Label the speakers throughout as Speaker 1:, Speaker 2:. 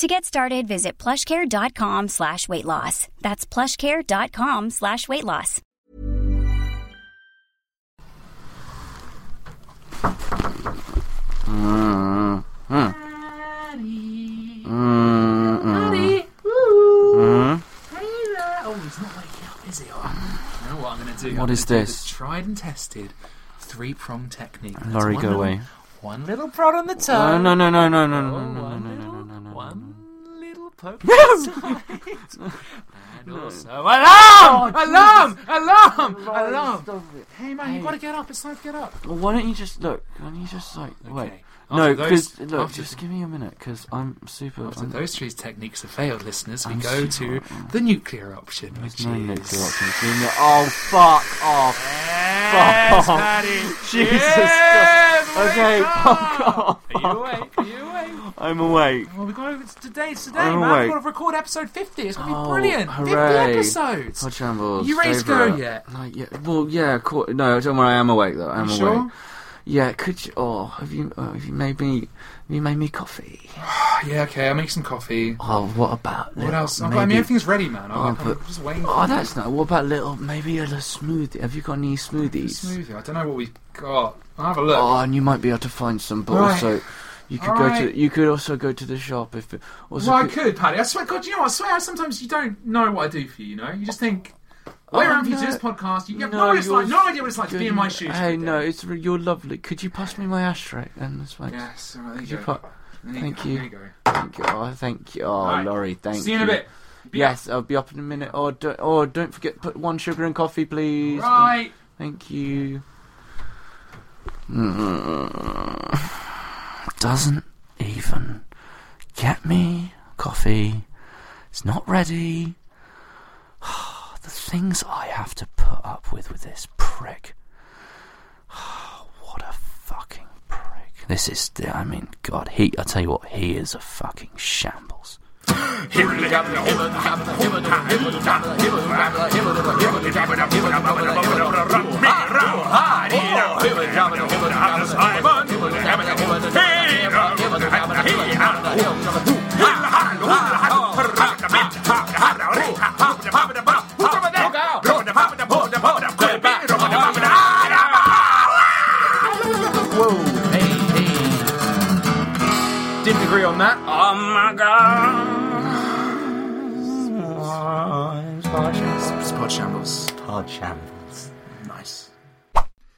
Speaker 1: To get started, visit plushcare.com slash weight loss. That's plushcare.com slash weight loss.
Speaker 2: Daddy. Ooh. Hey there. Oh, he's not waking up, is he? Oh, I know what I'm going to do. I'm
Speaker 3: What
Speaker 2: gonna
Speaker 3: is
Speaker 2: do
Speaker 3: this?
Speaker 2: Tried and tested three prong technique. That's
Speaker 3: Laurie,
Speaker 2: one
Speaker 3: go
Speaker 2: little-
Speaker 3: away.
Speaker 2: One little prod on the
Speaker 3: No,
Speaker 2: toe.
Speaker 3: no, no, no, no, no,
Speaker 2: Oh,
Speaker 3: no, no, no,
Speaker 2: one
Speaker 3: no,
Speaker 2: little-
Speaker 3: no, no, no.
Speaker 2: One little poke inside. and also
Speaker 3: Oh,
Speaker 2: alarm! alarm! Alarm! Alarm! Hey man, you've got to get up. It's time to get up.
Speaker 3: Well, why don't you just look? Why don't you just like wait?
Speaker 2: Okay.
Speaker 3: No,
Speaker 2: After
Speaker 3: because
Speaker 2: those-
Speaker 3: look,
Speaker 2: after
Speaker 3: just
Speaker 2: the-
Speaker 3: give me a minute, because I'm super.
Speaker 2: After
Speaker 3: I'm,
Speaker 2: those three techniques have failed, listeners, we
Speaker 3: I'm
Speaker 2: go to
Speaker 3: sure.
Speaker 2: the nuclear option, which
Speaker 3: there's no
Speaker 2: is.
Speaker 3: nuclear options. Give me- Oh, fuck off!
Speaker 2: Yes,
Speaker 3: off.
Speaker 2: Daddy.
Speaker 3: Jesus
Speaker 2: Yes,
Speaker 3: Christ. Okay,
Speaker 2: wake
Speaker 3: fuck
Speaker 2: up.
Speaker 3: off!
Speaker 2: Are you awake? Are you awake?
Speaker 3: I'm awake.
Speaker 2: Well, we got it's today. It's today,
Speaker 3: I'm
Speaker 2: man.
Speaker 3: awake.
Speaker 2: We've got to record episode fifty. It's gonna be
Speaker 3: Oh,
Speaker 2: brilliant.
Speaker 3: hooray.
Speaker 2: Fifty episodes.
Speaker 3: Pod Shambles.
Speaker 2: You ready to go
Speaker 3: favourite.
Speaker 2: yet?
Speaker 3: Like, yeah. Well, yeah. Cool. No, don't worry. I am awake though. I'm
Speaker 2: You
Speaker 3: awake.
Speaker 2: sure?
Speaker 3: Yeah. Could you? Oh, have you? Oh, have you made me? Have you made me coffee?
Speaker 2: Oh, Yeah. Okay. I'll make some coffee.
Speaker 3: Oh, what about?
Speaker 2: What
Speaker 3: little-
Speaker 2: else? I've got-
Speaker 3: Maybe,
Speaker 2: I mean, everything's ready, man. I'm,
Speaker 3: Oh,
Speaker 2: I'm
Speaker 3: but-
Speaker 2: just waiting.
Speaker 3: Oh, that's not. What about little? Maybe a little smoothie. Have you got any
Speaker 2: for the
Speaker 3: smoothies?
Speaker 2: smoothie. I don't know what we've got. I'll have a look.
Speaker 3: Oh, and you might be able to find some, but
Speaker 2: Right.
Speaker 3: also you could
Speaker 2: All
Speaker 3: go
Speaker 2: right.
Speaker 3: to you could also go to the shop if it also
Speaker 2: well, I
Speaker 3: could-
Speaker 2: could, Paddy. I swear, God, you know, what? I swear, sometimes you don't know what I do for you. You know, you just think. Wait
Speaker 3: Oh,
Speaker 2: around for you to
Speaker 3: no.
Speaker 2: this podcast. You have no, idea what it's like. No
Speaker 3: yours-
Speaker 2: idea what it's like to be in my shoes. for
Speaker 3: Hey,
Speaker 2: a
Speaker 3: no,
Speaker 2: day.
Speaker 3: it's re- you're lovely. Could you pass me my ashtray? And this way.
Speaker 2: Yes. All right, there you
Speaker 3: Could you
Speaker 2: go.
Speaker 3: put-
Speaker 2: There you
Speaker 3: thank
Speaker 2: go,
Speaker 3: you.
Speaker 2: There you go.
Speaker 3: Thank you. Oh, thank you. Oh,
Speaker 2: Right.
Speaker 3: Laurie, thank you.
Speaker 2: See you in a bit. Be
Speaker 3: yes, I'll be up in a minute. Oh, don't, oh, don't forget put one sugar and coffee, please.
Speaker 2: Right.
Speaker 3: Thank you. Mm. Doesn't even get me coffee. It's not ready. The things I have to put up with with this prick. What a fucking prick. This is, the- I mean, God, he, I tell you what, he is a fucking shambles.
Speaker 2: Whoa. Hey, hey. Didn't agree on that. Oh my god. It's Pod Shambles.
Speaker 4: Pod shambles.
Speaker 2: Nice.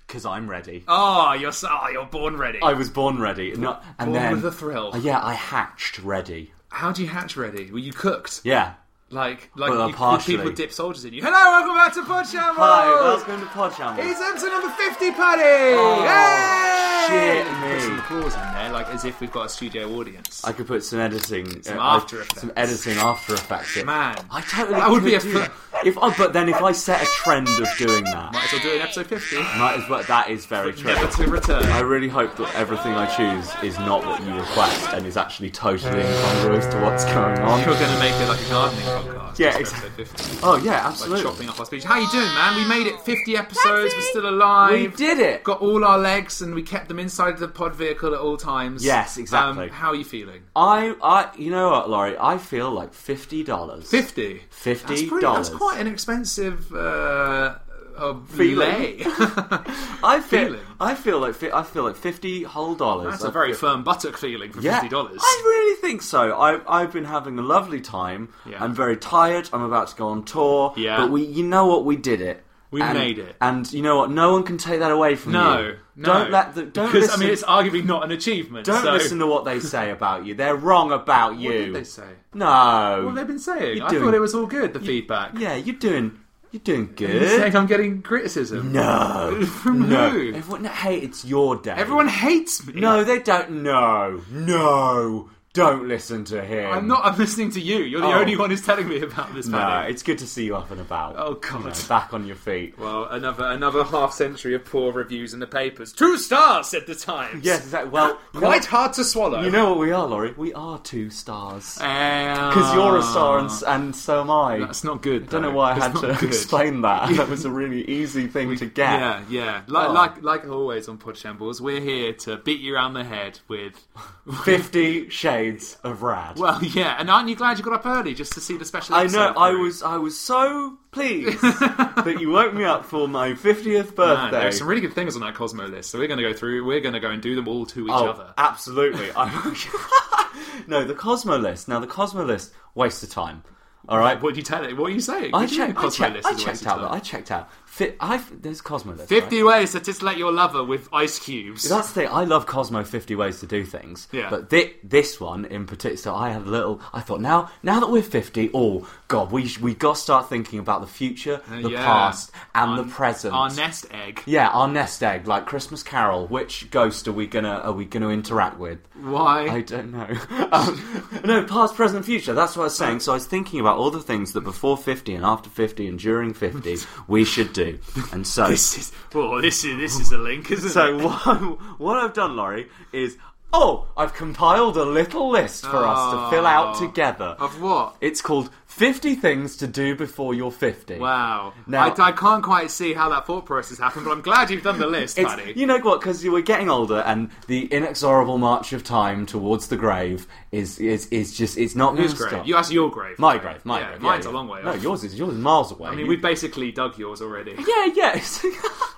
Speaker 4: Because I'm ready.
Speaker 2: Oh, you're so, oh, you're born ready.
Speaker 4: I was born ready. No, and
Speaker 2: Born
Speaker 4: then,
Speaker 2: with a thrill.
Speaker 4: Uh, yeah, I hatched ready.
Speaker 2: How do you hatch ready? Were you cooked?
Speaker 4: Yeah.
Speaker 2: Like, like
Speaker 4: Well,
Speaker 2: you,
Speaker 4: partially.
Speaker 2: people dip soldiers in you. Hello, welcome back to Pod Shambles.
Speaker 4: Hi, welcome to Pod Shambles.
Speaker 2: It's episode number 50, Paddy!
Speaker 4: Oh,
Speaker 2: Yay!
Speaker 4: shit
Speaker 2: Put some
Speaker 4: me.
Speaker 2: applause in there, like as if we've got a studio audience.
Speaker 4: I could put some editing,
Speaker 2: Some
Speaker 4: uh, I-
Speaker 2: After Effects.
Speaker 4: some editing after effects. in.
Speaker 2: Man.
Speaker 4: I totally
Speaker 2: That would be
Speaker 4: could
Speaker 2: a
Speaker 4: do
Speaker 2: fl-
Speaker 4: that. if. I, but then, if I set a trend of doing
Speaker 2: Might
Speaker 4: that,
Speaker 2: as well do it in episode 50.
Speaker 4: might as well. That is very true.
Speaker 2: Never to return.
Speaker 4: I really hope that everything I choose is not what you request and is actually totally incongruous to what's going
Speaker 2: You're
Speaker 4: on.
Speaker 2: going to make it like a gardening podcast.
Speaker 4: Yeah,
Speaker 2: just
Speaker 4: exactly.
Speaker 2: episode 50.
Speaker 4: Oh yeah,
Speaker 2: Like
Speaker 4: absolutely.
Speaker 2: chopping up our speech. How you doing, man? We made it 50 episodes. We're still alive.
Speaker 4: We did it.
Speaker 2: Got all our legs, and we kept them inside the pod vehicle at all times.
Speaker 4: Yes, exactly. Oh,
Speaker 2: Um, how are you feeling?
Speaker 4: I, I, you know what, Laurie? I feel like fifty dollars.
Speaker 2: 50
Speaker 4: Fifty
Speaker 2: That's, pretty,
Speaker 4: dollars.
Speaker 2: that's quite an expensive uh, uh,
Speaker 4: Feeling.
Speaker 2: lay.
Speaker 4: I feel.
Speaker 2: feeling.
Speaker 4: I feel like. fi- I feel like fifty whole dollars.
Speaker 2: That's
Speaker 4: I
Speaker 2: a very
Speaker 4: feel-
Speaker 2: firm buttock feeling for
Speaker 4: Yeah,
Speaker 2: fifty dollars.
Speaker 4: I really think so. I, I've been having a lovely time.
Speaker 2: Yeah.
Speaker 4: I'm very tired. I'm about to go on tour.
Speaker 2: Yeah.
Speaker 4: But we, you know what? We did it.
Speaker 2: We
Speaker 4: and,
Speaker 2: made it.
Speaker 4: And you know what? No one can take that away from you.
Speaker 2: No, no.
Speaker 4: Don't let the don't
Speaker 2: because
Speaker 4: listen,
Speaker 2: I mean it's arguably not an achievement.
Speaker 4: don't
Speaker 2: so.
Speaker 4: listen to what they say about you. They're wrong about you.
Speaker 2: What did they say?
Speaker 4: No.
Speaker 2: What have they been saying?
Speaker 4: You're
Speaker 2: I
Speaker 4: doing-
Speaker 2: thought it was all good. The feedback.
Speaker 4: yeah, you're doing you're doing
Speaker 2: You're saying
Speaker 4: good.
Speaker 2: I'm getting criticism.
Speaker 4: No.
Speaker 2: From
Speaker 4: no.
Speaker 2: who?
Speaker 4: Everyone hey, it's your day.
Speaker 2: Everyone hates me.
Speaker 4: No, they don't no. No. Don't listen to him.
Speaker 2: I'm not. I'm listening to you. You're the
Speaker 4: Oh.
Speaker 2: only one who's telling me about this.
Speaker 4: No,
Speaker 2: Paddy.
Speaker 4: it's good to see you up and about.
Speaker 2: Oh, God.
Speaker 4: back on your feet.
Speaker 2: Well, another another half century of poor reviews in the papers. Two stars at the Times.
Speaker 4: Yes, exactly. Well, you know-
Speaker 2: Quite hard to swallow.
Speaker 4: You know what we are, Laurie? We are two stars.
Speaker 2: Because
Speaker 4: Because you're a star and, s- and so am I.
Speaker 2: Ah. That's not good.
Speaker 4: I don't know
Speaker 2: though.
Speaker 4: why I
Speaker 2: That's
Speaker 4: had to
Speaker 2: not good.
Speaker 4: explain that. That was a really easy thing to get.
Speaker 2: Yeah, yeah. Like
Speaker 4: Oh.
Speaker 2: like like always on Pod Shambles, we're here to beat you around the head with.
Speaker 4: 50 Shades of Rad.
Speaker 2: Well, yeah, and aren't you glad you got up early just to see the special?
Speaker 4: I know,
Speaker 2: episode
Speaker 4: I
Speaker 2: through?
Speaker 4: was I was so pleased that you woke me up for my 50th
Speaker 2: Man,
Speaker 4: birthday.
Speaker 2: there's some really good things on that Cosmo list, so we're going to go through. We're going to go and do them all to each
Speaker 4: oh,
Speaker 2: other.
Speaker 4: absolutely. I'm- no, the Cosmo list. Now, the Cosmo list, waste of time. All right?
Speaker 2: What do you tell it? What are you saying?
Speaker 4: I,
Speaker 2: What do you mean
Speaker 4: check, I,
Speaker 2: Cosmo
Speaker 4: check,
Speaker 2: list
Speaker 4: I
Speaker 2: is a waste
Speaker 4: checked
Speaker 2: of
Speaker 4: out.
Speaker 2: time?
Speaker 4: I checked out. Fi I, there's Cosmo list. right?
Speaker 2: 50 ways to titillate your lover with ice cubes.
Speaker 4: That's the thing. I love Cosmo Fifty Ways to Do Things.
Speaker 2: Yeah.
Speaker 4: But thi- this one in particular, so I had a little. I thought now, now that we're fifty, oh god, we sh- we got to start thinking about the future, the
Speaker 2: Uh, Yeah.
Speaker 4: past, and
Speaker 2: Our-
Speaker 4: the present.
Speaker 2: Our nest egg.
Speaker 4: yeah, our nest egg, like Christmas Carol. Which ghost are we gonna are we gonna interact with?
Speaker 2: Why?
Speaker 4: I don't know. Um, no, past, present, future. That's what I was saying. So I was thinking about all the things that before fifty and after fifty and during fifty we should do. And so
Speaker 2: This is well. This is this is a link, isn't
Speaker 4: Oh. So
Speaker 2: it?
Speaker 4: what, what I've done, Laurie, is oh, I've compiled a little list for us to fill out
Speaker 2: Oh.
Speaker 4: together.
Speaker 2: Of what?
Speaker 4: It's called 50 Things to Do Before You're 50.
Speaker 2: Wow.
Speaker 4: Now-
Speaker 2: I, I can't quite see how that thought process happened, but I'm glad you've done the list,
Speaker 4: It's,
Speaker 2: buddy.
Speaker 4: you know what? Because you were getting older, and the inexorable march of time towards the grave is is, is just it's not
Speaker 2: Whose
Speaker 4: gonna
Speaker 2: grave?
Speaker 4: stop.
Speaker 2: You, that's your grave.
Speaker 4: my
Speaker 2: right?
Speaker 4: grave, my
Speaker 2: Yeah,
Speaker 4: grave.
Speaker 2: Mine's
Speaker 4: yeah,
Speaker 2: a
Speaker 4: yeah.
Speaker 2: long way
Speaker 4: No,
Speaker 2: off.
Speaker 4: yours is yours is miles away.
Speaker 2: I mean, we've basically dug yours already.
Speaker 4: yeah, yeah.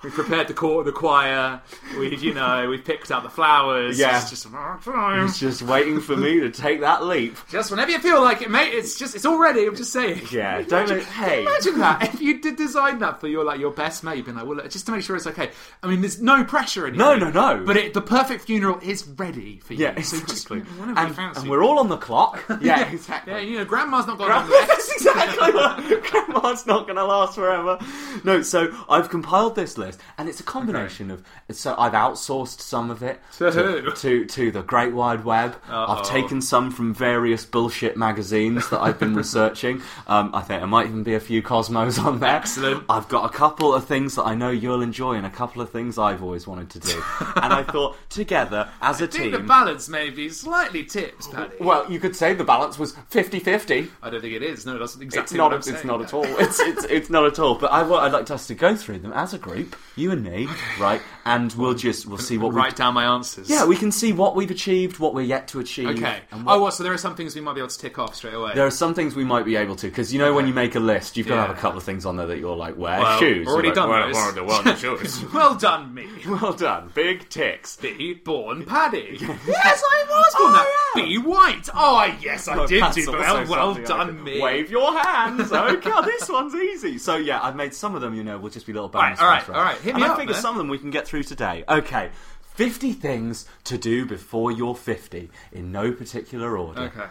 Speaker 2: We prepared the court, the choir. We, you know, we picked out the flowers.
Speaker 4: Yeah.
Speaker 2: It's just,
Speaker 4: "Ah,
Speaker 2: just,
Speaker 4: It's just waiting for me to take that leap.
Speaker 2: whenever you feel like it, mate. It's just, it's already. I'm just saying.
Speaker 4: Yeah, don't let- hey.
Speaker 2: Imagine that if you did design that for your like your best mate, you've been like, well, look, just to make sure it's okay. I mean, there's no pressure in it.
Speaker 4: No, no, no.
Speaker 2: But it, the perfect funeral is ready for you.
Speaker 4: Yeah,
Speaker 2: So just,
Speaker 4: exactly.
Speaker 2: you know, whatever you
Speaker 4: and,
Speaker 2: fancy.
Speaker 4: and we're all on the clock. Yeah, exactly.
Speaker 2: Yeah, you know, grandma's not got long left.
Speaker 4: That's exactly what grandma's not going to last forever. No, so I've compiled this list, and it's a combination of. So I've outsourced some of it
Speaker 2: To who?
Speaker 4: to, to to the Great Wide Web. I've taken some from various bullshit magazines that I've been researching. Um, I think there might even be a few Cosmos on there.
Speaker 2: Excellent.
Speaker 4: I've got a couple of things that I know you'll enjoy, and a couple of things I've always wanted to do. and I thought together as a
Speaker 2: I think the
Speaker 4: team.
Speaker 2: balance maybe slightly tips, Paddy.
Speaker 4: well, you could say the balance was 50 50.
Speaker 2: I don't think it is. No, that's exactly
Speaker 4: It's not.
Speaker 2: what I'm
Speaker 4: It's
Speaker 2: saying.
Speaker 4: not at all. It's it's it's not at all. But I, what I'd like us to go through them as a group, you and me, right? And we'll just we'll see what
Speaker 2: Write down my answers.
Speaker 4: we. Yeah, we can see what we've achieved, what we're yet to achieve.
Speaker 2: Okay.
Speaker 4: And what,
Speaker 2: oh, well, so there are some things we might be able to tick off straight away.
Speaker 4: there are some things we might be able to because you know when you make a list, you've got to have
Speaker 2: Yeah.
Speaker 4: a couple of things on there that you're like, wear
Speaker 2: Well,
Speaker 4: shoes.
Speaker 2: Already
Speaker 4: You're like,
Speaker 2: done
Speaker 4: well,
Speaker 2: those.
Speaker 4: well, well, well, shoes.
Speaker 2: well done, me.
Speaker 4: well done, big ticks.
Speaker 2: Be born Paddy.
Speaker 4: Yes, I was born
Speaker 2: Oh,
Speaker 4: that-
Speaker 2: Be white. Oh, yes, I
Speaker 4: Oh,
Speaker 2: did
Speaker 4: that's
Speaker 2: do
Speaker 4: also
Speaker 2: well. Well
Speaker 4: something I
Speaker 2: done,
Speaker 4: could-
Speaker 2: me.
Speaker 4: Wave your hands. Oh god, this one's easy. So yeah, I've made some of them. You know, will just be little bonus.
Speaker 2: All right,
Speaker 4: ones,
Speaker 2: all right, all right. Hit
Speaker 4: and
Speaker 2: me
Speaker 4: I
Speaker 2: up,
Speaker 4: figure
Speaker 2: man.
Speaker 4: some of them we can get through today. Okay. 50 things to do before you're 50 in no particular order.
Speaker 2: Okay.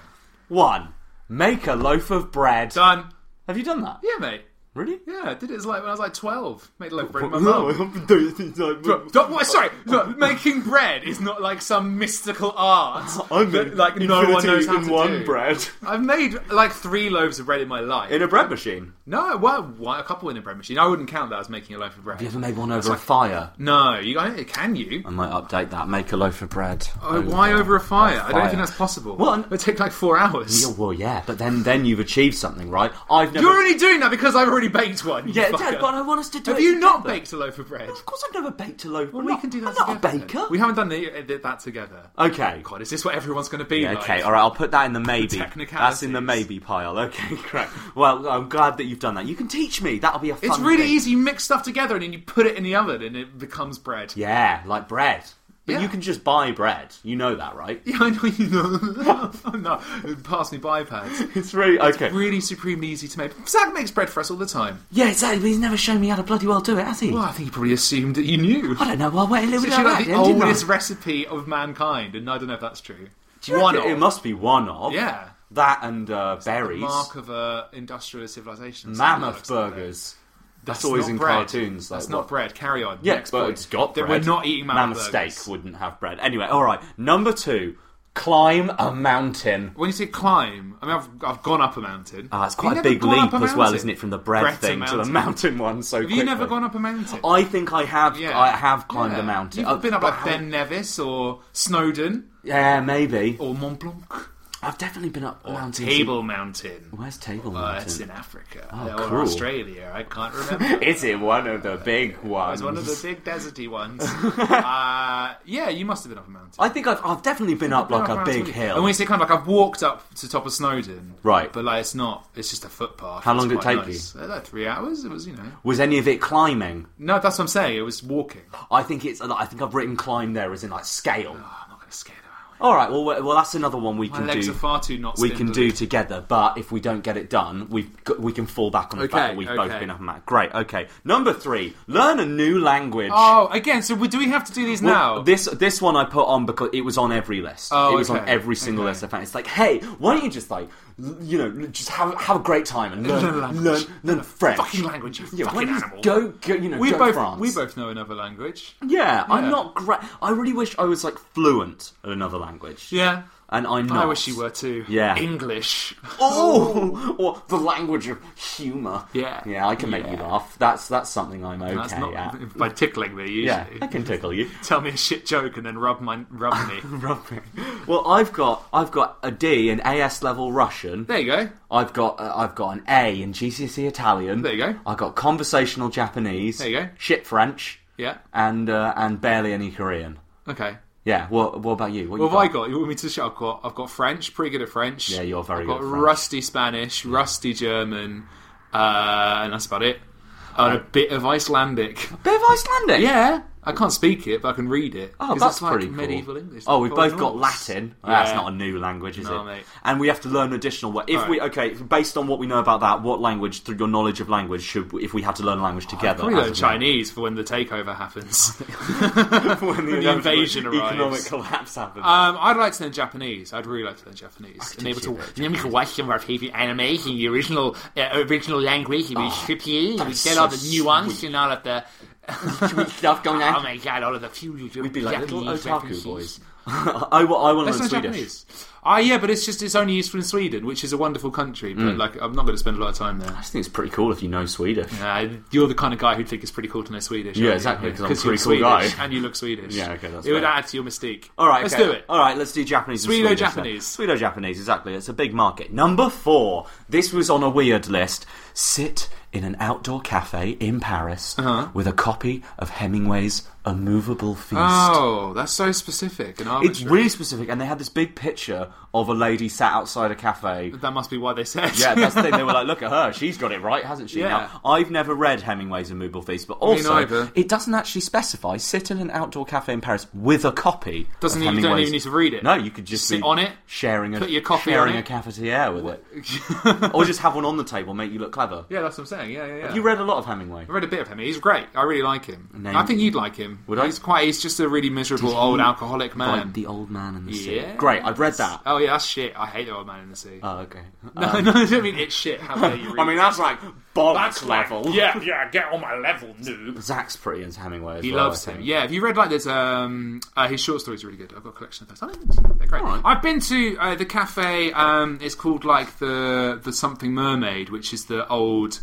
Speaker 4: 1. Make a loaf of bread.
Speaker 2: Done.
Speaker 4: Have you done that?
Speaker 2: Yeah, mate.
Speaker 4: Really?
Speaker 2: Yeah, I did it as like when I was like 12. Made loaf bread with my mum.
Speaker 4: No.
Speaker 2: Don't- what- sorry, look, making bread is not like some mystical art that like no one knows how
Speaker 4: in
Speaker 2: to
Speaker 4: one
Speaker 2: do.
Speaker 4: bread.
Speaker 2: I've made like three loaves of bread in my life.
Speaker 4: In a bread machine.
Speaker 2: no, well, why- a couple in a bread machine. I wouldn't count that as making a loaf of bread.
Speaker 4: You ever made one over a fire?
Speaker 2: No, you I don't- can you?
Speaker 4: I might update that. Make a loaf of bread.
Speaker 2: Oh, why over a fire? I don't
Speaker 4: fire.
Speaker 2: think that's possible.
Speaker 4: Well,
Speaker 2: it would take like four hours.
Speaker 4: Yeah, well, yeah, but then then you've achieved something, right? I've never.
Speaker 2: You're only doing that because I've already baked one. you
Speaker 4: yeah,
Speaker 2: fucker.
Speaker 4: Dad, but I want us to do
Speaker 2: Have
Speaker 4: it
Speaker 2: you not
Speaker 4: together.
Speaker 2: baked a loaf of bread?
Speaker 4: Of course, I've never baked a loaf.
Speaker 2: Well,
Speaker 4: I'm
Speaker 2: we
Speaker 4: not-
Speaker 2: can do that
Speaker 4: I'm not
Speaker 2: together.
Speaker 4: a
Speaker 2: then.
Speaker 4: baker.
Speaker 2: We haven't done the, uh, that together.
Speaker 4: Okay.
Speaker 2: God, is this what everyone's going to be
Speaker 4: Yeah,
Speaker 2: like?
Speaker 4: okay, all right. I'll put that in the maybe.
Speaker 2: technicalities.
Speaker 4: That's in the maybe pile. Okay, great. Well, I'm glad that you've done that. You can teach me. That'll be a. Fun
Speaker 2: It's really
Speaker 4: thing.
Speaker 2: easy. You mix stuff together and then you put it in the oven and it becomes bread.
Speaker 4: Yeah, like bread. But
Speaker 2: Yeah.
Speaker 4: you can just buy bread. You know that, right?
Speaker 2: Yeah, I know you know. no, pass me by pads.
Speaker 4: It's really okay.
Speaker 2: Really supremely easy to make. Zach makes bread for us all the time.
Speaker 4: yeah, exactly. But he's never shown me how to bloody well do it, has he?
Speaker 2: Well, I think he probably assumed that you knew.
Speaker 4: I don't know. Well, wait a little
Speaker 2: It's
Speaker 4: bit.
Speaker 2: actually
Speaker 4: of
Speaker 2: like
Speaker 4: that
Speaker 2: the
Speaker 4: then, didn't I?
Speaker 2: oldest recipe of mankind, and I don't know if that's true.
Speaker 4: Do you reckon
Speaker 2: One-off.
Speaker 4: It must be one of.
Speaker 2: Yeah.
Speaker 4: That and uh, berries.
Speaker 2: Mark of a industrial civilization.
Speaker 4: Mammoth
Speaker 2: Something like that.
Speaker 4: burgers. That's always
Speaker 2: not
Speaker 4: in
Speaker 2: bread.
Speaker 4: cartoons. like,
Speaker 2: That's
Speaker 4: what-
Speaker 2: not bread. Carry on.
Speaker 4: Yeah,
Speaker 2: Next
Speaker 4: but
Speaker 2: point.
Speaker 4: it's got
Speaker 2: Then
Speaker 4: bread.
Speaker 2: We're not eating mammoth
Speaker 4: Mammoth
Speaker 2: burgers.
Speaker 4: steak wouldn't have bread. Anyway, all right. Number two, climb a mountain.
Speaker 2: When you say climb, I mean I've, I've gone up a mountain.
Speaker 4: Ah, it's
Speaker 2: You've
Speaker 4: quite a
Speaker 2: never
Speaker 4: big
Speaker 2: gone up
Speaker 4: leap
Speaker 2: a
Speaker 4: as well,
Speaker 2: mountain.
Speaker 4: isn't it, from the bread
Speaker 2: Bread to
Speaker 4: thing to the
Speaker 2: mountain.
Speaker 4: mountain one so
Speaker 2: Have you never gone up a mountain?
Speaker 4: I think I have.
Speaker 2: Yeah.
Speaker 4: Oh, I have climbed a
Speaker 2: Yeah.
Speaker 4: mountain.
Speaker 2: You've
Speaker 4: Uh,
Speaker 2: been up
Speaker 4: but
Speaker 2: like
Speaker 4: how-
Speaker 2: Ben Nevis or Snowden
Speaker 4: Yeah, maybe.
Speaker 2: or Mont Blanc
Speaker 4: I've definitely been up
Speaker 2: or
Speaker 4: mountains.
Speaker 2: Table Mountain.
Speaker 4: Where's Table
Speaker 2: Uh, it's in
Speaker 4: Mountain?
Speaker 2: Africa
Speaker 4: Oh,
Speaker 2: or
Speaker 4: cool.
Speaker 2: Australia. I can't remember.
Speaker 4: Is it one of the big
Speaker 2: It
Speaker 4: ones?
Speaker 2: was one of the big deserty ones. uh, yeah, you must have been up a mountain.
Speaker 4: I think I've, I've definitely been up like a
Speaker 2: Around
Speaker 4: big
Speaker 2: 20.
Speaker 4: hill.
Speaker 2: And when you say kind of like I've walked up to top of Snowden,
Speaker 4: Right.
Speaker 2: But like it's not, it's just a footpath.
Speaker 4: How
Speaker 2: It's
Speaker 4: long did it
Speaker 2: quite
Speaker 4: take you?
Speaker 2: nice. Uh, Like three hours. It was, you know.
Speaker 4: Was any of it climbing?
Speaker 2: No, that's what I'm saying. It was walking. Oh,
Speaker 4: I think it's. I think I've written climb there as in like scale.
Speaker 2: I'm not going to scare them out.
Speaker 4: All right. Well, we- well, that's another one we
Speaker 2: My
Speaker 4: can
Speaker 2: legs
Speaker 4: do.
Speaker 2: are far too not.
Speaker 4: we can do
Speaker 2: spindly.
Speaker 4: together, but if we don't get it done, we've got, we can fall back on the
Speaker 2: Okay,
Speaker 4: fact that we've both
Speaker 2: okay.
Speaker 4: been up and out. Great. Okay. Number three. Learn a new language.
Speaker 2: Oh, again. So we, do we have to do these
Speaker 4: Well,
Speaker 2: now?
Speaker 4: this this one I put on because it was on every list.
Speaker 2: Oh,
Speaker 4: it was on
Speaker 2: okay,
Speaker 4: every single
Speaker 2: okay.
Speaker 4: list I found. It's like, hey, why don't you just like, l- you know, l- just have have a great time and
Speaker 2: Learn a
Speaker 4: learn learn
Speaker 2: language.
Speaker 4: learn French.
Speaker 2: fucking language, you
Speaker 4: yeah, why
Speaker 2: fucking
Speaker 4: don't you
Speaker 2: animal.
Speaker 4: Go, go, you know,
Speaker 2: we
Speaker 4: go
Speaker 2: both
Speaker 4: France.
Speaker 2: we both know another language.
Speaker 4: Yeah, I'm
Speaker 2: Yeah.
Speaker 4: not great. I really wish I was like fluent at another language.
Speaker 2: Yeah.
Speaker 4: and I'm not.
Speaker 2: I wish you were too.
Speaker 4: Yeah.
Speaker 2: English.
Speaker 4: Oh, or the language of humour.
Speaker 2: Yeah.
Speaker 4: yeah, I can make you laugh. That's that's something I'm okay
Speaker 2: That's not
Speaker 4: at.
Speaker 2: by tickling me usually.
Speaker 4: Yeah, I can tickle you.
Speaker 2: Tell me a shit joke and then rub my rub me.
Speaker 4: Rubbing. Well, I've got I've got a D in AS level Russian.
Speaker 2: there you go.
Speaker 4: I've got uh, I've got an A in GCSE E Italian.
Speaker 2: There you go.
Speaker 4: I've got conversational Japanese.
Speaker 2: There you go.
Speaker 4: Shit French.
Speaker 2: Yeah.
Speaker 4: And uh, and barely any Korean.
Speaker 2: Okay.
Speaker 4: Yeah. What What about you? What,
Speaker 2: What
Speaker 4: you
Speaker 2: have I got? You want me to shut up? What? I've got French, pretty good at French.
Speaker 4: Yeah, you're very
Speaker 2: I've got
Speaker 4: good at French.
Speaker 2: rusty Spanish, rusty German, uh, and that's about it. And a
Speaker 4: Uh,
Speaker 2: bit of Icelandic.
Speaker 4: Bit of Icelandic.
Speaker 2: Yeah, I can't speak it, but I can read it.
Speaker 4: Oh,
Speaker 2: 'Cause
Speaker 4: that's
Speaker 2: it's like
Speaker 4: pretty cool.
Speaker 2: medieval English.
Speaker 4: Oh, we've
Speaker 2: Like
Speaker 4: both got
Speaker 2: Norse.
Speaker 4: Latin.
Speaker 2: Yeah.
Speaker 4: That's not a new language, is
Speaker 2: No,
Speaker 4: it?
Speaker 2: mate.
Speaker 4: And we have to learn additional. Words. If
Speaker 2: All
Speaker 4: we
Speaker 2: right.
Speaker 4: okay, based on what we know about that, what language through your knowledge of language should we- if we had to learn a language together?
Speaker 2: Oh, Probably
Speaker 4: as
Speaker 2: learn
Speaker 4: of now?
Speaker 2: Chinese for when the takeover happens.
Speaker 4: when the,
Speaker 2: the invasion
Speaker 4: economic
Speaker 2: arrives.
Speaker 4: collapse happens.
Speaker 2: Um, I'd like to learn Japanese. I'd really like to learn Japanese. and able to, and able to watch some of our favorite anime in the original uh, original language. It was trippy. It was
Speaker 4: is
Speaker 2: get all
Speaker 4: Oh, so
Speaker 2: the nuance
Speaker 4: sweet.
Speaker 2: and all of the.
Speaker 4: stuff going on.
Speaker 2: Oh my god! All of the few
Speaker 4: We'd be like little
Speaker 2: Japanese
Speaker 4: otaku
Speaker 2: references.
Speaker 4: boys. I, wa- I want to
Speaker 2: Let's
Speaker 4: learn
Speaker 2: learn
Speaker 4: Swedish.
Speaker 2: Japanese. Ah, yeah, but it's just it's only useful in Sweden, which is a wonderful country.
Speaker 4: Mm.
Speaker 2: But like, I'm not going to spend a lot of time there.
Speaker 4: I just think it's pretty cool if you know Swedish.
Speaker 2: Uh, you're the kind of guy who'd think it's pretty cool to know Swedish.
Speaker 4: Yeah,
Speaker 2: aren't you?
Speaker 4: exactly, 'cause I'm a
Speaker 2: you're
Speaker 4: pretty cool
Speaker 2: Swedish
Speaker 4: guy.
Speaker 2: and you look Swedish.
Speaker 4: Yeah, okay, that's
Speaker 2: it would
Speaker 4: fair.
Speaker 2: add to your mystique.
Speaker 4: All right,
Speaker 2: let's
Speaker 4: okay.
Speaker 2: do it.
Speaker 4: All right, let's do Japanese. and Swedish then.
Speaker 2: Swedish-Japanese.
Speaker 4: Swedish-Japanese, exactly. It's a big market. Number four. This was on a weird list. Sit in an outdoor cafe in Paris
Speaker 2: Uh-huh.
Speaker 4: with a copy of Hemingway's A Movable Feast.
Speaker 2: Oh, that's so specific and arbitrary.
Speaker 4: It's really specific, and they had this big picture of a lady sat outside a cafe.
Speaker 2: That must be why they said.
Speaker 4: Yeah, that's the thing. They were like, "Look at her; she's got it right, hasn't she?"
Speaker 2: Yeah.
Speaker 4: Now, I've never read Hemingway's Immovable Feast, but also
Speaker 2: neither.
Speaker 4: it doesn't actually specify. Sit in an outdoor cafe in Paris with a copy.
Speaker 2: Doesn't
Speaker 4: of
Speaker 2: even- you don't
Speaker 4: Hemingway's-
Speaker 2: even need to read it.
Speaker 4: No, you could just
Speaker 2: Sit
Speaker 4: be
Speaker 2: on it,
Speaker 4: sharing a
Speaker 2: put your coffee
Speaker 4: sharing
Speaker 2: on
Speaker 4: a
Speaker 2: it.
Speaker 4: cafetiere with it, or just have one on the table, make you look clever.
Speaker 2: Yeah, that's what I'm saying. Yeah, yeah, yeah.
Speaker 4: Have you read a lot of Hemingway?
Speaker 2: I read a bit of him. He's great. I really like him.
Speaker 4: Name-
Speaker 2: I think you'd like him.
Speaker 4: Would I?
Speaker 2: He's quite. He's just a really miserable old alcoholic man.
Speaker 4: Like the old man and the sea.
Speaker 2: Yes.
Speaker 4: Great, I've read that.
Speaker 2: Oh yeah, that's shit. I hate the old man in the sea.
Speaker 4: Oh, okay.
Speaker 2: no, no, I don't mean it's shit. How dare you? Read
Speaker 4: I mean, that's like bollocks level.
Speaker 2: yeah, yeah. Get on my level, noob.
Speaker 4: Zach's pretty into Hemingway. As
Speaker 2: He
Speaker 4: well,
Speaker 2: loves
Speaker 4: I
Speaker 2: him.
Speaker 4: think.
Speaker 2: Yeah, have you read like this? Um, uh, his short stories are really good. I've got a collection of those. I don't think they're great.
Speaker 4: Alright.
Speaker 2: I've been to uh, the cafe. Um, it's called like the the something mermaid, which is the old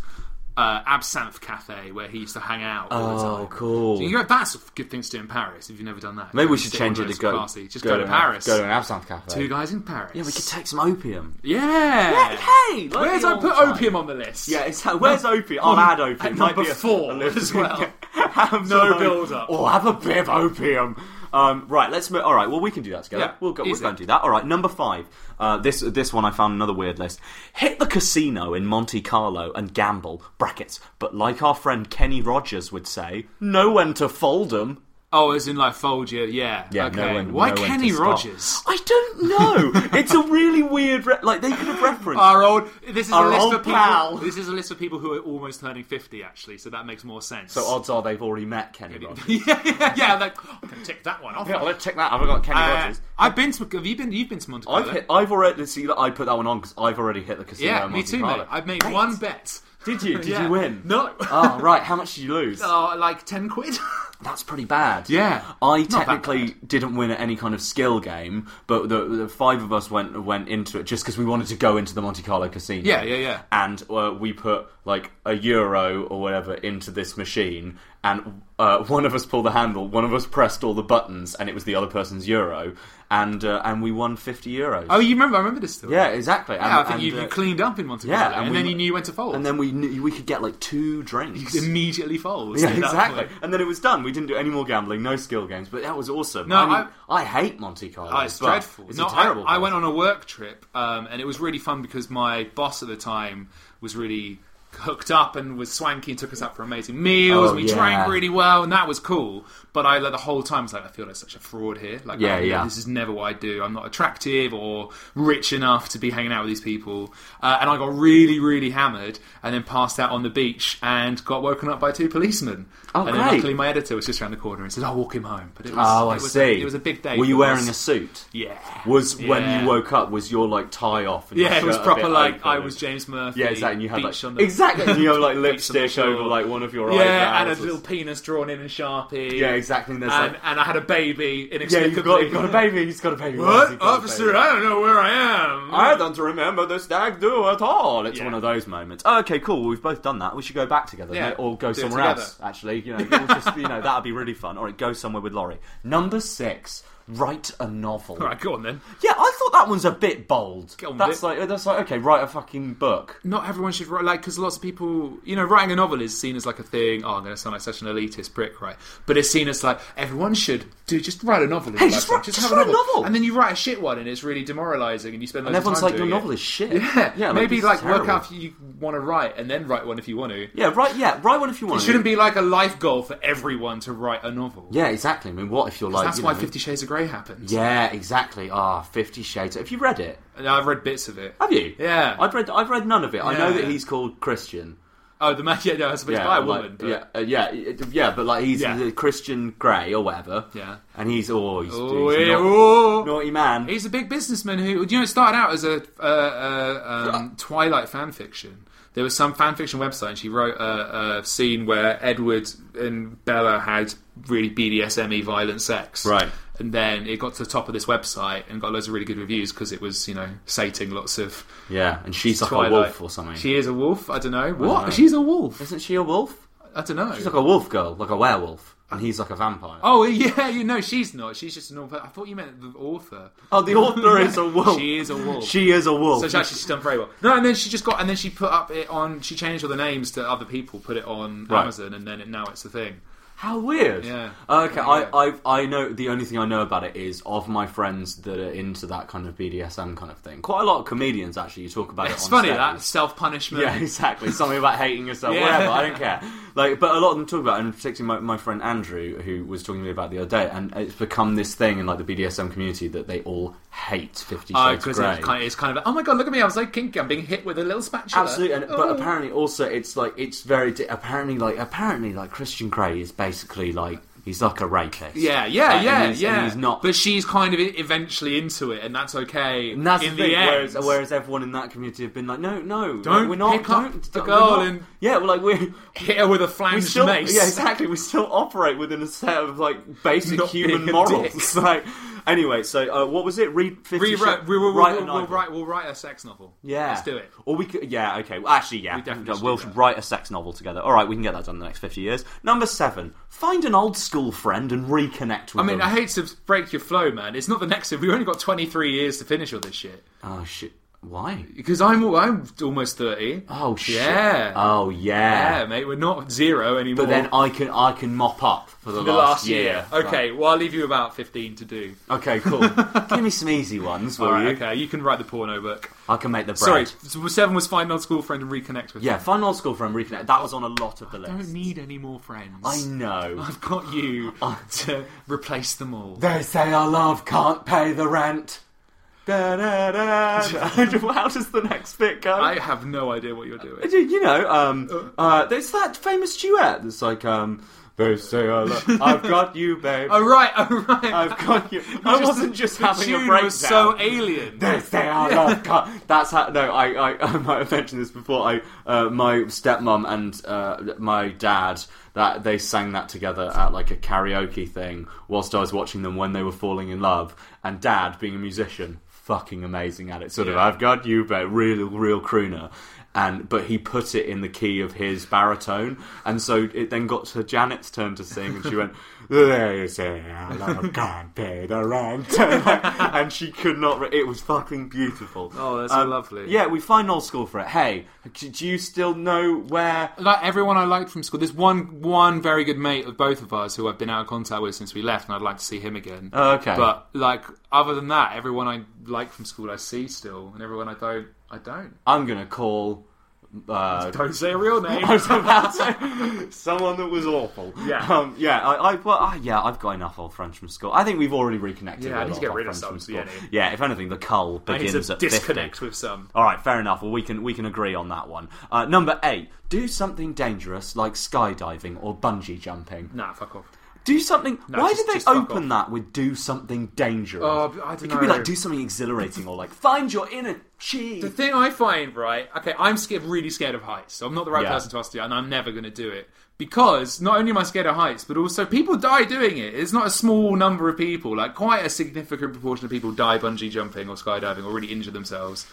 Speaker 2: uh, absinthe cafe where he used to hang out. All the
Speaker 4: Oh,
Speaker 2: time.
Speaker 4: cool.
Speaker 2: So you go, that's a good thing to do in Paris if you've never done that.
Speaker 4: Maybe
Speaker 2: Go
Speaker 4: we
Speaker 2: and
Speaker 4: should
Speaker 2: sit in
Speaker 4: change
Speaker 2: one
Speaker 4: it
Speaker 2: of
Speaker 4: to
Speaker 2: those
Speaker 4: go.
Speaker 2: classy- Just go, to
Speaker 4: an-
Speaker 2: Paris.
Speaker 4: Go to an absinthe cafe.
Speaker 2: Two guys in Paris.
Speaker 4: Yeah, we could take some opium.
Speaker 2: Yeah.
Speaker 4: hey, like
Speaker 2: Where's
Speaker 4: the
Speaker 2: I
Speaker 4: old
Speaker 2: put
Speaker 4: time.
Speaker 2: opium on the list?
Speaker 4: Yeah, it's uh, where's opium? I'll add opium.
Speaker 2: at
Speaker 4: It might
Speaker 2: number
Speaker 4: be a-
Speaker 2: four
Speaker 4: a little-
Speaker 2: as well.
Speaker 4: have
Speaker 2: No
Speaker 4: some
Speaker 2: build-up.
Speaker 4: Or have a bit of opium. Um, right, let's move. All right, well we can do that together.
Speaker 2: Yeah,
Speaker 4: we'll go. We'll
Speaker 2: easy.
Speaker 4: go and do that. All right, number five. Uh, this this one I found another weird list. Hit the casino in Monte Carlo and gamble. Brackets. But like our friend Kenny Rogers would say, know when to fold 'em.
Speaker 2: Oh, as in like fold you, yeah.
Speaker 4: Yeah,
Speaker 2: okay.
Speaker 4: know when-
Speaker 2: Why
Speaker 4: know when
Speaker 2: Kenny
Speaker 4: to stop.
Speaker 2: Rogers?
Speaker 4: I don't know. it's a really weird. Re- like they could have referenced.
Speaker 2: Our old. This is
Speaker 4: Our
Speaker 2: a list
Speaker 4: old
Speaker 2: of people.
Speaker 4: pal.
Speaker 2: This is a list of people who are almost turning fifty, actually. So that makes more sense.
Speaker 4: so odds are they've already met Kenny Rogers.
Speaker 2: yeah, yeah, yeah. I'm Like, I can tick that one off.
Speaker 4: yeah, let's check that. I've got Kenny
Speaker 2: Uh,
Speaker 4: Rogers.
Speaker 2: I've been to. Have you been? You've been to Monte Carlo?
Speaker 4: I've hit. I've already see that I put that one on because I've already hit the casino.
Speaker 2: yeah,
Speaker 4: in
Speaker 2: me
Speaker 4: Monte
Speaker 2: too,
Speaker 4: Carlo.
Speaker 2: mate. I've made one bet.
Speaker 4: Did you? Did
Speaker 2: Yeah.
Speaker 4: you win?
Speaker 2: No.
Speaker 4: oh right. How much did you lose?
Speaker 2: Oh, like ten quid.
Speaker 4: That's pretty bad.
Speaker 2: Yeah.
Speaker 4: I
Speaker 2: Not that
Speaker 4: technically didn't win at any kind of skill game, but the, the five of us went went into it just because we wanted to go into the Monte Carlo casino.
Speaker 2: Yeah, yeah, yeah.
Speaker 4: And uh, we put like a euro or whatever into this machine, and uh, one of us pulled the handle, one of us pressed all the buttons, and it was the other person's euro, and uh, and we won fifty euros.
Speaker 2: oh, you remember? I remember this story.
Speaker 4: yeah, exactly.
Speaker 2: Yeah, I
Speaker 4: And-
Speaker 2: think
Speaker 4: and,
Speaker 2: you, you
Speaker 4: uh,
Speaker 2: cleaned up in Monte Carlo,
Speaker 4: Yeah,
Speaker 2: and,
Speaker 4: we-
Speaker 2: then you knew when to fold.
Speaker 4: And then we knew we could get like two drinks.
Speaker 2: immediately folds.
Speaker 4: Yeah,
Speaker 2: at that
Speaker 4: exactly.
Speaker 2: point.
Speaker 4: And then it was done. We didn't do any more gambling, no skill games, but that was awesome.
Speaker 2: No,
Speaker 4: I, mean, I, hate Monte Carlo.
Speaker 2: Oh, it's
Speaker 4: but
Speaker 2: dreadful.
Speaker 4: It's
Speaker 2: no,
Speaker 4: a terrible.
Speaker 2: I, I went on a work trip, um, and it was really fun because my boss at the time was really hooked up and was swanky and took us out for amazing meals.
Speaker 4: Oh,
Speaker 2: we
Speaker 4: yeah.
Speaker 2: drank really well, and that was cool. But I, like, the whole time, was like, I feel like such a fraud here. Like,
Speaker 4: Yeah,
Speaker 2: I-
Speaker 4: yeah.
Speaker 2: This is never what I do. I'm not attractive or rich enough to be hanging out with these people. Uh, and I got really, really hammered, and then passed out on the beach and got woken up by two policemen.
Speaker 4: Oh,
Speaker 2: and then
Speaker 4: great.
Speaker 2: luckily, my editor was just around the corner and said, "I'll walk him home." But it was,
Speaker 4: Oh,
Speaker 2: it
Speaker 4: I
Speaker 2: was
Speaker 4: see.
Speaker 2: A, it was a big day.
Speaker 4: Were you
Speaker 2: for us.
Speaker 4: wearing a suit?
Speaker 2: Yeah.
Speaker 4: Was when
Speaker 2: Yeah.
Speaker 4: you woke up? Was your like tie off? And your
Speaker 2: Yeah, it
Speaker 4: shirt
Speaker 2: was
Speaker 4: a
Speaker 2: proper
Speaker 4: bit
Speaker 2: like
Speaker 4: open
Speaker 2: I
Speaker 4: and-
Speaker 2: was James Murphy.
Speaker 4: Yeah, exactly. And you had
Speaker 2: beach
Speaker 4: like
Speaker 2: on the-
Speaker 4: exactly. And you have like
Speaker 2: beach on the
Speaker 4: lipstick
Speaker 2: shore.
Speaker 4: over like one of your
Speaker 2: yeah,
Speaker 4: eyebrows.
Speaker 2: and a
Speaker 4: or-
Speaker 2: little penis drawn in in sharpie.
Speaker 4: Yeah, exactly, and
Speaker 2: And,
Speaker 4: there's,
Speaker 2: and,
Speaker 4: like-
Speaker 2: I had a baby
Speaker 4: Yeah,
Speaker 2: inexplicably.
Speaker 4: you've got, you've got a baby. He's got a baby. He's
Speaker 2: What
Speaker 4: got a baby.
Speaker 2: officer? I don't know where I am.
Speaker 4: I don't remember the stag do at all. It's
Speaker 2: Yeah.
Speaker 4: one of those moments. Okay, cool. We've both done that. We should go back together
Speaker 2: Yeah,
Speaker 4: yeah, or go
Speaker 2: do it
Speaker 4: somewhere
Speaker 2: together.
Speaker 4: else. Actually, you know, we'll just, you know, that'd be really fun. All right, go somewhere with Laurie. Number six. Write a novel.
Speaker 2: All right, go on then.
Speaker 4: Yeah, I thought that one's a bit bold.
Speaker 2: Go on
Speaker 4: that's
Speaker 2: with
Speaker 4: like that's like okay, write a fucking book.
Speaker 2: Not everyone should write like because lots of people, you know, writing a novel is seen as like a thing. Oh, I'm going to sound like such an elitist prick, right? But it's seen as like everyone should do just write a novel. in
Speaker 4: Hey,
Speaker 2: your
Speaker 4: just
Speaker 2: lifetime.
Speaker 4: write- just write a novel.
Speaker 2: and then you write a shit one, and it's really demoralising, and you spend.
Speaker 4: And
Speaker 2: loads of
Speaker 4: everyone's
Speaker 2: time
Speaker 4: like, your
Speaker 2: doing
Speaker 4: novel
Speaker 2: it.
Speaker 4: is shit.
Speaker 2: Yeah, maybe
Speaker 4: it's
Speaker 2: like work
Speaker 4: terrible.
Speaker 2: out if you want to write and then write one if you want to.
Speaker 4: Yeah, right. Yeah, write one if you
Speaker 2: It
Speaker 4: want.
Speaker 2: shouldn't be like a life goal for everyone to write a novel.
Speaker 4: Yeah, exactly. I mean, what if you're like?
Speaker 2: That's
Speaker 4: you
Speaker 2: why
Speaker 4: know-
Speaker 2: Fifty Shades of Grey happened.
Speaker 4: Yeah, exactly. Ah, Fifty Shades. Have you read it?
Speaker 2: And I've read bits of it.
Speaker 4: Have you?
Speaker 2: Yeah.
Speaker 4: I've read. I've read none of it. I know
Speaker 2: Yeah.
Speaker 4: that he's called Christian.
Speaker 2: Oh, the man. Yeah, no, it's yeah, by a
Speaker 4: like,
Speaker 2: woman. but-
Speaker 4: Yeah, uh, yeah, uh, yeah, but like he's
Speaker 2: Yeah.
Speaker 4: uh, Christian Grey or whatever.
Speaker 2: Yeah.
Speaker 4: and he's oh, he's,
Speaker 2: Oh,
Speaker 4: he's
Speaker 2: yeah,
Speaker 4: naughty,
Speaker 2: oh.
Speaker 4: naughty man.
Speaker 2: He's a big businessman who, you know, it started out as a uh, uh, um, Twilight fan fiction. There was some fan fiction website, and she wrote a, a scene where Edward and Bella had really BDSM E violent sex.
Speaker 4: Right.
Speaker 2: And then it got to the top of this website and got loads of really good reviews because it was, you know, sating lots of.
Speaker 4: yeah, and she's like
Speaker 2: Twilight.
Speaker 4: a wolf or something.
Speaker 2: She is a wolf. I don't know what.
Speaker 4: don't know.
Speaker 2: She's a wolf.
Speaker 4: Isn't she a wolf?
Speaker 2: I don't know.
Speaker 4: She's like a wolf girl, like a werewolf, and he's like a vampire.
Speaker 2: oh yeah, you know she's not. She's just an author. I thought you meant the author.
Speaker 4: Oh, the author is a wolf.
Speaker 2: She is a wolf.
Speaker 4: She is a wolf.
Speaker 2: So she, actually, she's done very well. No, and then she just got, and then she put up it on. She changed all the names to other people, put it on
Speaker 4: Right.
Speaker 2: Amazon, and then it, now it's the thing.
Speaker 4: How weird. Uh,
Speaker 2: Yeah.
Speaker 4: Okay,
Speaker 2: Yeah.
Speaker 4: I, I I know the only thing I know about it is of my friends that are into that kind of BDSM kind of thing. Quite a lot of comedians actually you talk about it.
Speaker 2: It's
Speaker 4: on
Speaker 2: funny
Speaker 4: stage.
Speaker 2: that self punishment.
Speaker 4: Yeah, exactly. Something about hating yourself,
Speaker 2: Yeah.
Speaker 4: whatever. I don't care. Like, but a lot of them talk about, it, and particularly my, my friend Andrew, who was talking to me about it the other day, and it's become this thing in like the BDSM community that they all hate Fifty Shades of
Speaker 2: because
Speaker 4: Grey.
Speaker 2: uh, Oh, it's kind of, it's kind of oh my god, look at me, I was so kinky, I'm being hit with a little spatula.
Speaker 4: Absolutely, and,
Speaker 2: Oh.
Speaker 4: but apparently also it's like it's very di- apparently like apparently like Christian Grey is basically like he's like a rapist.
Speaker 2: Yeah,
Speaker 4: Uh,
Speaker 2: yeah,
Speaker 4: and
Speaker 2: yeah,
Speaker 4: he's-
Speaker 2: yeah.
Speaker 4: And he's not.
Speaker 2: But she's kind of eventually into it, and that's okay.
Speaker 4: and that's
Speaker 2: in
Speaker 4: the, thing,
Speaker 2: end,
Speaker 4: whereas, whereas everyone in that community have been like, no, no,
Speaker 2: Don't
Speaker 4: we're not.
Speaker 2: pick up
Speaker 4: don't-
Speaker 2: the
Speaker 4: we're
Speaker 2: girl
Speaker 4: not-
Speaker 2: and-
Speaker 4: yeah, well, like we're
Speaker 2: hit her with a
Speaker 4: we
Speaker 2: flanged
Speaker 4: still,
Speaker 2: mace.
Speaker 4: yeah, exactly. We still operate within a set of like basic
Speaker 2: Not
Speaker 4: human
Speaker 2: being a
Speaker 4: morals.
Speaker 2: dick.
Speaker 4: Like, anyway, so uh, what was it? Read Fifty
Speaker 2: Rewrite.
Speaker 4: Shades-
Speaker 2: We will
Speaker 4: write
Speaker 2: write,
Speaker 4: a
Speaker 2: we'll, we'll,
Speaker 4: novel.
Speaker 2: write. We'll write a sex novel.
Speaker 4: Yeah,
Speaker 2: let's do it.
Speaker 4: Or we could, yeah, okay. Well, actually, yeah,
Speaker 2: We definitely should
Speaker 4: we'll
Speaker 2: do that.
Speaker 4: write a sex novel together. All right, we can get that done in the next fifty years. Number seven: find an old school friend and reconnect with
Speaker 2: I mean,
Speaker 4: them.
Speaker 2: I hate to break your flow, man. It's not the next. We've only got 23 years to finish all this shit.
Speaker 4: oh shit. Why?
Speaker 2: Because I'm al- I'm almost thirty.
Speaker 4: Oh shit.
Speaker 2: Yeah.
Speaker 4: Oh yeah.
Speaker 2: yeah, mate. We're not zero anymore.
Speaker 4: But then I can I can mop up for the,
Speaker 2: the last year.
Speaker 4: Right.
Speaker 2: Okay, well I'll leave you about fifteen to do.
Speaker 4: Okay, cool. Give me some easy ones, will
Speaker 2: All
Speaker 4: you?
Speaker 2: right, okay, you can write the porno book.
Speaker 4: I can make the bread.
Speaker 2: Sorry, s- seven was find an old school friend and reconnect with.
Speaker 4: Yeah,
Speaker 2: them.
Speaker 4: find old school friend reconnect. That was on a lot of the
Speaker 2: I don't
Speaker 4: list.
Speaker 2: need any more friends.
Speaker 4: I know.
Speaker 2: I've got you to replace them all.
Speaker 4: They say our love can't pay the rent. Da, da, da. How does the next bit go?
Speaker 2: I have no idea what you're doing.
Speaker 4: Dude, you know, um, uh, there's that famous duet that's like, um, they say I love, I've got you, babe.
Speaker 2: Oh right, oh right.
Speaker 4: I've got you. I wasn't just
Speaker 2: the
Speaker 4: having a
Speaker 2: tune
Speaker 4: breakdown.
Speaker 2: Was so alien.
Speaker 4: They say I love God. That's how. No, I, I, I might have mentioned this before. I, uh, my stepmom and uh, my dad, that they sang that together at like a karaoke thing whilst I was watching them when they were falling in love. And dad, being a musician, fucking amazing at it. Sort of,
Speaker 2: Yeah.
Speaker 4: I've got you, but real, real crooner. And but he put it in the key of his baritone, and so it then got to Janet's turn to sing, and she went, "They say I love can't pay the rent," and she could not. Re- it was fucking beautiful. Um,
Speaker 2: Oh, that's lovely.
Speaker 4: Yeah, we find old school for it. Hey, c- do you still know where?
Speaker 2: like everyone I liked from school. There's one one very good mate of both of us who I've been out of contact with since we left, and I'd like to see him again.
Speaker 4: Oh, okay.
Speaker 2: But like other than that, everyone I like from school I see still, and everyone I don't, I don't.
Speaker 4: I'm gonna call. Uh,
Speaker 2: Don't say a real name.
Speaker 4: I was about to. Someone that was awful.
Speaker 2: Yeah.
Speaker 4: um, yeah. I, I well, ah, yeah, I've got enough old friends from school. I think we've already reconnected.
Speaker 2: Yeah, I need
Speaker 4: with a
Speaker 2: to get
Speaker 4: lot
Speaker 2: rid of
Speaker 4: friends
Speaker 2: some,
Speaker 4: from
Speaker 2: so yeah,
Speaker 4: school.
Speaker 2: I need-
Speaker 4: Yeah, if anything, the cull
Speaker 2: I need
Speaker 4: begins
Speaker 2: to
Speaker 4: at 50.
Speaker 2: disconnect with some.
Speaker 4: All right, fair enough. Well, we can we can agree on that one. Uh, number eight: do something dangerous like skydiving or bungee jumping.
Speaker 2: Nah, fuck off.
Speaker 4: Do something.
Speaker 2: No,
Speaker 4: why
Speaker 2: just-
Speaker 4: did
Speaker 2: just
Speaker 4: they
Speaker 2: fuck
Speaker 4: open
Speaker 2: off.
Speaker 4: that with "do something dangerous"?
Speaker 2: Oh, but I don't
Speaker 4: it could be
Speaker 2: know.
Speaker 4: like do something exhilarating or like find your inner chi.
Speaker 2: The thing I find right, okay, I'm scared, really scared of heights, so I'm not the right
Speaker 4: Yeah.
Speaker 2: person to ask to, do it, and I'm never going to do it because not only am I scared of heights, but also people die doing it. It's not a small number of people; like quite a significant proportion of people die bungee jumping or skydiving or really injure themselves.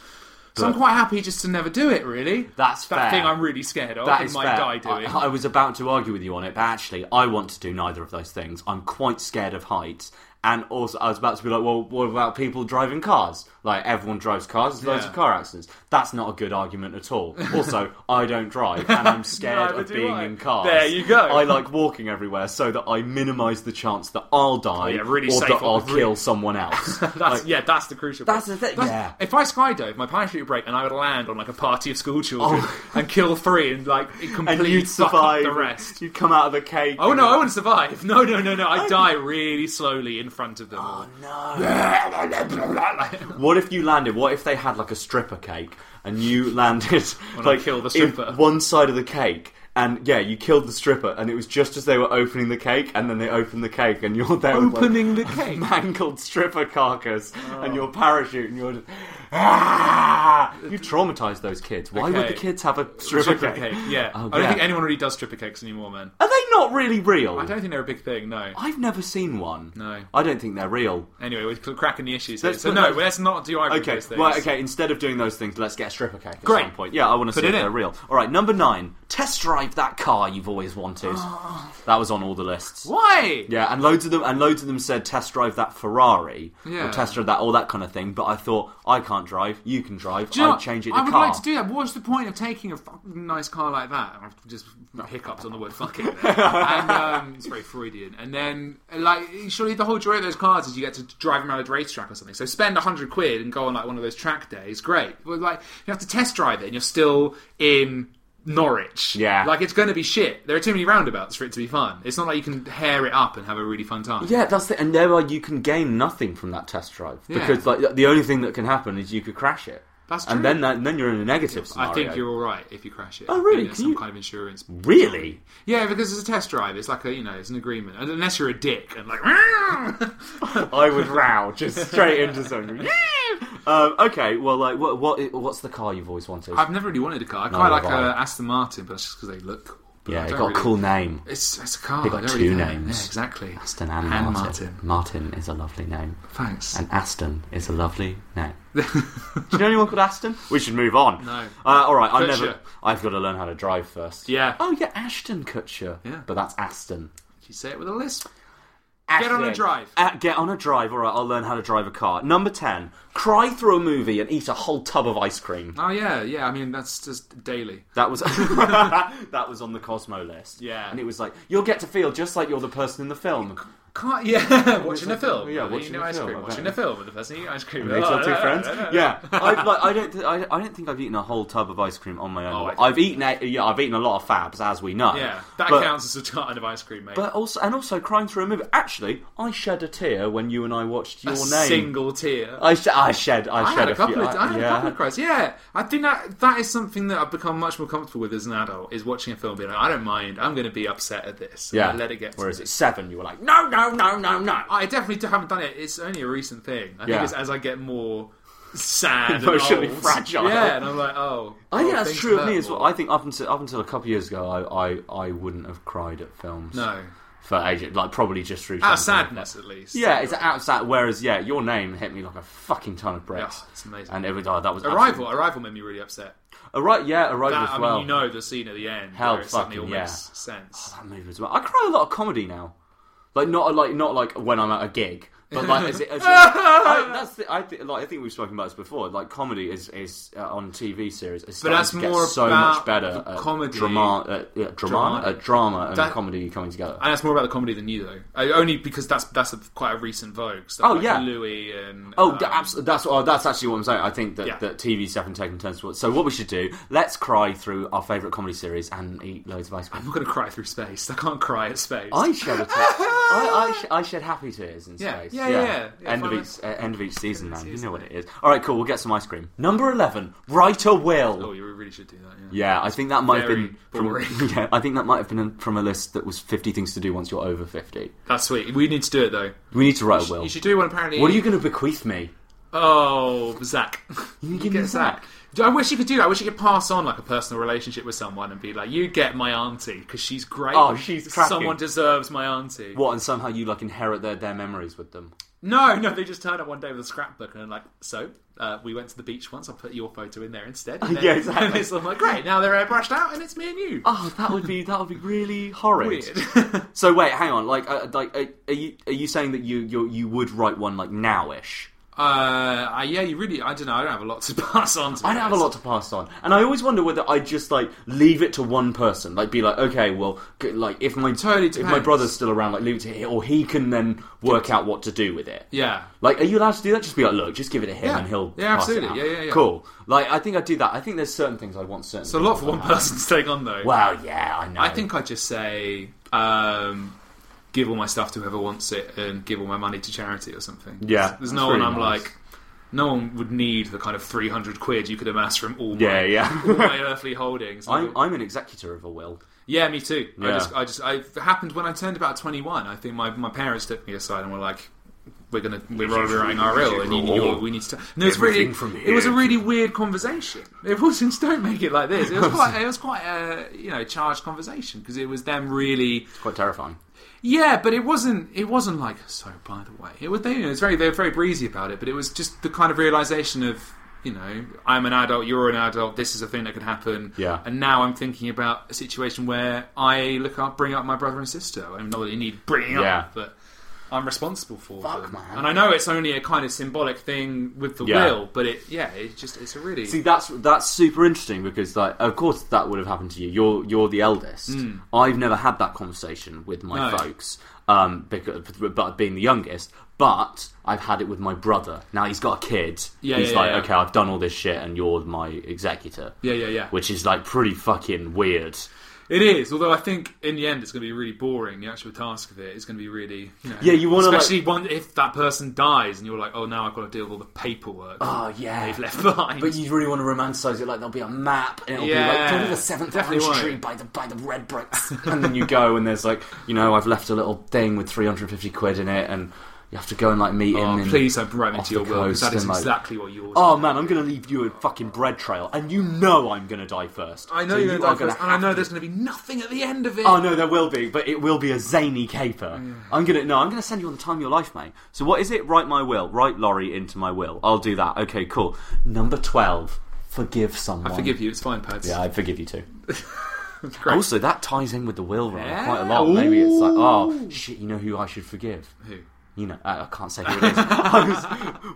Speaker 2: So I'm
Speaker 4: But-
Speaker 2: quite happy just to never do it. Really,
Speaker 4: That's
Speaker 2: that
Speaker 4: fair.
Speaker 2: thing I'm really scared of.
Speaker 4: That
Speaker 2: and
Speaker 4: is
Speaker 2: might
Speaker 4: fair.
Speaker 2: die doing.
Speaker 4: I, I was about to argue with you on it, but actually, I want to do neither of those things. I'm quite scared of heights, and also I was about to be like, well, what about people driving cars? Like everyone drives cars. There's loads
Speaker 2: Yeah.
Speaker 4: of car accidents. That's not a good argument at all. Also, I don't drive, and I'm scared
Speaker 2: Neither
Speaker 4: of
Speaker 2: do
Speaker 4: being
Speaker 2: I.
Speaker 4: in cars.
Speaker 2: There you go.
Speaker 4: I like walking everywhere so that I minimise the chance that I'll die
Speaker 2: Oh, yeah, really
Speaker 4: or
Speaker 2: safe
Speaker 4: that
Speaker 2: on
Speaker 4: I'll
Speaker 2: the route.
Speaker 4: kill someone else.
Speaker 2: That's, yeah, that's the crucial.
Speaker 4: That's
Speaker 2: bit.
Speaker 4: the thing, yeah.
Speaker 2: If I skydive, my parachute would break, and I would land on like a party of school children and kill three, and like it
Speaker 4: Oh. and
Speaker 2: completely
Speaker 4: you'd
Speaker 2: fuck up
Speaker 4: survive.
Speaker 2: the rest.
Speaker 4: You'd come out of the cake.
Speaker 2: Oh
Speaker 4: and
Speaker 2: no, I
Speaker 4: you're
Speaker 2: wouldn't survive. No, no, Oh, no, Oh, no. I'd die really slowly in front of them. all.
Speaker 4: Oh, What if you landed? What if they had like a stripper cake and you landed
Speaker 2: Wanna
Speaker 4: like
Speaker 2: kill the
Speaker 4: in
Speaker 2: stripper.
Speaker 4: one side of the cake? And yeah, you killed the stripper, and it was just as they were opening the cake, and then they opened the cake, and you're there with, like,
Speaker 2: Opening the
Speaker 4: a
Speaker 2: cake? Oh.
Speaker 4: mangled stripper carcass, and your parachute, and you're just ah! You traumatized those kids. Why would
Speaker 2: Okay.
Speaker 4: the kids have a stripper,
Speaker 2: Stripper cake, yeah.
Speaker 4: Oh,
Speaker 2: I don't
Speaker 4: yeah.
Speaker 2: think anyone really does stripper cakes anymore, man.
Speaker 4: Are they not really real?
Speaker 2: I don't think they're a big thing, no.
Speaker 4: I've never seen one.
Speaker 2: No.
Speaker 4: I don't think they're real.
Speaker 2: Anyway, we're cracking the issues here.
Speaker 4: Let's
Speaker 2: So
Speaker 4: put
Speaker 2: no,
Speaker 4: those-
Speaker 2: let's not do either
Speaker 4: Okay,
Speaker 2: of those things.
Speaker 4: right, okay, instead of doing those things, let's get a stripper cake at
Speaker 2: Great.
Speaker 4: some point. Yeah, I want to see
Speaker 2: it
Speaker 4: if
Speaker 2: in.
Speaker 4: they're real. Alright, number nine. Test drive that car you've always wanted. that was on all the lists.
Speaker 2: Why?
Speaker 4: Yeah, and loads of them and loads of them said test drive that Ferrari.
Speaker 2: Yeah.
Speaker 4: Or test drive that all that kind of thing, but I thought I can't drive, you can drive,
Speaker 2: Do you know
Speaker 4: I'd
Speaker 2: what?
Speaker 4: change it to
Speaker 2: I would
Speaker 4: car.
Speaker 2: like to do that. What's the point of taking a fucking nice car like that? I've just hiccups on the word fucking. There. and, um, it's very Freudian. And then, like, surely the whole joy of those cars is you get to drive them around a racetrack or something. So spend a hundred quid and go on like one of those track days. Great. But like, you have to test drive it, and you're still in. Norwich,
Speaker 4: Yeah.
Speaker 2: like it's going to be shit. There are too many roundabouts for it to be fun. It's not like you can hair it up and have a really fun time.
Speaker 4: Yeah, that's the and thereby you can gain nothing from that test drive. Because like the only thing that can happen is you could crash it.
Speaker 2: That's true.
Speaker 4: And then that, then you're in a negative scenario.
Speaker 2: I think you're all right if you crash it.
Speaker 4: Oh,
Speaker 2: You
Speaker 4: really?
Speaker 2: know,
Speaker 4: Can
Speaker 2: some
Speaker 4: you-
Speaker 2: kind of insurance
Speaker 4: Really?
Speaker 2: Yeah, because it's a test drive. It's like a you know, it's an agreement. And Unless you're a dick and like,
Speaker 4: I would row just straight into something. um, okay, well, like, what, what, what's the car you've always wanted?
Speaker 2: I've never really wanted a car. I quite
Speaker 4: Neither
Speaker 2: like
Speaker 4: have I.
Speaker 2: a Aston Martin, but that's just because they look cool. But
Speaker 4: yeah,
Speaker 2: I
Speaker 4: it
Speaker 2: don't
Speaker 4: got a
Speaker 2: really-
Speaker 4: cool name.
Speaker 2: It's, it's a car.
Speaker 4: They got
Speaker 2: I don't
Speaker 4: two
Speaker 2: really care.
Speaker 4: names.
Speaker 2: Yeah, exactly.
Speaker 4: Aston and,
Speaker 2: And
Speaker 4: Martin. Martin is a lovely name,
Speaker 2: Thanks.
Speaker 4: and Aston is a lovely name. Do you know anyone called Aston? We should move on.
Speaker 2: No.
Speaker 4: Uh, all right, I've
Speaker 2: Kutcher.
Speaker 4: never. I've got to learn how to drive first.
Speaker 2: Yeah.
Speaker 4: Oh yeah, Ashton Kutcher.
Speaker 2: Yeah.
Speaker 4: But that's Aston.
Speaker 2: you say it with a lisp? Get on a drive.
Speaker 4: Uh, get on a drive. All right, I'll learn how to drive a car. Number ten: cry through a movie and eat a whole tub of ice cream.
Speaker 2: Oh yeah, yeah. I mean, that's just daily.
Speaker 4: That was that was on the Cosmo list.
Speaker 2: Yeah.
Speaker 4: and it was like you'll get to feel just like you're the person in the film.
Speaker 2: Can't yeah. watching a film.
Speaker 4: Yeah,
Speaker 2: with
Speaker 4: watching
Speaker 2: eating
Speaker 4: a
Speaker 2: ice
Speaker 4: film,
Speaker 2: cream.
Speaker 4: I
Speaker 2: Watching a
Speaker 4: bet.
Speaker 2: film with the person eating ice cream.
Speaker 4: They tell two friends. Yeah, I've, like, I don't. Th- I, I don't think I've eaten a whole tub of ice cream on my own.
Speaker 2: Oh, I-
Speaker 4: I've eaten. A, yeah, I've eaten a lot of fabs, as we know.
Speaker 2: Yeah, that
Speaker 4: But-
Speaker 2: counts as a kind of ice cream, mate.
Speaker 4: But also, and also crying through a movie. Actually, I shed a tear when you and I watched your
Speaker 2: a
Speaker 4: name.
Speaker 2: single tear.
Speaker 4: I, sh- I shed. I,
Speaker 2: I
Speaker 4: shed
Speaker 2: had
Speaker 4: a
Speaker 2: a couple
Speaker 4: few.
Speaker 2: of I had
Speaker 4: yeah.
Speaker 2: a couple of cries. Yeah, I think that that is something that I've become much more comfortable with as an adult. Is watching a film being like, I don't mind. I'm going to be upset at this.
Speaker 4: Yeah.
Speaker 2: let it get. To
Speaker 4: Whereas
Speaker 2: me.
Speaker 4: at seven, you were like, no, no, no, no, no.
Speaker 2: I definitely do- haven't done it. It's only a recent thing. I
Speaker 4: Yeah.
Speaker 2: think it's as I get more sad,
Speaker 4: Emotionally
Speaker 2: and old.
Speaker 4: fragile.
Speaker 2: Yeah, and I'm like, oh,
Speaker 4: I think
Speaker 2: oh,
Speaker 4: that's
Speaker 2: things
Speaker 4: true of
Speaker 2: hurt
Speaker 4: me as well.
Speaker 2: more.
Speaker 4: I think up until up until a couple of years ago, I, I, I wouldn't have cried at films.
Speaker 2: no,
Speaker 4: for ages, like probably just through
Speaker 2: out of
Speaker 4: something.
Speaker 2: sadness at least.
Speaker 4: Yeah, it's out of sad. Whereas, yeah, your name hit me like a fucking ton of bricks.
Speaker 2: Yeah, it's amazing.
Speaker 4: And it was, oh, that was
Speaker 2: Arrival. Arrival made me really upset.
Speaker 4: Arrival, yeah, Arrival
Speaker 2: That, I
Speaker 4: as
Speaker 2: mean,
Speaker 4: well.
Speaker 2: you know the scene at the end
Speaker 4: Hell
Speaker 2: where it suddenly all
Speaker 4: fucking yeah. Oh,
Speaker 2: makes sense.
Speaker 4: that movie as well. I cry a lot of comedy now, like not like not like when I'm at a gig, but like as it, as it, I, that's the, I think like I think we've spoken about this before. Like comedy is is uh, on TV series. It's
Speaker 2: But
Speaker 4: starting
Speaker 2: that's
Speaker 4: to get
Speaker 2: more
Speaker 4: so
Speaker 2: about
Speaker 4: much better.
Speaker 2: the
Speaker 4: at
Speaker 2: comedy.
Speaker 4: drama, uh, yeah, drama,
Speaker 2: Dramatic.
Speaker 4: uh, drama, and
Speaker 2: That-
Speaker 4: comedy coming together.
Speaker 2: And that's more about the comedy than you, though. I, only because that's that's a, quite a recent vogue. Stuff
Speaker 4: Oh,
Speaker 2: like
Speaker 4: yeah.
Speaker 2: Louis and
Speaker 4: Oh,
Speaker 2: um,
Speaker 4: da- abso- that's oh, that's actually what I'm saying. I think that,
Speaker 2: Yeah.
Speaker 4: that TV stuff and taking turns. So what we should do? Let's cry through our favourite comedy series and eat loads of ice
Speaker 2: I'm
Speaker 4: cream.
Speaker 2: not going to cry through space. I can't cry at space.
Speaker 4: I shed a tear. I, I, sh- I shed happy tears in
Speaker 2: Yeah,
Speaker 4: space.
Speaker 2: yeah, yeah, yeah. Yeah,
Speaker 4: end of
Speaker 2: fine.
Speaker 4: each uh, end of each season, man. You know what it is. All right, cool. We'll get some ice cream. Number eleven. Write a will.
Speaker 2: oh, you really should do that. Yeah.
Speaker 4: Yeah, I think that might have
Speaker 2: Very
Speaker 4: been
Speaker 2: boring.
Speaker 4: from. Yeah, I think that might have been from a list that was fifty things to do once you're over fifty.
Speaker 2: That's sweet. We need to do it though.
Speaker 4: We need to write a will.
Speaker 2: You should do one. Apparently,
Speaker 4: What are you going to bequeath me?
Speaker 2: Oh, Zach.
Speaker 4: You can give me Zach.
Speaker 2: I wish you could do that. I wish you could pass on like a personal relationship with someone and be like, "You get my auntie because she's great.
Speaker 4: Oh, she's cracking.
Speaker 2: someone deserves my auntie."
Speaker 4: What? And somehow you like inherit their their memories with them.
Speaker 2: No, no, they just turn up one day with a scrapbook and are like, so, uh, we went to the beach once, I'll put your photo in there instead. And then-
Speaker 4: Yeah, exactly.
Speaker 2: And it's all like, great, now they're airbrushed out and it's me and you.
Speaker 4: Oh, that would be that would be really horrid.
Speaker 2: Weird.
Speaker 4: so wait, hang on. Like, uh, like, uh, are you are you saying that you you you would write one like nowish?
Speaker 2: Uh, I- yeah, you really, I don't know, I don't have a lot to pass on to.
Speaker 4: I don't have a lot to pass on, and I always wonder whether I just like leave it to one person, like be like, okay, well, g- like if my
Speaker 2: Totally
Speaker 4: if my
Speaker 2: depends.
Speaker 4: brother's still around, like leave it to him, or he can then work out what to do with it.
Speaker 2: Yeah.
Speaker 4: Like, are you allowed to do that? Just be like, look, just give it to him,
Speaker 2: Yeah.
Speaker 4: and he'll
Speaker 2: Yeah,
Speaker 4: pass it
Speaker 2: absolutely.
Speaker 4: out.
Speaker 2: Yeah, yeah, yeah.
Speaker 4: Cool. Like, I think I do that. I think there's certain things I want certain.
Speaker 2: It's a lot for one person to take on, though.
Speaker 4: Well, yeah, I know.
Speaker 2: I think I'd just say, um, give all my stuff to whoever wants it and give all my money to charity or something.
Speaker 4: Yeah,
Speaker 2: There's
Speaker 4: that's
Speaker 2: no one
Speaker 4: really
Speaker 2: I'm
Speaker 4: nice.
Speaker 2: like, no one would need the kind of 300 quid you could amass from all my,
Speaker 4: Yeah, yeah.
Speaker 2: all my earthly holdings.
Speaker 4: I'm, I'm an executor of a will.
Speaker 2: Yeah, me too. I
Speaker 4: Yeah.
Speaker 2: just, I just, I it happened when I turned about twenty-one. I think my, my parents took me aside and were like, "We're gonna, we're ordering our ill, and you, you, we need to." No, it's really,
Speaker 4: Everything from
Speaker 2: it was a
Speaker 4: here
Speaker 2: really weird conversation. It wasn't. Don't make it like this. It was quite, it was quite a you know charged conversation because it was them really.
Speaker 4: Quite terrifying.
Speaker 2: Yeah, but it wasn't. It wasn't like so. By the way, it was. They, you know, it's very. They're very breezy about it, but it was just the kind of realization of you know, I'm an adult. You're an adult. This is a thing that could happen.
Speaker 4: Yeah.
Speaker 2: And now I'm thinking about a situation where I look up, bring up my brother and sister. I'm not that you need bringing
Speaker 4: Yeah.
Speaker 2: up, but I'm responsible for
Speaker 4: Fuck,
Speaker 2: them.
Speaker 4: man.
Speaker 2: And I know it's only a kind of symbolic thing with the
Speaker 4: Yeah.
Speaker 2: will, but it. Yeah, it just. It's a really.
Speaker 4: See, that's that's super interesting because, like, of course, that would have happened to you. You're you're the eldest. I've never had that conversation with
Speaker 2: Hmm.
Speaker 4: my
Speaker 2: No.
Speaker 4: folks, um, because but being the youngest. But I've had it with my brother. Now he's got a kid.
Speaker 2: Yeah,
Speaker 4: he's
Speaker 2: yeah,
Speaker 4: like,
Speaker 2: yeah.
Speaker 4: okay, I've done all this shit, and you're my executor.
Speaker 2: Yeah, yeah, yeah.
Speaker 4: Which is like pretty fucking weird.
Speaker 2: It is, although I think in the end it's going to be really boring. The actual task of it is going to be really, you know,
Speaker 4: Yeah, you wanna, like-
Speaker 2: especially one if that person dies and you're like, oh, now I've got to deal with all the paperwork
Speaker 4: Oh yeah,
Speaker 2: they've left behind.
Speaker 4: But you really want to romanticize it, like there'll be a map, and it'll be like
Speaker 2: Yeah,
Speaker 4: go to the seventh
Speaker 2: definitely
Speaker 4: orange
Speaker 2: won't.
Speaker 4: tree by the by the red bricks, and then you go and there's like you know I've left a little thing with 350 quid in it, and you have to go and like meet
Speaker 2: oh,
Speaker 4: him. in-
Speaker 2: please don't write me
Speaker 4: off
Speaker 2: to your
Speaker 4: the
Speaker 2: will because
Speaker 4: coast
Speaker 2: that is
Speaker 4: and, like-
Speaker 2: exactly what yours.
Speaker 4: Oh
Speaker 2: is.
Speaker 4: man, I'm gonna leave you a fucking bread trail, and you know I'm gonna die first.
Speaker 2: I know
Speaker 4: So
Speaker 2: you're
Speaker 4: you
Speaker 2: going
Speaker 4: are
Speaker 2: to die first, and I
Speaker 4: have
Speaker 2: know
Speaker 4: to-
Speaker 2: there's going to be nothing at the end of it.
Speaker 4: Oh no, there will be, but it will be a zany caper. I'm gonna no, I'm gonna send you on the time of your life, mate. So what is it? Write my will. Write Laurie into my will. I'll do that. Okay, cool. Number twelve. Forgive someone.
Speaker 2: I forgive you. It's fine, Pads.
Speaker 4: Yeah, I forgive you too.
Speaker 2: Great.
Speaker 4: Also, that ties in with the will run
Speaker 2: Yeah.
Speaker 4: quite a lot. Maybe it's like, oh shit, you know who I should forgive?
Speaker 2: Who?
Speaker 4: You know, uh, I, I can't say who it is. I was-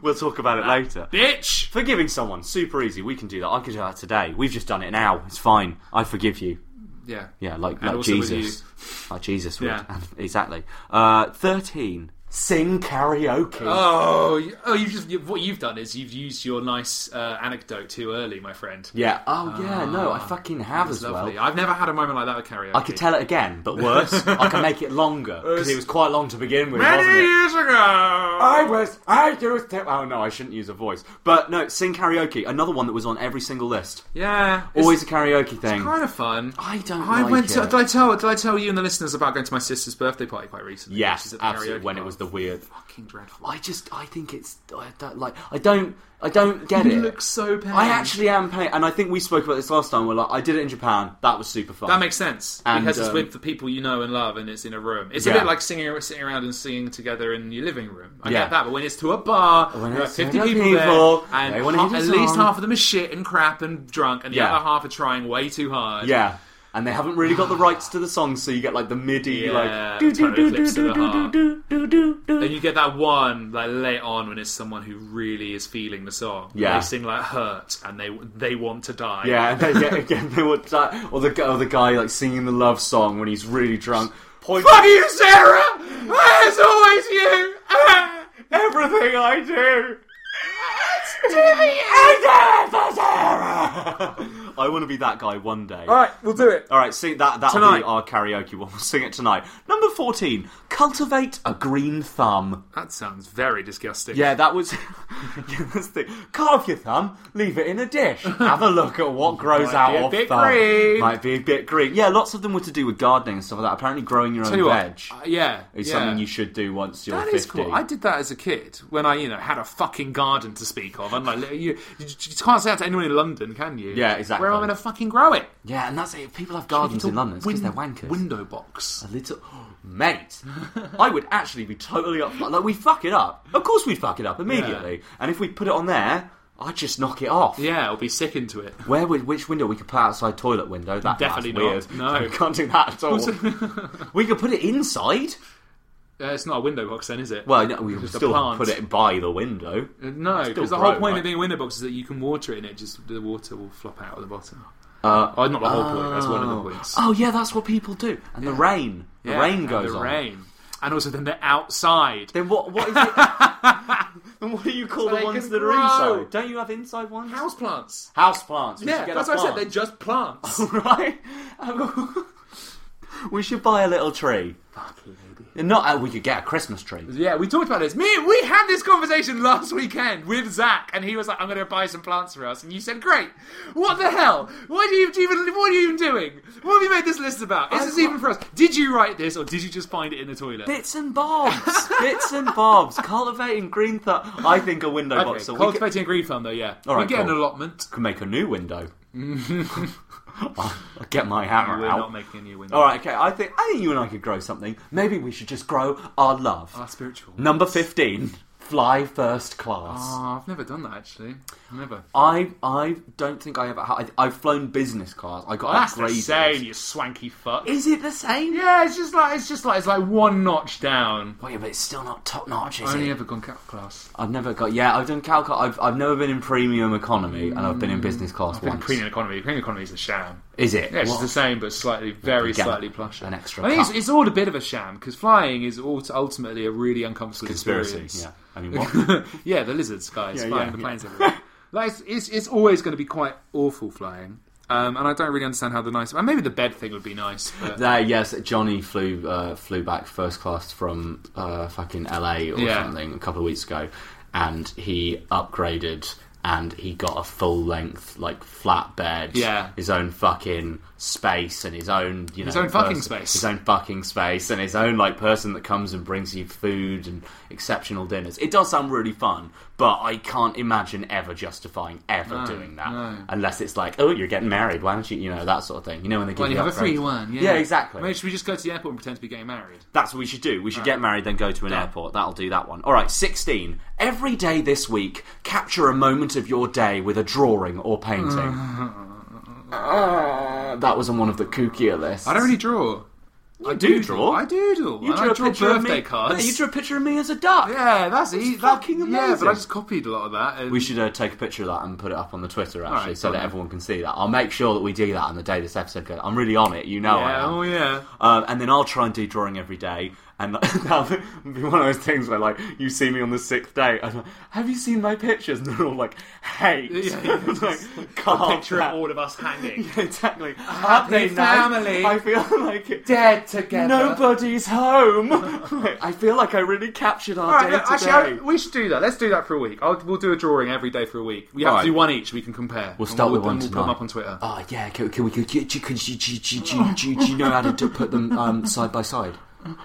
Speaker 4: we'll talk about it later.
Speaker 2: Bitch!
Speaker 4: Forgiving someone, super easy. We can do that. I could do that today. We've just done it now. It's fine. I forgive you.
Speaker 2: Yeah.
Speaker 4: Yeah, like,
Speaker 2: And
Speaker 4: like
Speaker 2: also with
Speaker 4: Jesus. Like Jesus would.
Speaker 2: Yeah.
Speaker 4: exactly. Uh, 13. Sing karaoke.
Speaker 2: Oh, you- oh! You've just you, what you've done is you've used your nice uh, anecdote too early, my friend.
Speaker 4: yeah. Oh, yeah, no, I fucking have as well.
Speaker 2: Ah, Lovely. I've never had a moment like that with karaoke.
Speaker 4: I could tell it again, but worse. I can make it longer because it was quite long to begin with, wasn't
Speaker 2: Many
Speaker 4: it?
Speaker 2: years ago, Uh,
Speaker 4: I was. I used to. Oh no, I shouldn't use a voice. But no, sing karaoke. Another one that was on every single list.
Speaker 2: yeah, it's
Speaker 4: Always a karaoke thing.
Speaker 2: kind of fun.
Speaker 4: I don't
Speaker 2: I
Speaker 4: like
Speaker 2: went. To,
Speaker 4: it.
Speaker 2: did I tell? Did I tell you and the listeners about going to my sister's birthday party quite recently? Which
Speaker 4: yes,
Speaker 2: is at the
Speaker 4: absolutely.
Speaker 2: karaoke
Speaker 4: When it
Speaker 2: bar?
Speaker 4: was the weird.
Speaker 2: fucking dreadful.
Speaker 4: I just. I think it's. I don't like. I don't. I don't get
Speaker 2: You
Speaker 4: it.
Speaker 2: look so pale.
Speaker 4: I actually am paying, and I think we spoke about this last time. We're like, I did it in Japan. That was super fun.
Speaker 2: That makes sense
Speaker 4: And,
Speaker 2: because it's
Speaker 4: um,
Speaker 2: with the people you know and love, and it's in a room. It's a
Speaker 4: Yeah.
Speaker 2: bit like singing, sitting around and singing together in your living room. I
Speaker 4: Yeah.
Speaker 2: get that, but when it's to a bar,
Speaker 4: When
Speaker 2: there are
Speaker 4: it's
Speaker 2: fifty
Speaker 4: to
Speaker 2: people,
Speaker 4: people,
Speaker 2: there, and
Speaker 4: they wanna
Speaker 2: ha-
Speaker 4: hear
Speaker 2: at
Speaker 4: the
Speaker 2: least
Speaker 4: song.
Speaker 2: half of them are shit and crap and drunk, and the
Speaker 4: Yeah.
Speaker 2: other half are trying way too hard.
Speaker 4: Yeah. And they haven't really got the rights to the song, so you get like the MIDI,
Speaker 2: Yeah, the
Speaker 4: like do do
Speaker 2: tiny
Speaker 4: do do
Speaker 2: flips of the
Speaker 4: do do
Speaker 2: harp.
Speaker 4: do do do do.
Speaker 2: Then you get that one like late on when it's someone who really is feeling the song.
Speaker 4: Yeah.
Speaker 2: they sing like "Hurt" and they they want to die.
Speaker 4: Yeah, and then, yeah, again, they were that, or the gu- or the guy like singing the love song when he's really drunk. Point
Speaker 2: Fuck you, Sarah! Ah, It's always you! Ah,
Speaker 4: everything I do.
Speaker 2: it's Timmy!
Speaker 4: I want to be that guy one day. All
Speaker 2: Alright, we'll do it.
Speaker 4: All right, see that that'll
Speaker 2: Tonight.
Speaker 4: be our karaoke one. We'll sing it tonight. Number fourteen: cultivate a green thumb.
Speaker 2: That sounds very disgusting.
Speaker 4: Yeah, that was. yeah, that's the thing. Carve your thumb, leave it in a dish. Have a look at what grows
Speaker 2: Might
Speaker 4: out
Speaker 2: be a
Speaker 4: of
Speaker 2: bit
Speaker 4: thumb.
Speaker 2: green.
Speaker 4: Might be a bit green. Yeah, lots of them were to do with gardening and stuff like that. Apparently, growing your own
Speaker 2: Tell you what,
Speaker 4: veg
Speaker 2: uh, yeah,
Speaker 4: is
Speaker 2: yeah.
Speaker 4: something you should do once you're
Speaker 2: That
Speaker 4: 50.
Speaker 2: is cool. I did that as a kid when I, you know, had a fucking garden to speak of. I'm like, you, you, just can't say that to anyone in London, can you?
Speaker 4: Yeah, exactly.
Speaker 2: Where am I going to fucking grow it?
Speaker 4: Yeah, and that's it. If people have gardens in London because they're
Speaker 2: Win-
Speaker 4: wankers.
Speaker 2: Window box.
Speaker 4: A little, mate. I would actually be totally up. Like we fuck it up. Of course we'd fuck it up immediately. And if we put it on there, I'd just knock it off.
Speaker 2: Yeah, I'll be sick into it.
Speaker 4: Where would which window we could put outside toilet window? That
Speaker 2: Definitely
Speaker 4: that's
Speaker 2: not. No.
Speaker 4: weird. we can't do that at all. we could put it inside.
Speaker 2: Uh, it's not a window box then, is it?
Speaker 4: Well, no, we could
Speaker 2: Just a
Speaker 4: still
Speaker 2: plant.
Speaker 4: put it by the window.
Speaker 2: No,
Speaker 4: Still
Speaker 2: because the whole
Speaker 4: grow,
Speaker 2: point
Speaker 4: right?
Speaker 2: of being a window box is that you can water it and it just the water will flop out of the bottom. oh, not the whole point. That's one of the points.
Speaker 4: Uh, Oh yeah, that's what people do. And the rain, the
Speaker 2: Yeah,
Speaker 4: rain
Speaker 2: and
Speaker 4: goes
Speaker 2: the
Speaker 4: on.
Speaker 2: rain, and also then they're outside.
Speaker 4: Then what? What is it? then what do you call
Speaker 2: So
Speaker 4: the
Speaker 2: they
Speaker 4: ones
Speaker 2: can
Speaker 4: that
Speaker 2: grow.
Speaker 4: are inside? Don't you have inside ones?
Speaker 2: House plants.
Speaker 4: House plants. We
Speaker 2: Yeah,
Speaker 4: should get
Speaker 2: that's
Speaker 4: a
Speaker 2: what I said.
Speaker 4: plant.
Speaker 2: They're
Speaker 4: Oh.
Speaker 2: just plants.
Speaker 4: right? we should buy a little tree. And not uh, we could get a Christmas tree.
Speaker 2: Yeah, we talked about this. Me, we had this conversation last weekend with Zach, and he was like, "I'm going to buy some plants for us," and you said, "Great." What the hell? Why do you do you even? What are you even doing? What have you made this list about? Is this even for us? Did you write this, or did you just find it in the toilet?
Speaker 4: Bits and bobs, bits and bobs, cultivating green thumb. I think a window
Speaker 2: okay,
Speaker 4: box. so we could,
Speaker 2: cultivating a green thumb, though. Yeah,
Speaker 4: All right,
Speaker 2: we get
Speaker 4: cool.
Speaker 2: an allotment.
Speaker 4: could make a new window. I'll get my hammer
Speaker 2: We're
Speaker 4: out.
Speaker 2: not making a new window.
Speaker 4: All right, okay. I think I think you and I could grow something. Maybe we should just grow our love.
Speaker 2: Our spiritual.
Speaker 4: Number fifteen. Fly first class.
Speaker 2: Oh, I've never done that actually. Never.
Speaker 4: I I don't think I ever. Ha- I, I've flown business class. I got
Speaker 2: That's the
Speaker 4: upgraded.
Speaker 2: same, you swanky fuck.
Speaker 4: Is it the same?
Speaker 2: yeah, it's just like it's just like it's like one notch down.
Speaker 4: Wait, but it's still not top notch, is
Speaker 2: I only
Speaker 4: it?
Speaker 2: ever gone cap class.
Speaker 4: I've never got. Yeah, I've done Calcutta. I've, I've never been in premium economy, and I've been in business class
Speaker 2: Been in
Speaker 4: once.
Speaker 2: premium economy. Premium economy is a sham.
Speaker 4: Is it?
Speaker 2: Yeah, it's
Speaker 4: What?
Speaker 2: just the same, but slightly, very
Speaker 4: Again,
Speaker 2: slightly plusher.
Speaker 4: an extra
Speaker 2: I think it's,
Speaker 4: cut.
Speaker 2: it's all a bit of a sham because flying is ult- ultimately a really uncomfortable
Speaker 4: Conspiracy.
Speaker 2: experience.
Speaker 4: Yeah. I mean, what?
Speaker 2: yeah, the lizards, guys,
Speaker 4: Yeah,
Speaker 2: flying
Speaker 4: yeah,
Speaker 2: the
Speaker 4: yeah.
Speaker 2: planes everywhere. like, it's, it's, it's always going to be quite awful flying. Um, and I don't really understand how the nice. And maybe the bed thing would be nice. But
Speaker 4: there, yes, Johnny flew uh, flew back first class from uh, fucking LA or
Speaker 2: Yeah.
Speaker 4: something a couple of weeks ago, and he upgraded. And he got a full length, like flat bed,
Speaker 2: Yeah.
Speaker 4: his own fucking space and his own, you know,
Speaker 2: His own fucking
Speaker 4: person-
Speaker 2: space.
Speaker 4: his own fucking space, and his own like person that comes and brings you food and exceptional dinners. It does sound really fun, but I can't imagine ever justifying ever doing that unless it's like, oh, you're getting married. Why don't you, you know, that sort of thing. You know, when they give
Speaker 2: Well, you
Speaker 4: you
Speaker 2: have a
Speaker 4: upgrades.
Speaker 2: free one. Yeah,
Speaker 4: yeah, exactly.
Speaker 2: Maybe should we just go to the airport and pretend to be getting married?
Speaker 4: That's what we should do. We should get married, then go to an airport. That'll do that one. All right, 16. Every day this week, capture a moment of your day with a drawing or painting. uh, that was on one of the kookier lists.
Speaker 2: I don't really draw. I
Speaker 4: do draw.
Speaker 2: I doodle.
Speaker 4: You
Speaker 2: and
Speaker 4: drew
Speaker 2: I
Speaker 4: a
Speaker 2: draw
Speaker 4: picture of
Speaker 2: birthday
Speaker 4: me.
Speaker 2: cards.
Speaker 4: Yeah, you drew a picture of me as a duck.
Speaker 2: Yeah, that's easy.
Speaker 4: fucking
Speaker 2: Yeah, but
Speaker 4: amazing.
Speaker 2: I just copied a lot of that. And
Speaker 4: We should uh, take a picture of that and put it up on the Twitter actually,
Speaker 2: right,
Speaker 4: so
Speaker 2: cool.
Speaker 4: that everyone can see that. I'll make sure that we do that on the day this episode goes. I'm really on it. You know I
Speaker 2: Yeah,
Speaker 4: am.
Speaker 2: oh yeah.
Speaker 4: Um, and then I'll try and do drawing every day. And that'll be one of those things where, like, you see me on the sixth day. I'm like, have you seen my pictures? And they're all like, hate.
Speaker 2: Yeah, yeah,
Speaker 4: It's like,
Speaker 2: a
Speaker 4: "Can't
Speaker 2: picture
Speaker 4: that."
Speaker 2: of all of us hanging.
Speaker 4: exactly.
Speaker 2: happy
Speaker 4: Happy night.
Speaker 2: family.
Speaker 4: I feel like it.
Speaker 2: Dead together.
Speaker 4: Nobody's home. I feel like I really captured our
Speaker 2: Alright,
Speaker 4: day
Speaker 2: no,
Speaker 4: today.
Speaker 2: actually, I- we should do that. Let's do that for a week. I'll, we'll do a drawing every day for a week. We have
Speaker 4: Alright.
Speaker 2: to do one each. We can compare.
Speaker 4: We'll start with one
Speaker 2: and we'll put them
Speaker 4: tonight.
Speaker 2: up on Twitter.
Speaker 4: Oh yeah, can, can we? Can, do, do, do, do, do, do, do, do you know how to do- put them um, side by side?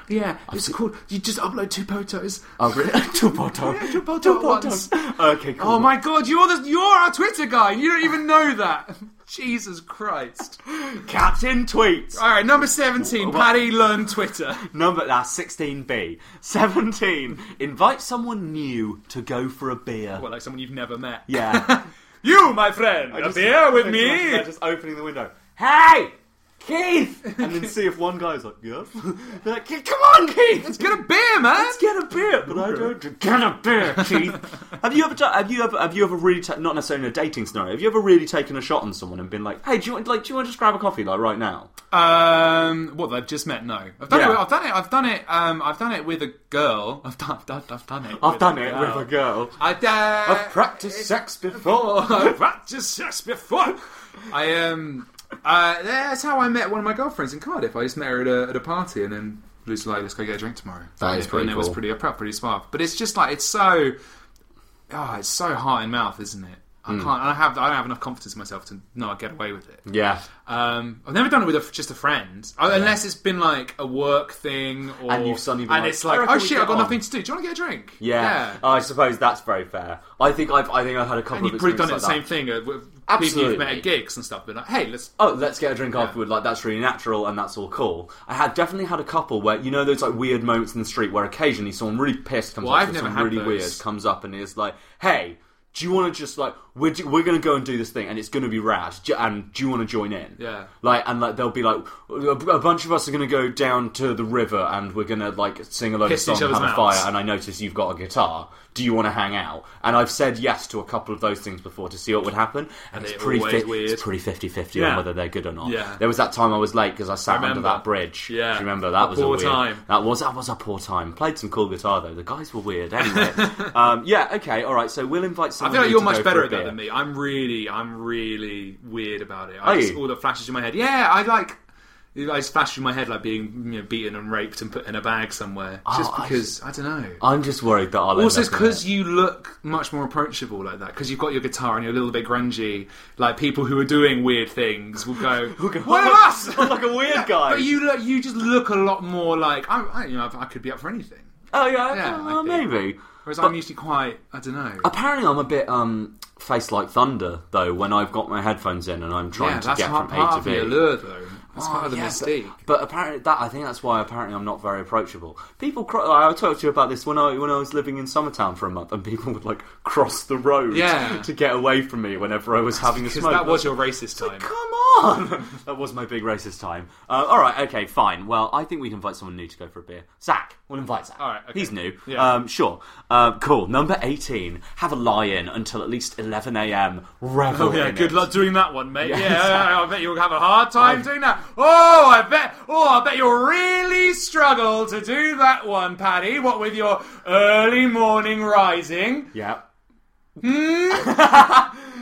Speaker 2: yeah, it's called. You just upload two photos.
Speaker 4: Oh really? two bottom.
Speaker 2: Yeah, two bottom
Speaker 4: Two
Speaker 2: at
Speaker 4: bottoms.
Speaker 2: once.
Speaker 4: Okay, cool.
Speaker 2: Oh my god, you're the, you're our Twitter guy. and You don't even know that. Jesus Christ.
Speaker 4: Captain tweets.
Speaker 2: All right, number seventeen.
Speaker 4: What?
Speaker 2: Paddy learn Twitter.
Speaker 4: Number that's sixteen B. Seventeen. Invite someone new to go for a beer.
Speaker 2: Well, like someone you've never met.
Speaker 4: yeah.
Speaker 2: You, my friend, a beer with me.
Speaker 4: They're just opening the window. Hey, Keith. And then see if one guy's like, yeah. They're like, "Keith, come on, Keith.
Speaker 2: Let's get a beer, man.
Speaker 4: Let's get a beer, but I don't drink- get a beer, Keith. have you ever ta- have you ever have you ever really ta- not necessarily in a dating scenario? Have you ever really taken a shot on someone and been like, hey, do you want like do you want to just grab a coffee like right now?
Speaker 2: Um, what they've just met? No, I've done
Speaker 4: Yeah.
Speaker 2: it. I've done it. I've done it. Um, I've done it with a girl. I've done. I've done, I've done it.
Speaker 4: I've done it with a girl.
Speaker 2: I uh,
Speaker 4: I've practiced sex
Speaker 2: before.
Speaker 4: before.
Speaker 2: I've practiced sex before. I um, uh, that's how I met one of my girlfriends in Cardiff. I just met her at a, at a party, and then was like, "Let's go get a drink tomorrow."
Speaker 4: That is pretty
Speaker 2: And it was
Speaker 4: cool.
Speaker 2: pretty, I felt pretty suave. But it's just like it's so, oh, it's so heart and mouth, isn't it? I can't. I have. I don't have enough confidence in myself to know I get away with it.
Speaker 4: Hmm. yeah.
Speaker 2: Um, I've never done it with a, just a friend, Uh, unless it's been like a work thing, or
Speaker 4: And you've suddenly been
Speaker 2: and
Speaker 4: like,
Speaker 2: it's
Speaker 4: "I
Speaker 2: like,
Speaker 4: reckon
Speaker 2: oh
Speaker 4: we
Speaker 2: shit,
Speaker 4: get
Speaker 2: I've got
Speaker 4: on."
Speaker 2: nothing to do. Do you want to get a drink?
Speaker 4: Yeah. I suppose that's very fair. I think I've I think I've had a couple
Speaker 2: and
Speaker 4: of
Speaker 2: you've probably done it the
Speaker 4: experiences
Speaker 2: same
Speaker 4: like that.
Speaker 2: thing uh, with people
Speaker 4: Absolutely.
Speaker 2: you've met at gigs and stuff. Been like, hey, let's.
Speaker 4: oh, let's get a drink afterward. Like that's really natural and that's all cool. I had definitely had a couple where you know those like weird moments in the street where occasionally someone really pissed comes
Speaker 2: Well,
Speaker 4: up
Speaker 2: I've
Speaker 4: to
Speaker 2: never
Speaker 4: someone
Speaker 2: had
Speaker 4: really
Speaker 2: those.
Speaker 4: weird comes up and is like, hey. Do you want to just like we're do, we're gonna go and do this thing and it's gonna be rad do, and do you want to join in?
Speaker 2: Yeah.
Speaker 4: Like and like they'll be like a, a bunch of us are gonna go down to the river and we're gonna like sing a load
Speaker 2: Piss
Speaker 4: of
Speaker 2: each
Speaker 4: songs,
Speaker 2: other's
Speaker 4: have a
Speaker 2: mouths.
Speaker 4: fire, and I notice you've got a guitar. Do you want to hang out? And I've said yes to a couple of those things before to see what would happen. And,
Speaker 2: they
Speaker 4: it's pretty
Speaker 2: always
Speaker 4: fi-
Speaker 2: weird.
Speaker 4: it's pretty 50-50
Speaker 2: Yeah.
Speaker 4: on whether they're good or not.
Speaker 2: Yeah.
Speaker 4: There was that time I was late because I sat
Speaker 2: remember.
Speaker 4: under that bridge.
Speaker 2: Yeah.
Speaker 4: Do you remember that
Speaker 2: A
Speaker 4: was a
Speaker 2: poor
Speaker 4: weird
Speaker 2: time.
Speaker 4: That was that was a poor time. Played some cool guitar though. The guys were weird. Anyway, um, yeah, okay, all right. So we'll invite
Speaker 2: I
Speaker 4: someone.
Speaker 2: feel like
Speaker 4: new
Speaker 2: you're
Speaker 4: to go
Speaker 2: much
Speaker 4: for
Speaker 2: better
Speaker 4: a
Speaker 2: at that
Speaker 4: beer.
Speaker 2: than me. I'm really, I'm really weird about it.
Speaker 4: Are
Speaker 2: I just,
Speaker 4: you?
Speaker 2: all the flashes in my head. Yeah, I like. I just flash through my head like being you know, beaten and raped and put in a bag somewhere. Just
Speaker 4: I-
Speaker 2: because Oh, I, don't know. uh,
Speaker 4: I'm just worried that I'll.
Speaker 2: Also,
Speaker 4: end
Speaker 2: it's
Speaker 4: up in
Speaker 2: because
Speaker 4: it.
Speaker 2: you look much more approachable like that. Because you've got your guitar and you're a little bit grungy. Like people who are doing weird things will go, "One of us!"
Speaker 4: I'm like a weird guy.
Speaker 2: But you look, you just look a lot more like I, I you know, I could be up for anything.
Speaker 4: Oh yeah,
Speaker 2: Yeah,
Speaker 4: uh,
Speaker 2: I think.
Speaker 4: maybe.
Speaker 2: Whereas
Speaker 4: But-
Speaker 2: I'm usually quite, I don't know.
Speaker 4: Apparently, I'm a bit um, face like thunder though when I've got my headphones in and I'm trying
Speaker 2: Yeah,
Speaker 4: to
Speaker 2: that's
Speaker 4: get
Speaker 2: part,
Speaker 4: from
Speaker 2: part
Speaker 4: A
Speaker 2: of
Speaker 4: to Oh, B.
Speaker 2: the allure, though. That's part of the
Speaker 4: yeah,
Speaker 2: mystique.
Speaker 4: But, but apparently, that I think that's why apparently I'm not very approachable. People, cro- I talked to you about this when I when I was living in Summertown for a month, and people would like cross the road
Speaker 2: Yeah.
Speaker 4: to get away from me whenever I was having a
Speaker 2: Because
Speaker 4: smoke.
Speaker 2: that was your
Speaker 4: That's-
Speaker 2: racist time.
Speaker 4: Like, come on! that was my big racist time. Uh, all right, okay, fine. Well, I think we'd invite someone new to go for a beer. Zach, we'll invite Zach.
Speaker 2: All right, okay.
Speaker 4: he's new.
Speaker 2: Yeah.
Speaker 4: Um, sure. Um, cool. Number eighteen. Have a lie-in until at least eleven a.m. Revel.
Speaker 2: Oh yeah,
Speaker 4: in
Speaker 2: good
Speaker 4: it.
Speaker 2: luck doing that one, mate. Yeah, I, I bet you'll have a hard time doing that. Oh, I bet. Oh, I bet you'll really struggle to do that one, Paddy. What with your early morning rising.
Speaker 4: Yeah.
Speaker 2: Hmm?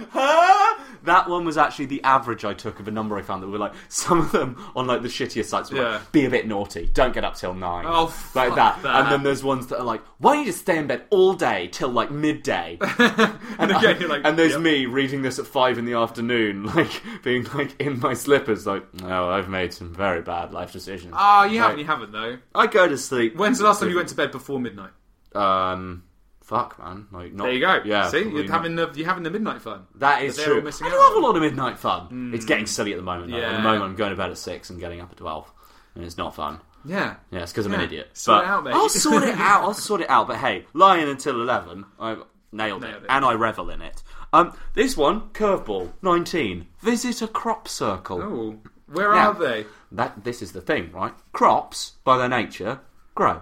Speaker 4: that one was actually the average I took of a number I found that were like some of them on like the shittier sites were
Speaker 2: Yeah.
Speaker 4: like, be a bit naughty, don't get up till nine.
Speaker 2: Oh,
Speaker 4: like
Speaker 2: fuck
Speaker 4: that.
Speaker 2: that.
Speaker 4: And then there's ones that are like, why don't you just stay in bed all day till like midday? and,
Speaker 2: again, you're like,
Speaker 4: and there's
Speaker 2: yep.
Speaker 4: me reading this at five in the afternoon, like being like in my slippers, like, no, I've made some very bad life decisions.
Speaker 2: Ah, you haven't. You
Speaker 4: Like,
Speaker 2: haven't though.
Speaker 4: I go to sleep.
Speaker 2: When's the last time you went to bed before midnight?
Speaker 4: Um, fuck, man. Like, not,
Speaker 2: There you go.
Speaker 4: Yeah.
Speaker 2: See,
Speaker 4: probably
Speaker 2: you're
Speaker 4: not.
Speaker 2: having the you're having the midnight fun.
Speaker 4: That is
Speaker 2: But they're
Speaker 4: true.
Speaker 2: all missing
Speaker 4: I
Speaker 2: out
Speaker 4: do have a
Speaker 2: on it.
Speaker 4: lot of midnight fun. It's getting silly at the moment. Though. At the
Speaker 2: Yeah.
Speaker 4: moment, I'm going to bed at six and getting up at twelve, and it's not fun.
Speaker 2: Yeah.
Speaker 4: Yeah, it's because I'm an
Speaker 2: Yeah.
Speaker 4: idiot.
Speaker 2: Sort
Speaker 4: But
Speaker 2: it out, mate.
Speaker 4: I'll sort it out. I'll sort it out. But hey, lying until eleven, I Nailed,
Speaker 2: Nailed
Speaker 4: it.
Speaker 2: it.
Speaker 4: And I revel in it. Um, this one, curveball, 19. Visit a crop circle.
Speaker 2: Oh, where
Speaker 4: Now,
Speaker 2: are they?
Speaker 4: That this is the thing, right? Crops, by their nature, grow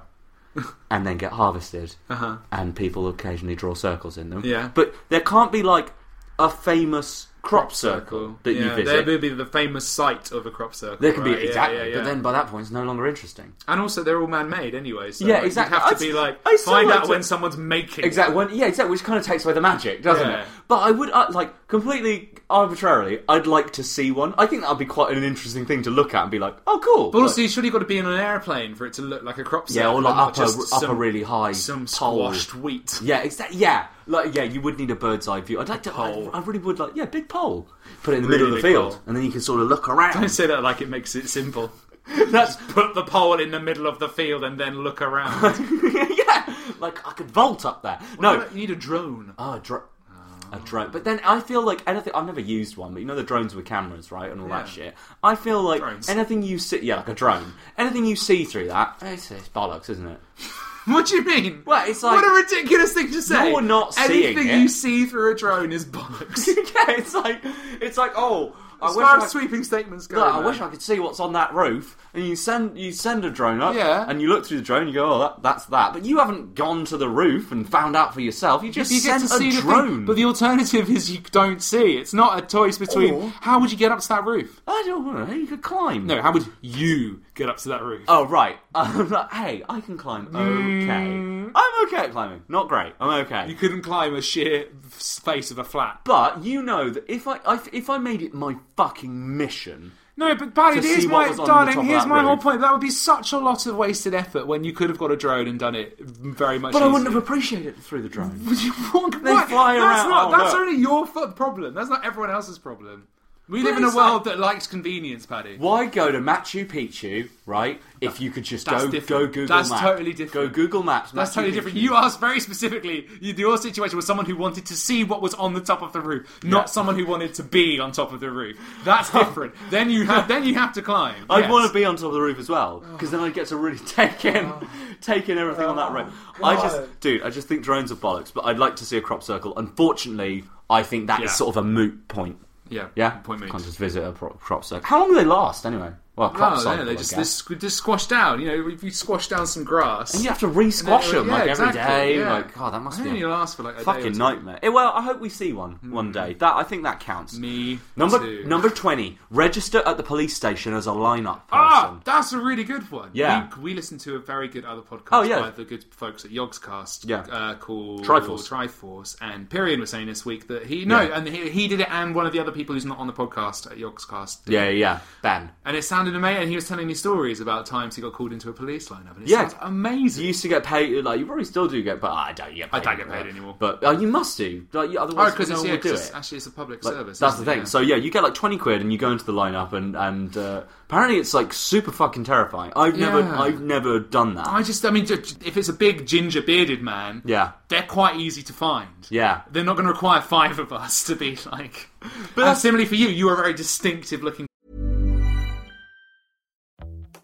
Speaker 4: and then get harvested, uh-huh. and people occasionally draw circles in them.
Speaker 2: Yeah.
Speaker 4: but there can't be like a famous crop circle
Speaker 2: Circle.
Speaker 4: that
Speaker 2: yeah,
Speaker 4: you visit.
Speaker 2: There would be the famous site of a crop circle.
Speaker 4: there can
Speaker 2: right?
Speaker 4: be
Speaker 2: Yeah,
Speaker 4: exactly,
Speaker 2: yeah, yeah.
Speaker 4: but then by that point, it's no longer interesting.
Speaker 2: and also they're all man-made anyway. So
Speaker 4: Yeah,
Speaker 2: like,
Speaker 4: exactly.
Speaker 2: You have
Speaker 4: I'd-
Speaker 2: to be like
Speaker 4: I still
Speaker 2: find
Speaker 4: like
Speaker 2: out
Speaker 4: to-
Speaker 2: when someone's making. it.
Speaker 4: Exactly. When, yeah, exactly. Which kind of takes away the magic, doesn't
Speaker 2: Yeah.
Speaker 4: it? But I would uh, like completely arbitrarily. I'd like to see one. I think that'd be quite an interesting thing to look at and be like, oh, cool.
Speaker 2: But
Speaker 4: Like-
Speaker 2: also, you surely got to be in an airplane for it to look like a crop circle.
Speaker 4: yeah, or like
Speaker 2: not
Speaker 4: up a,
Speaker 2: just
Speaker 4: up a
Speaker 2: some-
Speaker 4: really high
Speaker 2: some
Speaker 4: pole.
Speaker 2: squashed wheat.
Speaker 4: Yeah, exactly. Yeah, like yeah, you would need a bird's eye view. I'd like to. I,
Speaker 2: Pole.
Speaker 4: I really would like. Yeah, big pole. Put it in the
Speaker 2: Really
Speaker 4: middle of the
Speaker 2: big
Speaker 4: field,
Speaker 2: pole.
Speaker 4: and then you can sort of look around.
Speaker 2: I say that like it makes it simple.
Speaker 4: That's
Speaker 2: Put the pole in the middle of the field and then look around.
Speaker 4: yeah. Like I could vault up there. No,
Speaker 2: you need a drone.
Speaker 4: oh, a drone. A drone, but then I feel like anything. I've never used one, but you know the drones with cameras, right, and all that
Speaker 2: Yeah.
Speaker 4: shit. I feel like
Speaker 2: Drones.
Speaker 4: anything you see, yeah, like a drone. Anything you see through that, it's, it's bollocks, isn't it?
Speaker 2: What do you mean?
Speaker 4: Well, it's like-
Speaker 2: what a ridiculous thing to say.
Speaker 4: You're not seeing
Speaker 2: anything
Speaker 4: it.
Speaker 2: you see through a drone is bollocks.
Speaker 4: yeah, it's like it's like oh, I
Speaker 2: as
Speaker 4: wish
Speaker 2: far
Speaker 4: I-
Speaker 2: as sweeping statements go,
Speaker 4: Look, I
Speaker 2: man.
Speaker 4: wish I could see what's on that roof. And you send you send a drone up,
Speaker 2: Yeah.
Speaker 4: and you look through the drone. and You go, oh, that, that's that. But you haven't gone to the roof and found out for yourself. You just
Speaker 2: you get
Speaker 4: sent
Speaker 2: to see
Speaker 4: a
Speaker 2: the
Speaker 4: drone.
Speaker 2: thing, but the alternative is you don't see. It's not a choice between
Speaker 4: Or-
Speaker 2: how would you get up to that roof?
Speaker 4: I don't know. You could climb.
Speaker 2: No, how would you get up to that roof?
Speaker 4: Oh right. hey, I can climb. Okay. I'm okay at climbing. Not great. I'm okay.
Speaker 2: You couldn't climb a sheer face of a flat.
Speaker 4: but you know that if I, I if I made it my fucking mission,
Speaker 2: No, but Barry,
Speaker 4: To
Speaker 2: here's
Speaker 4: see what
Speaker 2: my
Speaker 4: was on the top
Speaker 2: darling.
Speaker 4: of
Speaker 2: Here's
Speaker 4: that
Speaker 2: my whole
Speaker 4: roof.
Speaker 2: point. That would be such a lot of wasted effort when you could have got a drone and done it very much.
Speaker 4: but I wouldn't have
Speaker 2: easier.
Speaker 4: appreciated it through the drone.
Speaker 2: Would you walk?
Speaker 4: They
Speaker 2: What?
Speaker 4: fly
Speaker 2: that's
Speaker 4: around-
Speaker 2: Not,
Speaker 4: oh,
Speaker 2: that's
Speaker 4: look.
Speaker 2: only your fu- problem. That's not everyone else's problem. We live in a
Speaker 4: it's
Speaker 2: world that likes convenience, Paddy.
Speaker 4: Why go to Machu Picchu, right? If you could just
Speaker 2: That's
Speaker 4: go
Speaker 2: different.
Speaker 4: go Google
Speaker 2: That's
Speaker 4: Maps.
Speaker 2: totally different.
Speaker 4: Go Google Maps.
Speaker 2: That's
Speaker 4: Machu
Speaker 2: totally different.
Speaker 4: Picchu.
Speaker 2: You asked very specifically. You, your situation was someone who wanted to see what was on the top of the roof, not
Speaker 4: Yeah.
Speaker 2: someone who wanted to be on top of the roof. That's different. then you have then you have to climb.
Speaker 4: I'd want to be on top of the roof as well, because
Speaker 2: Oh.
Speaker 4: then I'd get to really take in, take in everything on that roof.
Speaker 2: Oh.
Speaker 4: I just, dude, I just think drones are bollocks, but I'd like to see a crop circle. Unfortunately, I think that is
Speaker 2: Yeah.
Speaker 4: sort of a moot point.
Speaker 2: Yeah.
Speaker 4: Yeah,
Speaker 2: Point made.
Speaker 4: Can't just visit a pro- crop circle. How long do they last anyway? Well, a crop
Speaker 2: No,
Speaker 4: circle.
Speaker 2: no, Oh, they
Speaker 4: I
Speaker 2: just they
Speaker 4: guess.
Speaker 2: squ- just squash down. You know, if you squash down some grass,
Speaker 4: And you have to re-squash
Speaker 2: And then-
Speaker 4: them
Speaker 2: yeah,
Speaker 4: like
Speaker 2: exactly,
Speaker 4: every day.
Speaker 2: yeah. Hmm.
Speaker 4: Like, God, that must
Speaker 2: I
Speaker 4: be
Speaker 2: think
Speaker 4: a
Speaker 2: you last for, like, a day or
Speaker 4: fucking
Speaker 2: two.
Speaker 4: nightmare. Eh, well, I hope we see one one day. That I think that counts.
Speaker 2: Me
Speaker 4: number
Speaker 2: too.
Speaker 4: number twenty. Register at the police station as a lineup person.
Speaker 2: Ah, that's a really good one.
Speaker 4: Yeah.
Speaker 2: we, we listen to a very good other podcast
Speaker 4: Oh, yeah.
Speaker 2: by the good folks at Yogscast.
Speaker 4: Yeah.
Speaker 2: uh, called
Speaker 4: Triforce.
Speaker 2: Triforce. And Pyrian was saying this week that he no,
Speaker 4: Yeah.
Speaker 2: and he, he did it, and one of the other people who's not on the podcast at Yogscast. Did
Speaker 4: yeah,
Speaker 2: it.
Speaker 4: yeah, Ben.
Speaker 2: and it sounded amazing. And he was telling me stories about times he got called into a police lineup, and it
Speaker 4: Yeah.
Speaker 2: sounds amazing.
Speaker 4: You used to get paid, like you probably still do get, but I don't get.
Speaker 2: I
Speaker 4: Paid
Speaker 2: don't get
Speaker 4: for that.
Speaker 2: paid anymore.
Speaker 4: But uh, you must do, like you,
Speaker 2: Oh,
Speaker 4: otherwise
Speaker 2: because
Speaker 4: no
Speaker 2: it's,
Speaker 4: one
Speaker 2: yeah,
Speaker 4: would do
Speaker 2: 'cause
Speaker 4: it.
Speaker 2: it's- actually it's a public
Speaker 4: Like,
Speaker 2: service.
Speaker 4: that's the
Speaker 2: isn't
Speaker 4: thing.
Speaker 2: it? Yeah.
Speaker 4: So yeah, you get like twenty quid and you go into the lineup, and and uh, apparently it's like super fucking terrifying. I've never,
Speaker 2: Yeah.
Speaker 4: I've never done that.
Speaker 2: I just, I mean, ju- if it's a big ginger bearded man,
Speaker 4: Yeah.
Speaker 2: they're quite easy to find.
Speaker 4: Yeah.
Speaker 2: they're not going to require five of us to be like. But
Speaker 4: that's-
Speaker 2: similarly for you, you are a very distinctive looking.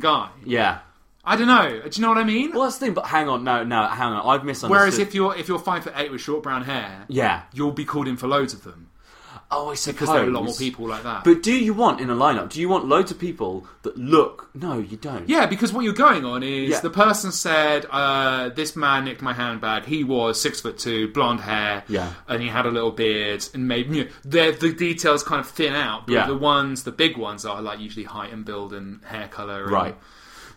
Speaker 2: guy.
Speaker 4: Yeah.
Speaker 2: I don't know. Do you know what I mean?
Speaker 4: Well, that's the thing. But hang on, no, no, hang on. I've misunderstood.
Speaker 2: Whereas if you're if you're five foot eight with short brown hair,
Speaker 4: yeah,
Speaker 2: you'll be called in for loads of them.
Speaker 4: oh, I suppose
Speaker 2: Because there are a lot more people like that.
Speaker 4: But do you want in a lineup? Do you want loads of people that look? No, you don't.
Speaker 2: Yeah, because what you're going on is
Speaker 4: Yeah.
Speaker 2: the person said, uh, "This man nicked my handbag. He was six foot two, blonde hair,
Speaker 4: Yeah.
Speaker 2: and he had a little beard, and maybe you know, the the details kind of thin out. But
Speaker 4: Yeah.
Speaker 2: the ones, the big ones, are like usually height and build and hair color, and
Speaker 4: right.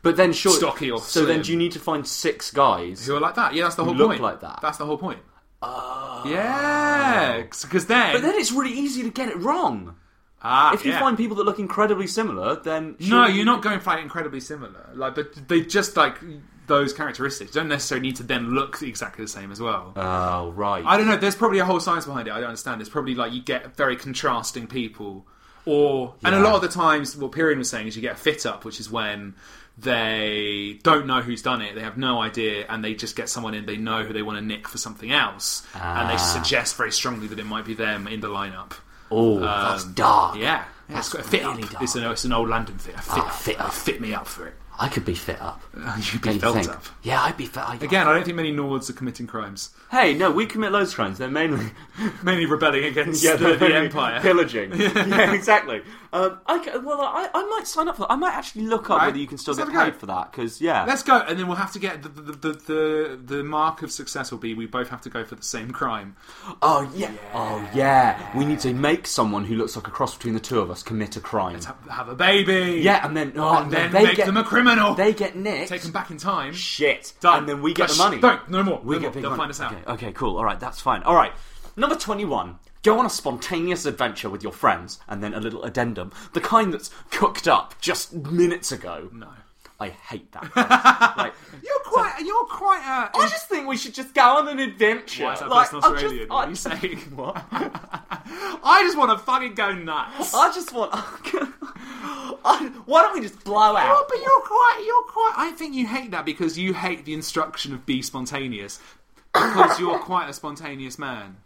Speaker 4: But then sure,
Speaker 2: Stocky or
Speaker 4: so then
Speaker 2: slim.
Speaker 4: do you need to find six guys?
Speaker 2: Who are like that? Yeah, that's the whole
Speaker 4: look
Speaker 2: point.
Speaker 4: like that. Ah.
Speaker 2: That's the whole point. Yeah, because then,
Speaker 4: But then it's really easy to get it wrong.
Speaker 2: ah,
Speaker 4: If you
Speaker 2: yeah.
Speaker 4: find people that look incredibly similar, then
Speaker 2: no,
Speaker 4: surely-
Speaker 2: you're not going for like incredibly similar. Like, but they just like those characteristics don't necessarily need to then look exactly the same as well.
Speaker 4: Oh right.
Speaker 2: I don't know. There's probably a whole science behind it. I don't understand. It's probably like you get very contrasting people, or and a lot of the times, what Pyrian was saying is you get a fit up, which is when they don't know who's done it, they have no idea, and they just get someone in they know who they want to nick for something else, and
Speaker 4: Ah.
Speaker 2: they suggest very strongly that it might be them in the lineup.
Speaker 4: oh, that's dark.
Speaker 2: Um, Yeah, yeah it's
Speaker 4: That's
Speaker 2: got a fit
Speaker 4: really
Speaker 2: up.
Speaker 4: dark.
Speaker 2: It's an, it's an old London fit. A fit,
Speaker 4: Ah,
Speaker 2: up.
Speaker 4: fit
Speaker 2: They
Speaker 4: up.
Speaker 2: fit me up for it.
Speaker 4: I could be fit up.
Speaker 2: You'd be
Speaker 4: Don't you
Speaker 2: felt
Speaker 4: think?
Speaker 2: up.
Speaker 4: Yeah, I'd be fit. I,
Speaker 2: Again, I don't think many Nords are committing crimes.
Speaker 4: hey, no, we commit loads of crimes. They're mainly
Speaker 2: Mainly rebelling against the,
Speaker 4: they're
Speaker 2: the
Speaker 4: mainly
Speaker 2: Empire.
Speaker 4: pillaging. yeah, exactly. Um, I, ca- well, I, I might sign up for that. I might actually look up
Speaker 2: Right.
Speaker 4: whether you can still
Speaker 2: Let's
Speaker 4: get
Speaker 2: have a go.
Speaker 4: paid for that because yeah,
Speaker 2: Let's go, and then we'll have to get the the, the, the the mark of success will be we both have to go for the same crime.
Speaker 4: Oh yeah. Oh yeah. We need to make someone who looks like a cross between the two of us commit a crime.
Speaker 2: Have, have a baby,
Speaker 4: Yeah, and then oh,
Speaker 2: and then
Speaker 4: they
Speaker 2: make
Speaker 4: get,
Speaker 2: them a criminal.
Speaker 4: They get nicked.
Speaker 2: take them back in time.
Speaker 4: Shit.
Speaker 2: Done.
Speaker 4: And then we get
Speaker 2: But
Speaker 4: the
Speaker 2: sh-
Speaker 4: money.
Speaker 2: don't, no more,
Speaker 4: We
Speaker 2: no
Speaker 4: get
Speaker 2: more.
Speaker 4: big
Speaker 2: They'll
Speaker 4: money.
Speaker 2: find us out.
Speaker 4: Okay, okay, cool. All right, that's fine. All right. Number 21. Go on a spontaneous adventure with your friends and then a little addendum. The kind that's cooked up just minutes ago. No. I hate that. like,
Speaker 2: You're quite you're quite uh, a
Speaker 4: I just think we should just go on an adventure.
Speaker 2: Why is that
Speaker 4: like,
Speaker 2: person
Speaker 4: I
Speaker 2: Australian?
Speaker 4: Just,
Speaker 2: what
Speaker 4: I
Speaker 2: are you
Speaker 4: just-
Speaker 2: saying? What? I just want to fucking go nuts.
Speaker 4: I just want. I, why don't we just blow out?
Speaker 2: Oh, but you're quite, you're quite. I think you hate that because you hate the instruction of be spontaneous because you're quite a spontaneous man.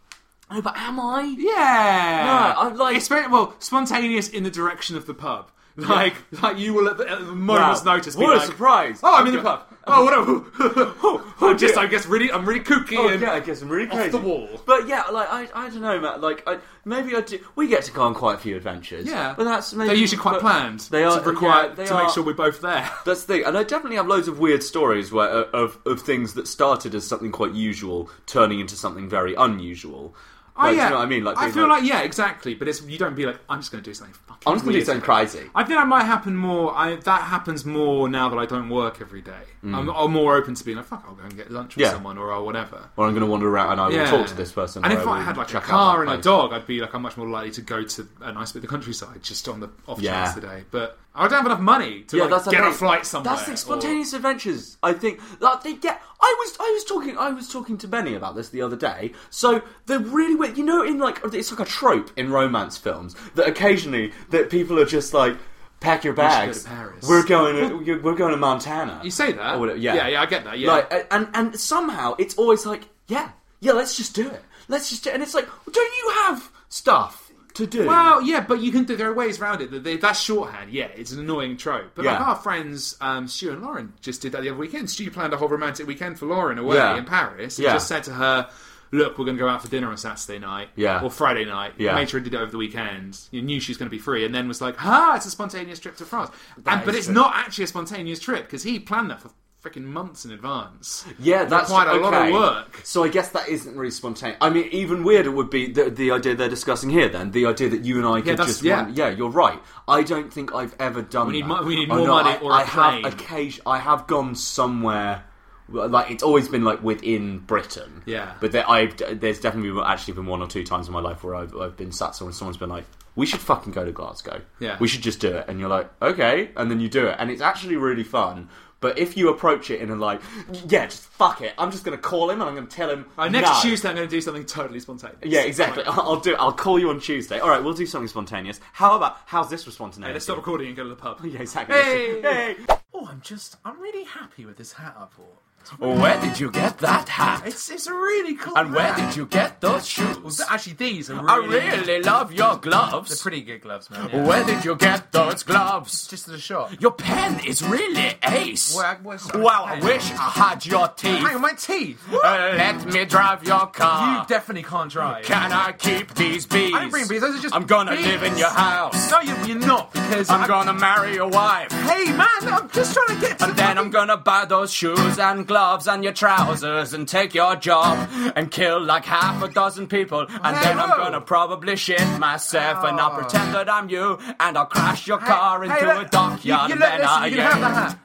Speaker 4: No, but am I?
Speaker 2: Yeah.
Speaker 4: No, I like-
Speaker 2: It's very- well, spontaneous in the direction of the pub. Like, like you will at the, at the moment's
Speaker 4: Wow.
Speaker 2: notice. Be
Speaker 4: What a
Speaker 2: like,
Speaker 4: surprise.
Speaker 2: Oh, I'm in the
Speaker 4: Okay. Oh,
Speaker 2: pub. Oh, whatever. I'm "Oh, just,
Speaker 4: dear.
Speaker 2: I guess, really, I'm really kooky.
Speaker 4: Oh,
Speaker 2: and
Speaker 4: yeah, I guess I'm really
Speaker 2: off
Speaker 4: crazy.
Speaker 2: the wall.
Speaker 4: But yeah, like I, I don't know, Matt. Like I, maybe I do. We get to go on quite a few adventures.
Speaker 2: Yeah.
Speaker 4: but that's maybe
Speaker 2: they're usually quite
Speaker 4: but
Speaker 2: planned.
Speaker 4: They are
Speaker 2: to require
Speaker 4: yeah, they
Speaker 2: to
Speaker 4: are-
Speaker 2: make sure we're both there.
Speaker 4: That's the thing, and I definitely have loads of weird stories where uh, of of things that started as something quite usual turning into something very unusual.
Speaker 2: Oh,
Speaker 4: Like,
Speaker 2: yeah.
Speaker 4: do you know what I mean? Like
Speaker 2: I
Speaker 4: being
Speaker 2: feel like, yeah, exactly. But it's you don't be like, I'm just going to do something fucking.
Speaker 4: I'm just gonna do
Speaker 2: weird."
Speaker 4: something crazy.
Speaker 2: I think that might happen more. I, that happens more now that I don't work every day. I'm, I'm more open to being like, fuck, I'll go and get lunch with
Speaker 4: Mm. Yeah.
Speaker 2: someone or I'll whatever.
Speaker 4: Or I'm going to wander around and I will talk to this person.
Speaker 2: And
Speaker 4: or
Speaker 2: if
Speaker 4: will
Speaker 2: I had like a
Speaker 4: check out
Speaker 2: car
Speaker 4: that
Speaker 2: and a
Speaker 4: place.
Speaker 2: dog, I'd be like, I'm much more likely to go to a nice bit of the countryside just on the off
Speaker 4: Yeah.
Speaker 2: chance today. But I don't have enough money to
Speaker 4: yeah,
Speaker 2: like,
Speaker 4: that's the
Speaker 2: get a
Speaker 4: thing.
Speaker 2: flight somewhere.
Speaker 4: That's the
Speaker 2: or-
Speaker 4: spontaneous adventures. I think that they get. I was I was talking I was talking to Benny about this the other day. So they're really weird. You know, in like it's like a trope in romance films that occasionally that people are just like. Pack your
Speaker 2: should go
Speaker 4: bags.
Speaker 2: to Paris."
Speaker 4: We're going. To, we're going to Montana.
Speaker 2: You say that?
Speaker 4: Or whatever, yeah,
Speaker 2: Yeah, yeah, I get that, yeah.
Speaker 4: Like, and and somehow it's always like, yeah, yeah. Let's just do it. Let's just do. It. And it's like, don't you have stuff to do?
Speaker 2: Well, yeah, but you can. There are ways around it. That they, that's shorthand. Yeah, it's an annoying trope. But like
Speaker 4: Yeah.
Speaker 2: our friends, um, Stu and Lauren just did that the other weekend. Stu planned a whole romantic weekend for Lauren away
Speaker 4: Yeah.
Speaker 2: in Paris. And
Speaker 4: Yeah.
Speaker 2: just said to her, "Look, we're going to go out for dinner on Saturday night,
Speaker 4: Yeah.
Speaker 2: or Friday night."
Speaker 4: Yeah.
Speaker 2: made sure he did it over the weekend. You knew she was going to be free, and then was like, "Ah, it's a spontaneous trip to France." And,
Speaker 4: is
Speaker 2: but it's
Speaker 4: true.
Speaker 2: not actually a spontaneous trip because he planned that for freaking months in advance.
Speaker 4: Yeah, that's
Speaker 2: quite a lot of
Speaker 4: okay.
Speaker 2: work.
Speaker 4: So I guess that isn't really spontaneous. I mean, even weirder would be the, the idea they're discussing here. Then the idea that you and I could
Speaker 2: that's-
Speaker 4: just
Speaker 2: yeah.
Speaker 4: Run, yeah, you're right. I don't think I've ever done.
Speaker 2: We need
Speaker 4: that.
Speaker 2: mo- we need
Speaker 4: Oh,
Speaker 2: more
Speaker 4: no,
Speaker 2: money
Speaker 4: I,
Speaker 2: or a
Speaker 4: I
Speaker 2: plane.
Speaker 4: have occasion. I have gone somewhere. Like it's always been like within Britain.
Speaker 2: Yeah.
Speaker 4: but there, I've there's definitely been- actually been one or two times in my life where I've, I've been sat somewhere and someone's been like, "We should fucking go to Glasgow.
Speaker 2: Yeah.
Speaker 4: we should just do it." And you're like, "Okay," and then you do it, and it's actually really fun. But if you approach it in a like, yeah, just fuck it, I'm just going to call him and I'm going to tell him.
Speaker 2: Uh, next
Speaker 4: no."
Speaker 2: Tuesday, I'm going to do something totally spontaneous.
Speaker 4: Yeah, exactly. Oh, I'll I'll do. I'll call you on Tuesday. All right, we'll do something spontaneous. How about how's this for spontaneity?
Speaker 2: Hey, let's stop recording and go to the pub.
Speaker 4: Yeah, exactly.
Speaker 2: Hey!
Speaker 4: Hey!
Speaker 2: Oh, I'm just, I'm really happy with this hat I bought.
Speaker 5: Where did you get that hat?
Speaker 2: It's, it's a really cool.
Speaker 5: And where
Speaker 2: hat.
Speaker 5: did you get those shoes?
Speaker 2: Well, Actually, these are
Speaker 5: I
Speaker 2: really.
Speaker 5: really love your
Speaker 2: They're
Speaker 5: gloves.
Speaker 2: pretty good gloves, man. yeah.
Speaker 5: Where did you get those gloves?
Speaker 2: Just at the shop.
Speaker 5: Your pen is really ace.
Speaker 2: Where- where's my
Speaker 5: Wow, I
Speaker 2: pen?
Speaker 5: wish I had your teeth.
Speaker 2: Hang on, my teeth.
Speaker 5: Uh, let me drive your car.
Speaker 2: You definitely can't drive.
Speaker 5: Can I keep these bees?
Speaker 2: I didn't bring bees, those are just
Speaker 5: I'm gonna
Speaker 2: bees.
Speaker 5: live in your house.
Speaker 2: No, you're, you're not because
Speaker 5: I'm gonna marry your wife.
Speaker 2: Hey, man, I'm just trying to get. To
Speaker 5: And then I'm gonna buy those shoes and gloves and your trousers and take your job and kill like half a dozen people. And
Speaker 2: Hey,
Speaker 5: then I'm
Speaker 2: whoa. Oh.
Speaker 5: gonna probably shit myself and I'll pretend that I'm you and I'll crash your car into
Speaker 2: look,
Speaker 5: a dockyard
Speaker 2: You, you,
Speaker 5: and
Speaker 2: look,
Speaker 5: then
Speaker 2: listen,
Speaker 5: I
Speaker 2: you can have the
Speaker 5: am.
Speaker 2: hat.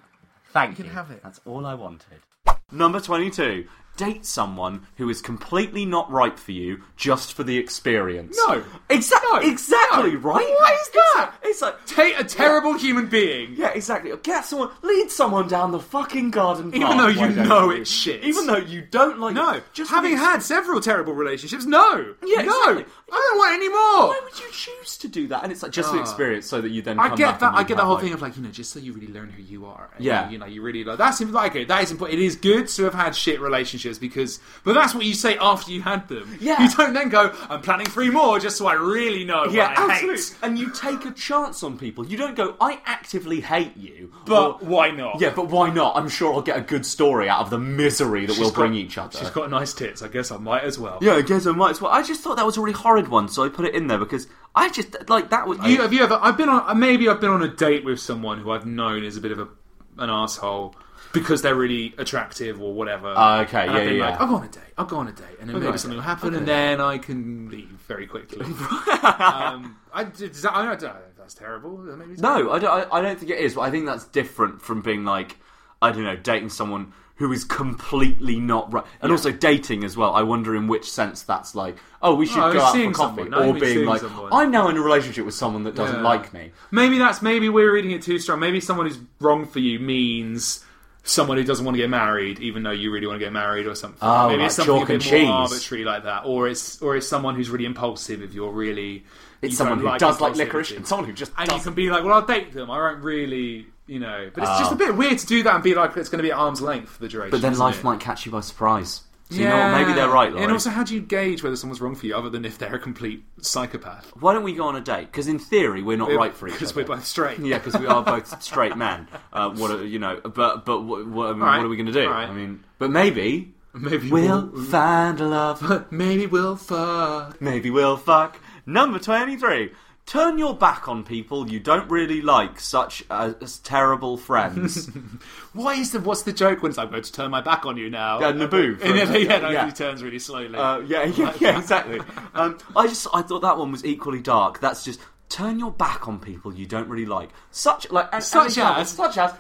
Speaker 4: Thank you.
Speaker 2: can have it.
Speaker 4: That's all I wanted. Number 22. Date someone who is completely not right for you just for the experience.
Speaker 2: No.
Speaker 4: Exactly.
Speaker 2: No.
Speaker 4: Exactly,
Speaker 2: No.
Speaker 4: right?
Speaker 2: Why is that?
Speaker 4: It's like, it's like
Speaker 2: Take a terrible human being.
Speaker 4: Yeah, exactly. Get someone, lead someone down the fucking garden path.
Speaker 2: Even though
Speaker 4: Why
Speaker 2: Oh, you
Speaker 4: don't
Speaker 2: know it's shit.
Speaker 4: Even though you don't like
Speaker 2: No,
Speaker 4: it. Just for
Speaker 2: having
Speaker 4: the-
Speaker 2: had several terrible relationships, no,
Speaker 4: Yeah,
Speaker 2: no,
Speaker 4: exactly.
Speaker 2: I don't want any more.
Speaker 4: Why would you choose to do that? And it's like just the experience, so Ah. that you then.
Speaker 2: I
Speaker 4: come
Speaker 2: get
Speaker 4: back
Speaker 2: that.
Speaker 4: and
Speaker 2: I
Speaker 4: you
Speaker 2: get
Speaker 4: have,
Speaker 2: the whole
Speaker 4: like-
Speaker 2: thing of like you know, just so you really learn who you are. And
Speaker 4: Yeah.
Speaker 2: you, know, you really like that's like it. That is important. It is good to have had shit relationships because, but that's what you say after you had them.
Speaker 4: Yeah.
Speaker 2: you don't then go. I'm planning three more just so I really know.
Speaker 4: Yeah,
Speaker 2: what I
Speaker 4: absolutely.
Speaker 2: hate."
Speaker 4: And you take a chance on people. You don't go, I actively hate you.
Speaker 2: But
Speaker 4: or-
Speaker 2: why not?
Speaker 4: Yeah, but why not? I'm sure I'll get a good story out of the misery that
Speaker 2: She's
Speaker 4: we'll
Speaker 2: got-
Speaker 4: bring each other.
Speaker 2: She's got nice tits. I guess I might as well.
Speaker 4: yeah, I guess I might as well. I just thought that was a really horrid one, so I put it in there because I just, like, that was.
Speaker 2: You,
Speaker 4: I-
Speaker 2: have you ever? I've been on. Maybe I've been on a date with someone who I've known is a bit of a an asshole because they're really attractive or whatever.
Speaker 4: Ah, okay,
Speaker 2: and
Speaker 4: yeah,
Speaker 2: I've been
Speaker 4: yeah,
Speaker 2: Like,
Speaker 4: yeah.
Speaker 2: I'll go on a date. I'll go on a date, and then
Speaker 4: Okay.
Speaker 2: maybe something will happen, and then I can leave very quickly. um, I, does that, I, don't, know if that's terrible. Maybe it's-
Speaker 4: No, I don't, I, I don't think it is, but I think that's different from being like, I don't know, dating someone who is completely not right. And also dating as well. I wonder in which sense that's like, oh, we should
Speaker 2: Oh,
Speaker 4: go out for
Speaker 2: seeing
Speaker 4: coffee.
Speaker 2: someone. No, I
Speaker 4: or
Speaker 2: mean
Speaker 4: being
Speaker 2: seeing
Speaker 4: like,
Speaker 2: someone.
Speaker 4: I'm now in a relationship with someone that doesn't
Speaker 2: Yeah.
Speaker 4: like me.
Speaker 2: Maybe that's maybe we're reading it too strong. Maybe someone who's wrong for you means someone who doesn't want to get married, even though you really want to get married or something.
Speaker 4: Oh,
Speaker 2: maybe
Speaker 4: like
Speaker 2: it's something
Speaker 4: chalk
Speaker 2: a
Speaker 4: and
Speaker 2: bit more
Speaker 4: cheese.
Speaker 2: arbitrary like that, or it's or it's someone who's really impulsive. If you're really
Speaker 4: It's
Speaker 2: you
Speaker 4: someone
Speaker 2: don't
Speaker 4: who does like
Speaker 2: impulsivity.
Speaker 4: licorice and someone who just
Speaker 2: and you
Speaker 4: doesn't.
Speaker 2: can be like, well, I'll date them. I won't really, you know. But it's just a bit weird to do that and be like, it's going to be at arm's length for the duration.
Speaker 4: Oh. But then
Speaker 2: isn't
Speaker 4: life
Speaker 2: it?
Speaker 4: might catch you by surprise. So you know what, maybe they're right, Laurie.
Speaker 2: And also, how do you gauge whether someone's wrong for you, other than if they're a complete psychopath?
Speaker 4: Why don't we go on a date? Because in theory, we're not right for each other.
Speaker 2: because we're both straight.
Speaker 4: Yeah, because we are both straight men. Uh, what are, you know? But but what, what, I mean,
Speaker 2: Alright,
Speaker 4: what are we going to do?
Speaker 2: alright.
Speaker 4: I mean, but maybe
Speaker 2: Maybe
Speaker 4: we'll
Speaker 2: we'll-
Speaker 4: find love.
Speaker 2: Maybe we'll fuck.
Speaker 4: maybe we'll fuck. Number twenty-three. Turn your back on people you don't really like, such as, as terrible friends.
Speaker 2: Why is the what's the joke when it's like, I'm going to turn my back on you now?
Speaker 4: Yeah, Naboo, for
Speaker 2: And then, yeah,
Speaker 4: example.
Speaker 2: no,
Speaker 4: Yeah.
Speaker 2: he turns really slowly.
Speaker 4: Uh, yeah, yeah, yeah, exactly. Um, I just I thought that one was equally dark. That's just turn your back on people you don't really like, such like and-
Speaker 2: Such
Speaker 4: and example,
Speaker 2: as?
Speaker 4: such as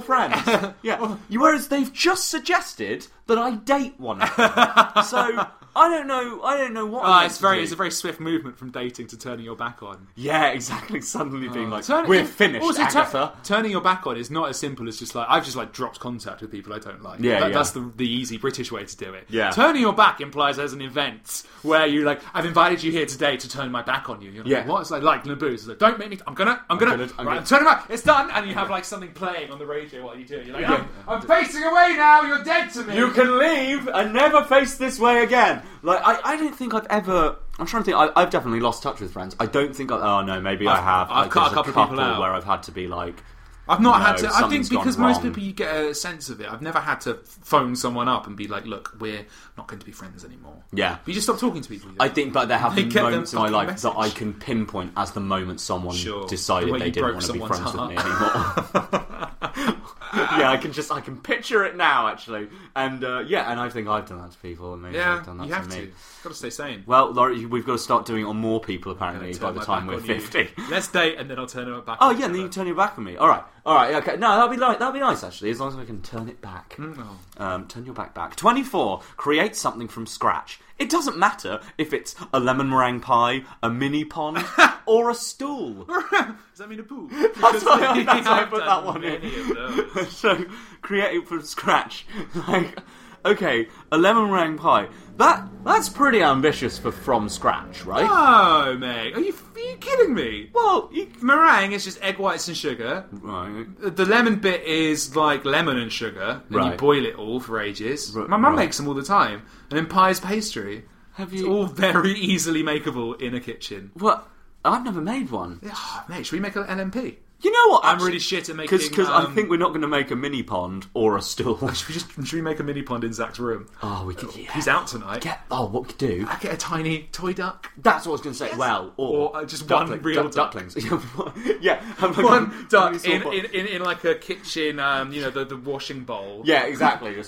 Speaker 4: friends. yeah, You- whereas they've just suggested that I date one of them. so I don't know. I don't know what. I'm
Speaker 2: Ah,
Speaker 4: meant
Speaker 2: it's
Speaker 4: to
Speaker 2: very,
Speaker 4: do.
Speaker 2: it's a very swift movement from dating to turning your back on.
Speaker 4: yeah, exactly. Suddenly being like,
Speaker 2: Turn-
Speaker 4: we're
Speaker 2: and
Speaker 4: finished,
Speaker 2: also, tur-
Speaker 4: Agatha.
Speaker 2: turning your back on is not as simple as just like I've just like dropped contact with people I don't like.
Speaker 4: Yeah,
Speaker 2: That-
Speaker 4: yeah.
Speaker 2: that's the, the easy British way to do it.
Speaker 4: Yeah.
Speaker 2: turning your back implies there's an event where you like I've invited you here today to turn my back on you. You're like,
Speaker 4: Yeah.
Speaker 2: what? It's like like Naboo. It's like don't make me. I'm gonna. I'm gonna.
Speaker 4: gonna- I'm
Speaker 2: right,
Speaker 4: gonna-
Speaker 2: I'm turning back. It's done. And you have like something playing on the radio while you do it. You're like, I'm, I'm facing away now. You're dead to me.
Speaker 4: You can leave and never face this way again. Like I, I don't think I've ever. I'm trying to think. I, I've definitely lost touch with friends. I don't think. I, oh no, maybe i
Speaker 2: I've-
Speaker 4: have.
Speaker 2: I've
Speaker 4: I-
Speaker 2: cut a
Speaker 4: there's
Speaker 2: couple of people out.
Speaker 4: where I've had to be like.
Speaker 2: I've not
Speaker 4: No,
Speaker 2: had to. I
Speaker 4: something's
Speaker 2: think
Speaker 4: gone
Speaker 2: because most
Speaker 4: wrong.
Speaker 2: people you get a sense of it. I've never had to phone someone up and be like, "Look, we're not going to be friends anymore."
Speaker 4: Yeah.
Speaker 2: but you just stop talking to people.
Speaker 4: I think, but there have
Speaker 2: They
Speaker 4: been
Speaker 2: get them
Speaker 4: moments in my
Speaker 2: fucking
Speaker 4: life
Speaker 2: message.
Speaker 4: that I can pinpoint as the moment someone
Speaker 2: Sure. The
Speaker 4: decided
Speaker 2: way
Speaker 4: they
Speaker 2: you
Speaker 4: didn't
Speaker 2: broke
Speaker 4: want to be
Speaker 2: someone's
Speaker 4: friends with me anymore. yeah, I can just I can picture it now actually, and uh, yeah, and I think I've done that to people, and maybe
Speaker 2: yeah,
Speaker 4: they've done that
Speaker 2: you have
Speaker 4: to
Speaker 2: to.
Speaker 4: me.
Speaker 2: Got to stay sane.
Speaker 4: Well, Laurie, we've got to start doing it on more people
Speaker 2: I'm gonna
Speaker 4: apparently by
Speaker 2: turn
Speaker 4: the
Speaker 2: my
Speaker 4: time
Speaker 2: back
Speaker 4: we're
Speaker 2: on you.
Speaker 4: fifty.
Speaker 2: Let's date and then I'll turn it back.
Speaker 4: Oh
Speaker 2: on
Speaker 4: yeah, and then
Speaker 2: you.
Speaker 4: you turn your back on me. All right. All right. Okay. No, that'll be like that'll be nice actually, as long as I can turn it back.
Speaker 2: Mm, oh.
Speaker 4: Um, turn your back back. Twenty four. Create something from scratch. It doesn't matter if it's a lemon meringue pie, a mini pond, or a stool.
Speaker 2: Does that mean a pool?
Speaker 4: That's why I,
Speaker 2: Because
Speaker 4: that's why I
Speaker 2: I've
Speaker 4: put that
Speaker 2: done
Speaker 4: one
Speaker 2: many of
Speaker 4: in. so create it from scratch. Like, okay, a lemon meringue pie. That that's pretty ambitious for from scratch, right?
Speaker 2: Ah. No, mate. Are you, are you kidding me?
Speaker 4: Well, you,
Speaker 2: meringue is just egg whites and sugar.
Speaker 4: Right.
Speaker 2: The- The lemon bit is like lemon and sugar, and you
Speaker 4: Right.
Speaker 2: boil it all for ages.
Speaker 4: R-
Speaker 2: My mum
Speaker 4: right.
Speaker 2: makes them all the time, and then pie is pastry.
Speaker 4: Have
Speaker 2: It's
Speaker 4: you-
Speaker 2: all very easily makeable in a kitchen.
Speaker 4: Well, I've never made one.
Speaker 2: Ah, mate, should we make an LMP?
Speaker 4: You know what?
Speaker 2: I'm really shit at making,
Speaker 4: because I
Speaker 2: um,
Speaker 4: think we're not going to make a mini pond or a stool.
Speaker 2: Should we just should we make a mini pond in Zach's room?
Speaker 4: oh, we could. Yeah.
Speaker 2: He's out tonight.
Speaker 4: Get, oh, what we could do?
Speaker 2: I get a tiny toy duck.
Speaker 4: That's what I was going to say. Well, or,
Speaker 2: Or, uh, just one real duck.
Speaker 4: ducklings. yeah, have like
Speaker 2: One
Speaker 4: a-
Speaker 2: duck
Speaker 4: sort
Speaker 2: in,
Speaker 4: of-
Speaker 2: in, in, in like a kitchen, um, you know, the, the washing bowl.
Speaker 4: Yeah, exactly.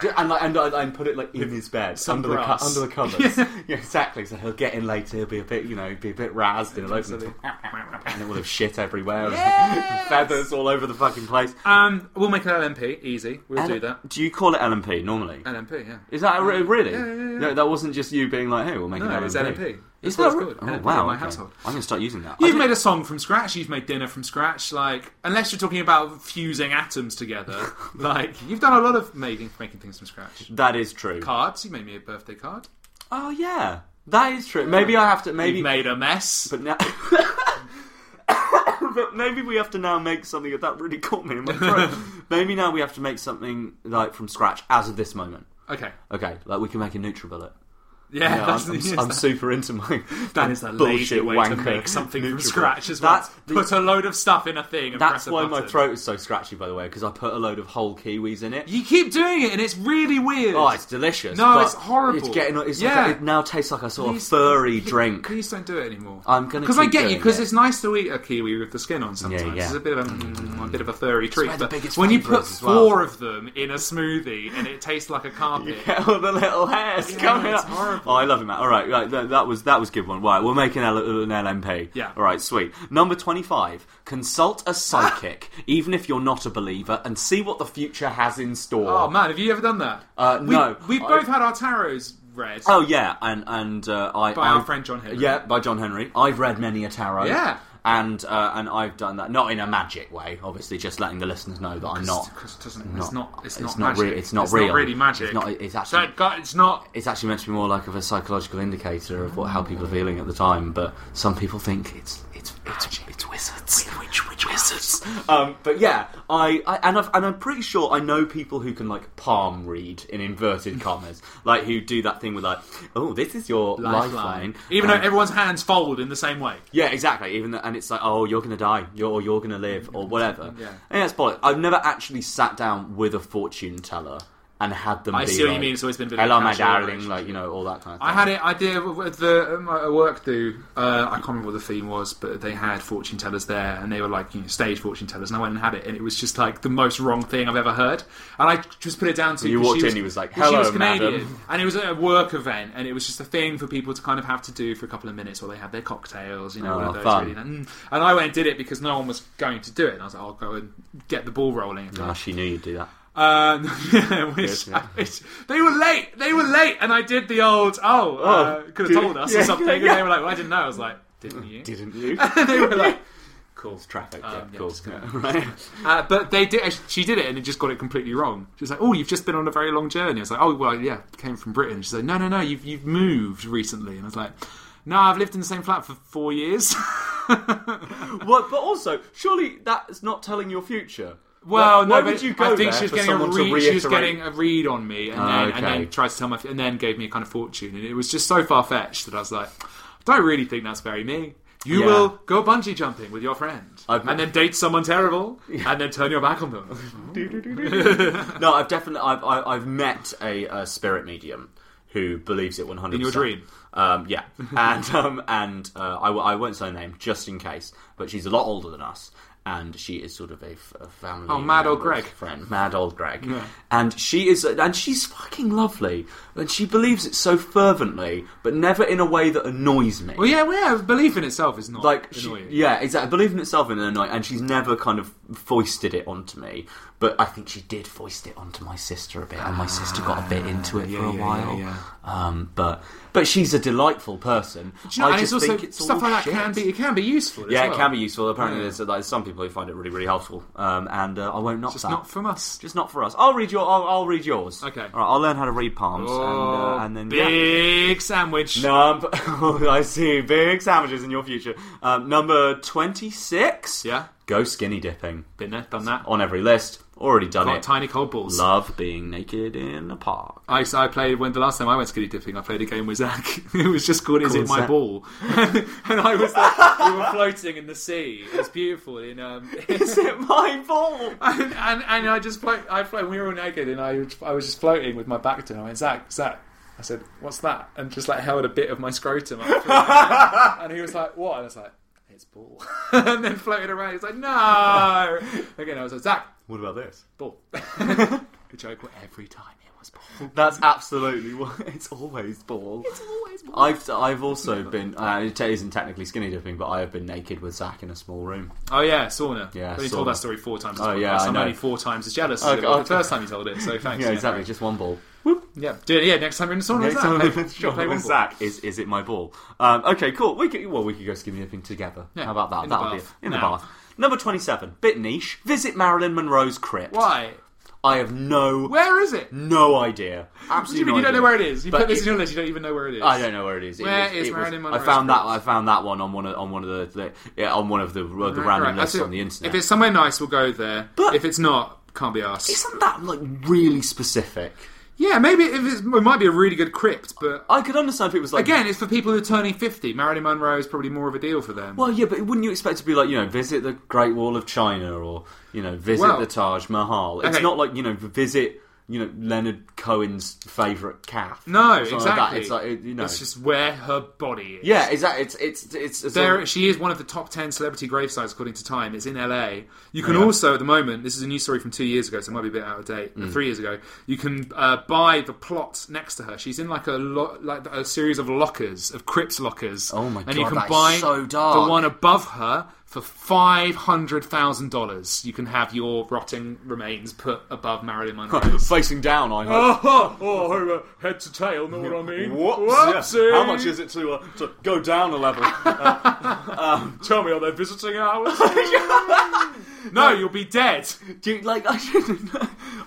Speaker 4: Just, ju- and, like, and and and put it like in his bed,
Speaker 2: some
Speaker 4: under the
Speaker 2: grass.
Speaker 4: cu- under the covers. yeah. exactly. So he'll get in later. He'll be a bit, you know, be a bit razzed. He'll open the and it will have shit everywhere, and feathers all over the fucking place.
Speaker 2: Um, we'll make an LMP, easy. We'll
Speaker 4: L-
Speaker 2: do that.
Speaker 4: Do you call it LMP normally?
Speaker 2: LMP, yeah.
Speaker 4: Is that re- really?
Speaker 2: yeah, yeah, yeah.
Speaker 4: No, that wasn't just you being like, "Hey, Oh, we'll make
Speaker 2: No,
Speaker 4: an LMP."
Speaker 2: it's LMP.
Speaker 4: Is
Speaker 2: That's what
Speaker 4: that
Speaker 2: it's
Speaker 4: re-
Speaker 2: called,
Speaker 4: Oh
Speaker 2: LMP,
Speaker 4: wow!
Speaker 2: my
Speaker 4: okay.
Speaker 2: household.
Speaker 4: I'm gonna start using that. I
Speaker 2: You've
Speaker 4: did-
Speaker 2: made a song from scratch. You've made dinner from scratch. Like, unless you're talking about fusing atoms together, like you've done a lot of making making things from scratch.
Speaker 4: that is true.
Speaker 2: Cards. You made me a birthday card.
Speaker 4: Oh yeah, that is true. Maybe I have to. Maybe
Speaker 2: You made a mess.
Speaker 4: But now, but maybe we have to now make something that really caught me in my throat. maybe now we have to make something like from scratch as of this moment.
Speaker 2: okay.
Speaker 4: Okay, like we can make a NutriBullet.
Speaker 2: Yeah,
Speaker 4: Yeah,
Speaker 2: that's,
Speaker 4: I'm,
Speaker 2: yes,
Speaker 4: I'm, I'm
Speaker 2: that-
Speaker 4: super into my
Speaker 2: that is a lazy
Speaker 4: bullshit
Speaker 2: way to
Speaker 4: wanker
Speaker 2: make something from
Speaker 4: NutriBullet.
Speaker 2: scratch as well.
Speaker 4: That's the-
Speaker 2: Put a load of stuff in a thing. And
Speaker 4: That's
Speaker 2: press a
Speaker 4: why my
Speaker 2: button.
Speaker 4: throat is so scratchy, by the way, because I put a load of whole kiwis in it.
Speaker 2: You keep doing it, and it's really weird.
Speaker 4: Oh, it's delicious.
Speaker 2: No,
Speaker 4: but
Speaker 2: it's horrible.
Speaker 4: It's getting. It's
Speaker 2: Yeah.
Speaker 4: like, it now tastes like a sort
Speaker 2: Please-
Speaker 4: of furry
Speaker 2: please-
Speaker 4: drink.
Speaker 2: Please don't do it anymore.
Speaker 4: I'm gonna
Speaker 2: because I
Speaker 4: keep
Speaker 2: get you
Speaker 4: doing
Speaker 2: because
Speaker 4: it.
Speaker 2: it's nice to eat a kiwi with the skin on sometimes.
Speaker 4: yeah.
Speaker 2: It's a bit of a, mm, a bit of a furry treat.
Speaker 4: where the
Speaker 2: But
Speaker 4: biggest
Speaker 2: when you
Speaker 4: fibre
Speaker 2: put
Speaker 4: is as well.
Speaker 2: four of them in a smoothie and it tastes like a carpet,
Speaker 4: Get all the little hairs coming
Speaker 2: it's
Speaker 4: up.
Speaker 2: horrible.
Speaker 4: Oh, I love it, Matt. All right, right that, that was that was a good one. Right, we'll make an, L- an LMP.
Speaker 2: Yeah.
Speaker 4: All right, sweet. Number twenty-five. Consult a psychic,
Speaker 2: Ah!
Speaker 4: even if you're not a believer, and see what the future has in store.
Speaker 2: oh man, have you ever done that?
Speaker 4: Uh,
Speaker 2: we,
Speaker 4: no.
Speaker 2: we
Speaker 4: I-
Speaker 2: both had our tarots read.
Speaker 4: Oh yeah, and and uh, I
Speaker 2: By our
Speaker 4: I've-
Speaker 2: friend John Henry.
Speaker 4: Yeah, by John Henry. I've read many a tarot.
Speaker 2: Yeah.
Speaker 4: And uh, and I've done that not in a magic way, obviously, just letting the listeners know that I'm not.
Speaker 2: Because it doesn't, it's not. It's not.
Speaker 4: rea-
Speaker 2: magic.
Speaker 4: it's not
Speaker 2: it's
Speaker 4: real.
Speaker 2: Not really magic.
Speaker 4: It's not. It's actually.
Speaker 2: Thank God, it's not.
Speaker 4: it's actually meant to be more like of a psychological indicator of what how people are feeling at the time. But some people think it's it's it's, it's wizards, witch, witch, wizards. Um, but yeah, I, I and I've, and I'm pretty sure I know people who can like palm read in inverted commas, like who do that thing with like, oh, this is your lifeline,
Speaker 2: Even though
Speaker 4: and-
Speaker 2: everyone's hands fold in the same way.
Speaker 4: yeah, exactly. Even th and it's like, oh, you're gonna die, you're or you're gonna live, or whatever.
Speaker 2: Yeah.
Speaker 4: and it's bollocks. I've never actually sat down with a fortune teller and had them.
Speaker 2: I
Speaker 4: be
Speaker 2: see what you
Speaker 4: like,
Speaker 2: mean, it's always been a bit of a
Speaker 4: hello, my
Speaker 2: casual
Speaker 4: darling,
Speaker 2: relationship.
Speaker 4: like you know, all that kind of.
Speaker 2: I
Speaker 4: thing.
Speaker 2: had it. I did with the um, at work do. Uh, I can't remember what the theme was, but they had fortune tellers there, and they were like you know, stage fortune tellers. And I went and had it, and it was just like the most wrong thing I've ever heard. And I just put it down to
Speaker 4: You
Speaker 2: 'cause
Speaker 4: walked
Speaker 2: she
Speaker 4: in, he was like,
Speaker 2: 'cause she
Speaker 4: "Hello,
Speaker 2: was Canadian,
Speaker 4: madam."
Speaker 2: and it was a work event, and it was just a thing for people to kind of have to do for a couple of minutes while they had their cocktails, you know,
Speaker 4: Oh,
Speaker 2: all of those
Speaker 4: fun.
Speaker 2: really. And, and I went and did it because no one was going to do it, and I was like, I'll go and get the ball rolling. and do
Speaker 4: Oh,
Speaker 2: it.
Speaker 4: she knew you'd do that.
Speaker 2: Um, which,
Speaker 4: yeah.
Speaker 2: which- they were late. They were late, and I did the old oh, uh,
Speaker 4: Oh,
Speaker 2: could
Speaker 4: did-
Speaker 2: have told us
Speaker 4: yeah,
Speaker 2: or something.
Speaker 4: yeah,
Speaker 2: And they
Speaker 4: yeah.
Speaker 2: were like, well, I didn't know. I was like, didn't you?
Speaker 4: Didn't you?
Speaker 2: they were like, cool.
Speaker 4: Traffic.
Speaker 2: Um,
Speaker 4: yeah,
Speaker 2: yeah,
Speaker 4: cool.
Speaker 2: just gonna-
Speaker 4: Yeah, right.
Speaker 2: Uh, but they did. She did it, and it just got it completely wrong. She was like, "Oh, you've just been on a very long journey." I was like, "Oh, well, yeah, came from Britain." She's like, "No, no, no, you've you've moved recently." And I was like, "No, I've lived in the same flat for four years."
Speaker 4: Well, but also, surely that's not telling your future.
Speaker 2: Well,
Speaker 4: Like,
Speaker 2: no,
Speaker 4: why
Speaker 2: but
Speaker 4: would you go
Speaker 2: I think
Speaker 4: there
Speaker 2: she was
Speaker 4: for
Speaker 2: getting a
Speaker 4: someone to
Speaker 2: read. She was
Speaker 4: reiterate- Ah,
Speaker 2: getting a read on me, and then, and
Speaker 4: okay.
Speaker 2: then tried to tell my, and then gave me a kind of fortune, and it was just so far fetched that I was like, I don't really think that's very me. You
Speaker 4: Yeah.
Speaker 2: will go bungee jumping with your friend,
Speaker 4: I've-
Speaker 2: and then date someone terrible, and then turn your back on them.
Speaker 4: No, I've definitely I've I, I've met a, uh spirit medium who believes it one hundred.
Speaker 2: In your dream?
Speaker 4: Um, yeah, and um, and uh, I, w- I won't say her name just in case, but she's a lot older than us, and she is sort of a, f- a family.
Speaker 2: Oh, mad old
Speaker 4: member's
Speaker 2: Greg.
Speaker 4: friend, mad old Greg,
Speaker 2: Yeah.
Speaker 4: and she is, and she's fucking lovely, and she believes it so fervently, but never in a way that annoys me.
Speaker 2: Well, yeah, well, yeah. Belief in itself is not
Speaker 4: like she,
Speaker 2: annoying.
Speaker 4: yeah, exactly. Believe in itself in an night, and she's never kind of foisted it onto me. But I think she did foist it onto my sister a bit, and my sister got a bit into it
Speaker 2: yeah,
Speaker 4: for a
Speaker 2: Ah, yeah,
Speaker 4: while.
Speaker 2: yeah,
Speaker 4: Um, but but she's a delightful person.
Speaker 2: Do you know,
Speaker 4: I
Speaker 2: and it's
Speaker 4: just
Speaker 2: also
Speaker 4: think it's all
Speaker 2: stuff like
Speaker 4: shit.
Speaker 2: that can be it can be useful. as
Speaker 4: yeah,
Speaker 2: well.
Speaker 4: it can be useful. Apparently,
Speaker 2: Yeah.
Speaker 4: there's, there's some people who find it really really helpful, um, and uh, I won't knock
Speaker 2: Just
Speaker 4: that.
Speaker 2: not from us.
Speaker 4: just not for us. I'll read your. I'll, I'll read yours.
Speaker 2: Okay. Oh,
Speaker 4: All right. I'll learn how to read palms, and, uh, and then yeah.
Speaker 2: big sandwich.
Speaker 4: Number, I see big sandwiches in your future. Um, number twenty-six.
Speaker 2: Yeah.
Speaker 4: Go skinny dipping.
Speaker 2: Been there, done that.
Speaker 4: On every list, already done
Speaker 2: Got
Speaker 4: it.
Speaker 2: tiny cold balls.
Speaker 4: Love being naked in a park.
Speaker 2: I, so I played when the last time I went skinny dipping, I played a game with Zach. it was just called "Is
Speaker 4: Called
Speaker 2: It My
Speaker 4: Zach.
Speaker 2: Ball?" and I was like, we were floating in the sea. It was beautiful. In um,
Speaker 4: Is it my ball?
Speaker 2: and, and and I just float. I float. We were all naked, and I was- I was just floating with my back to him. I went, Zach, Zach. I said, "What's that?" And just like held a bit of my scrotum up, through it. and he was like, "What?" And I was like, "It's ball." and then floated around. He's like, "No." Again, I was like, "Zach,
Speaker 4: What about this?
Speaker 2: ball." the joke was every time it was ball.
Speaker 4: That's absolutely what it's always ball. It's always ball. I've I've also been uh, it isn't technically skinny dipping, but I have been naked with Zach in a small room.
Speaker 2: Oh yeah, sauna.
Speaker 4: Yeah,
Speaker 2: But he
Speaker 4: sauna.
Speaker 2: told that story four times.
Speaker 4: Oh,
Speaker 2: Oh
Speaker 4: yeah,
Speaker 2: yeah,
Speaker 4: I
Speaker 2: I'm
Speaker 4: know.
Speaker 2: only four times as jealous.
Speaker 4: Okay,
Speaker 2: as it was
Speaker 4: okay.
Speaker 2: the first time he told it, so thanks.
Speaker 4: yeah, exactly. Just one ball.
Speaker 2: Yeah, do it. Yeah, next time you're in the sauna,
Speaker 4: Next
Speaker 2: Zach,
Speaker 4: time
Speaker 2: play-
Speaker 4: I'm in
Speaker 2: play one
Speaker 4: with
Speaker 2: ball.
Speaker 4: Zach is is it my ball? Um, okay, cool. We could well we could go skinny dipping together.
Speaker 2: Yeah,
Speaker 4: How about that?
Speaker 2: in the
Speaker 4: That'll be
Speaker 2: bath.
Speaker 4: in the
Speaker 2: Now.
Speaker 4: bath. Number twenty seven, bit niche. Visit Marilyn Monroe's crypt.
Speaker 2: Why?
Speaker 4: I have no
Speaker 2: Where is it?
Speaker 4: no idea.
Speaker 2: What do you
Speaker 4: Absolutely,
Speaker 2: mean
Speaker 4: no
Speaker 2: you don't
Speaker 4: idea.
Speaker 2: know where it is? You
Speaker 4: But Ah,
Speaker 2: put this
Speaker 4: it-
Speaker 2: in your list, you don't even know where it is.
Speaker 4: I don't know where it is. It
Speaker 2: Where
Speaker 4: was-
Speaker 2: is
Speaker 4: it was-
Speaker 2: Marilyn
Speaker 4: I
Speaker 2: Monroe's
Speaker 4: found that. I
Speaker 2: crypt?
Speaker 4: found that one on one of on one of the, the yeah, on one of the, uh, the random
Speaker 2: Right,
Speaker 4: lists
Speaker 2: that's it.
Speaker 4: on the internet.
Speaker 2: If it's somewhere nice, we'll go there.
Speaker 4: But-
Speaker 2: But if it's not, can't be asked.
Speaker 4: Isn't that like really specific?
Speaker 2: Yeah, maybe if it's, it might be a really good crypt, but
Speaker 4: I could understand if it was like
Speaker 2: again, it's for people who are turning fifty. Marilyn Monroe is probably more of a deal for them.
Speaker 4: Well, yeah, but wouldn't you expect to be like, you know, visit the Great Wall of China or, you know, visit
Speaker 2: Well-
Speaker 4: the Taj Mahal? It's
Speaker 2: Okay.
Speaker 4: not like, you know, visit, you know, Leonard Cohen's favourite calf.
Speaker 2: no,
Speaker 4: or something
Speaker 2: exactly.
Speaker 4: like that. It's like, it- you know.
Speaker 2: It's just where her body is.
Speaker 4: yeah, exactly. It's, it's, it's, it's
Speaker 2: There,
Speaker 4: a-
Speaker 2: she is one of the top ten celebrity gravesites according to Time. It's in LA. You can
Speaker 4: Oh, Yeah.
Speaker 2: also, at the moment, this is a news story from two years ago, so it might be a bit out of date.
Speaker 4: Mm.
Speaker 2: uh, Three years ago, you can uh, buy the plot next to her. She's in like a lo- like a series of lockers of crypt lockers.
Speaker 4: Oh my
Speaker 2: and
Speaker 4: God,
Speaker 2: you can
Speaker 4: that is
Speaker 2: buy
Speaker 4: so dark.
Speaker 2: the one above her for five hundred thousand dollars. You can have your rotting remains put above Marilyn Monroe's.
Speaker 4: facing down, I hope.
Speaker 2: oh, oh, head to tail, know what I mean?
Speaker 4: Whoops, yeah. How much is it to, uh, to go down a level? Uh, um,
Speaker 2: Tell me, are they visiting hours? no, you'll be dead.
Speaker 4: Dude, like I shouldn't.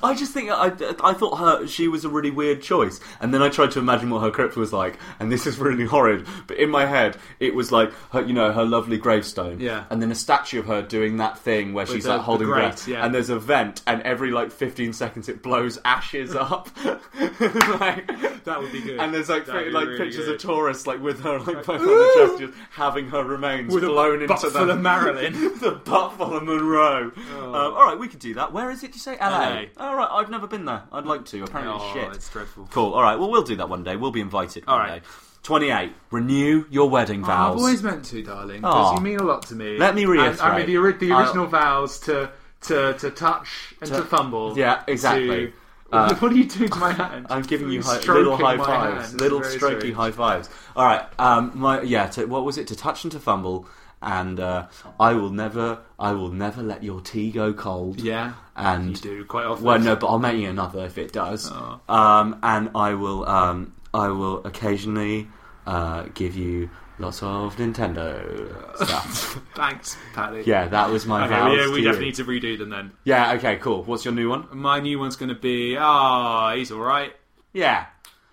Speaker 4: I just think I, I thought her she was a really weird choice, and then I tried to imagine what her crypt was like, and this is really horrid. But in my head, it was like her, you know, her lovely gravestone,
Speaker 2: Yeah.
Speaker 4: and then a statue of her doing that thing where she's
Speaker 2: the-
Speaker 4: like holding
Speaker 2: the
Speaker 4: her
Speaker 2: grate,
Speaker 4: breath,
Speaker 2: yeah.
Speaker 4: and there's a vent, and every like 15 seconds it blows ashes up. like,
Speaker 2: That would be good.
Speaker 4: And there's like
Speaker 2: That'd
Speaker 4: fi-
Speaker 2: be
Speaker 4: like
Speaker 2: really
Speaker 4: pictures
Speaker 2: good.
Speaker 4: of tourists like with her like both on the chest, just having her remains blown into
Speaker 2: butt
Speaker 4: the
Speaker 2: full of Marilyn.
Speaker 4: the butt full of Monroe.
Speaker 2: Oh.
Speaker 4: Um, all right, we could do that. Where is it? You say LA?
Speaker 2: LA.
Speaker 4: All right, I've never been there. I'd like to. Apparently, it's
Speaker 2: Oh,
Speaker 4: shit.
Speaker 2: it's dreadful.
Speaker 4: Cool. All right. Well, we'll do that one day. We'll be invited.
Speaker 2: All
Speaker 4: one
Speaker 2: right. Oh,
Speaker 4: Day. Twenty-eight. Renew your wedding vows.
Speaker 2: I've always meant to, darling,
Speaker 4: Aw.
Speaker 2: because you mean a lot to me.
Speaker 4: Oh. Let me
Speaker 2: And, I
Speaker 4: reiterate.
Speaker 2: mean, the, ori- the
Speaker 4: I'll-
Speaker 2: original vows to, to, to touch and to, fumble.
Speaker 4: Yeah, exactly. Uh,
Speaker 2: to- what are you doing to my hand?
Speaker 4: I'm giving you
Speaker 2: You're
Speaker 4: high,
Speaker 2: stroking
Speaker 4: little high
Speaker 2: my
Speaker 4: fives,
Speaker 2: hand.
Speaker 4: little
Speaker 2: Very
Speaker 4: strokey
Speaker 2: strange.
Speaker 4: high fives. All right, um, my yeah. To, what was it? To touch and to fumble, and uh, I will never, I will never let your tea go cold.
Speaker 2: Yeah,
Speaker 4: and
Speaker 2: you do quite often. Oh.
Speaker 4: Well, no, but I'll make you another if it does. Um, and I will, um, I will occasionally uh, give you lots of Nintendo stuff.
Speaker 2: Thanks, Patty.
Speaker 4: yeah, that was my
Speaker 2: Okay,
Speaker 4: vows
Speaker 2: yeah,
Speaker 4: to
Speaker 2: we
Speaker 4: you.
Speaker 2: definitely need to redo them then.
Speaker 4: Yeah. Okay. Cool. What's your new one?
Speaker 2: My new one's going to be ah, he's all right.
Speaker 4: Yeah.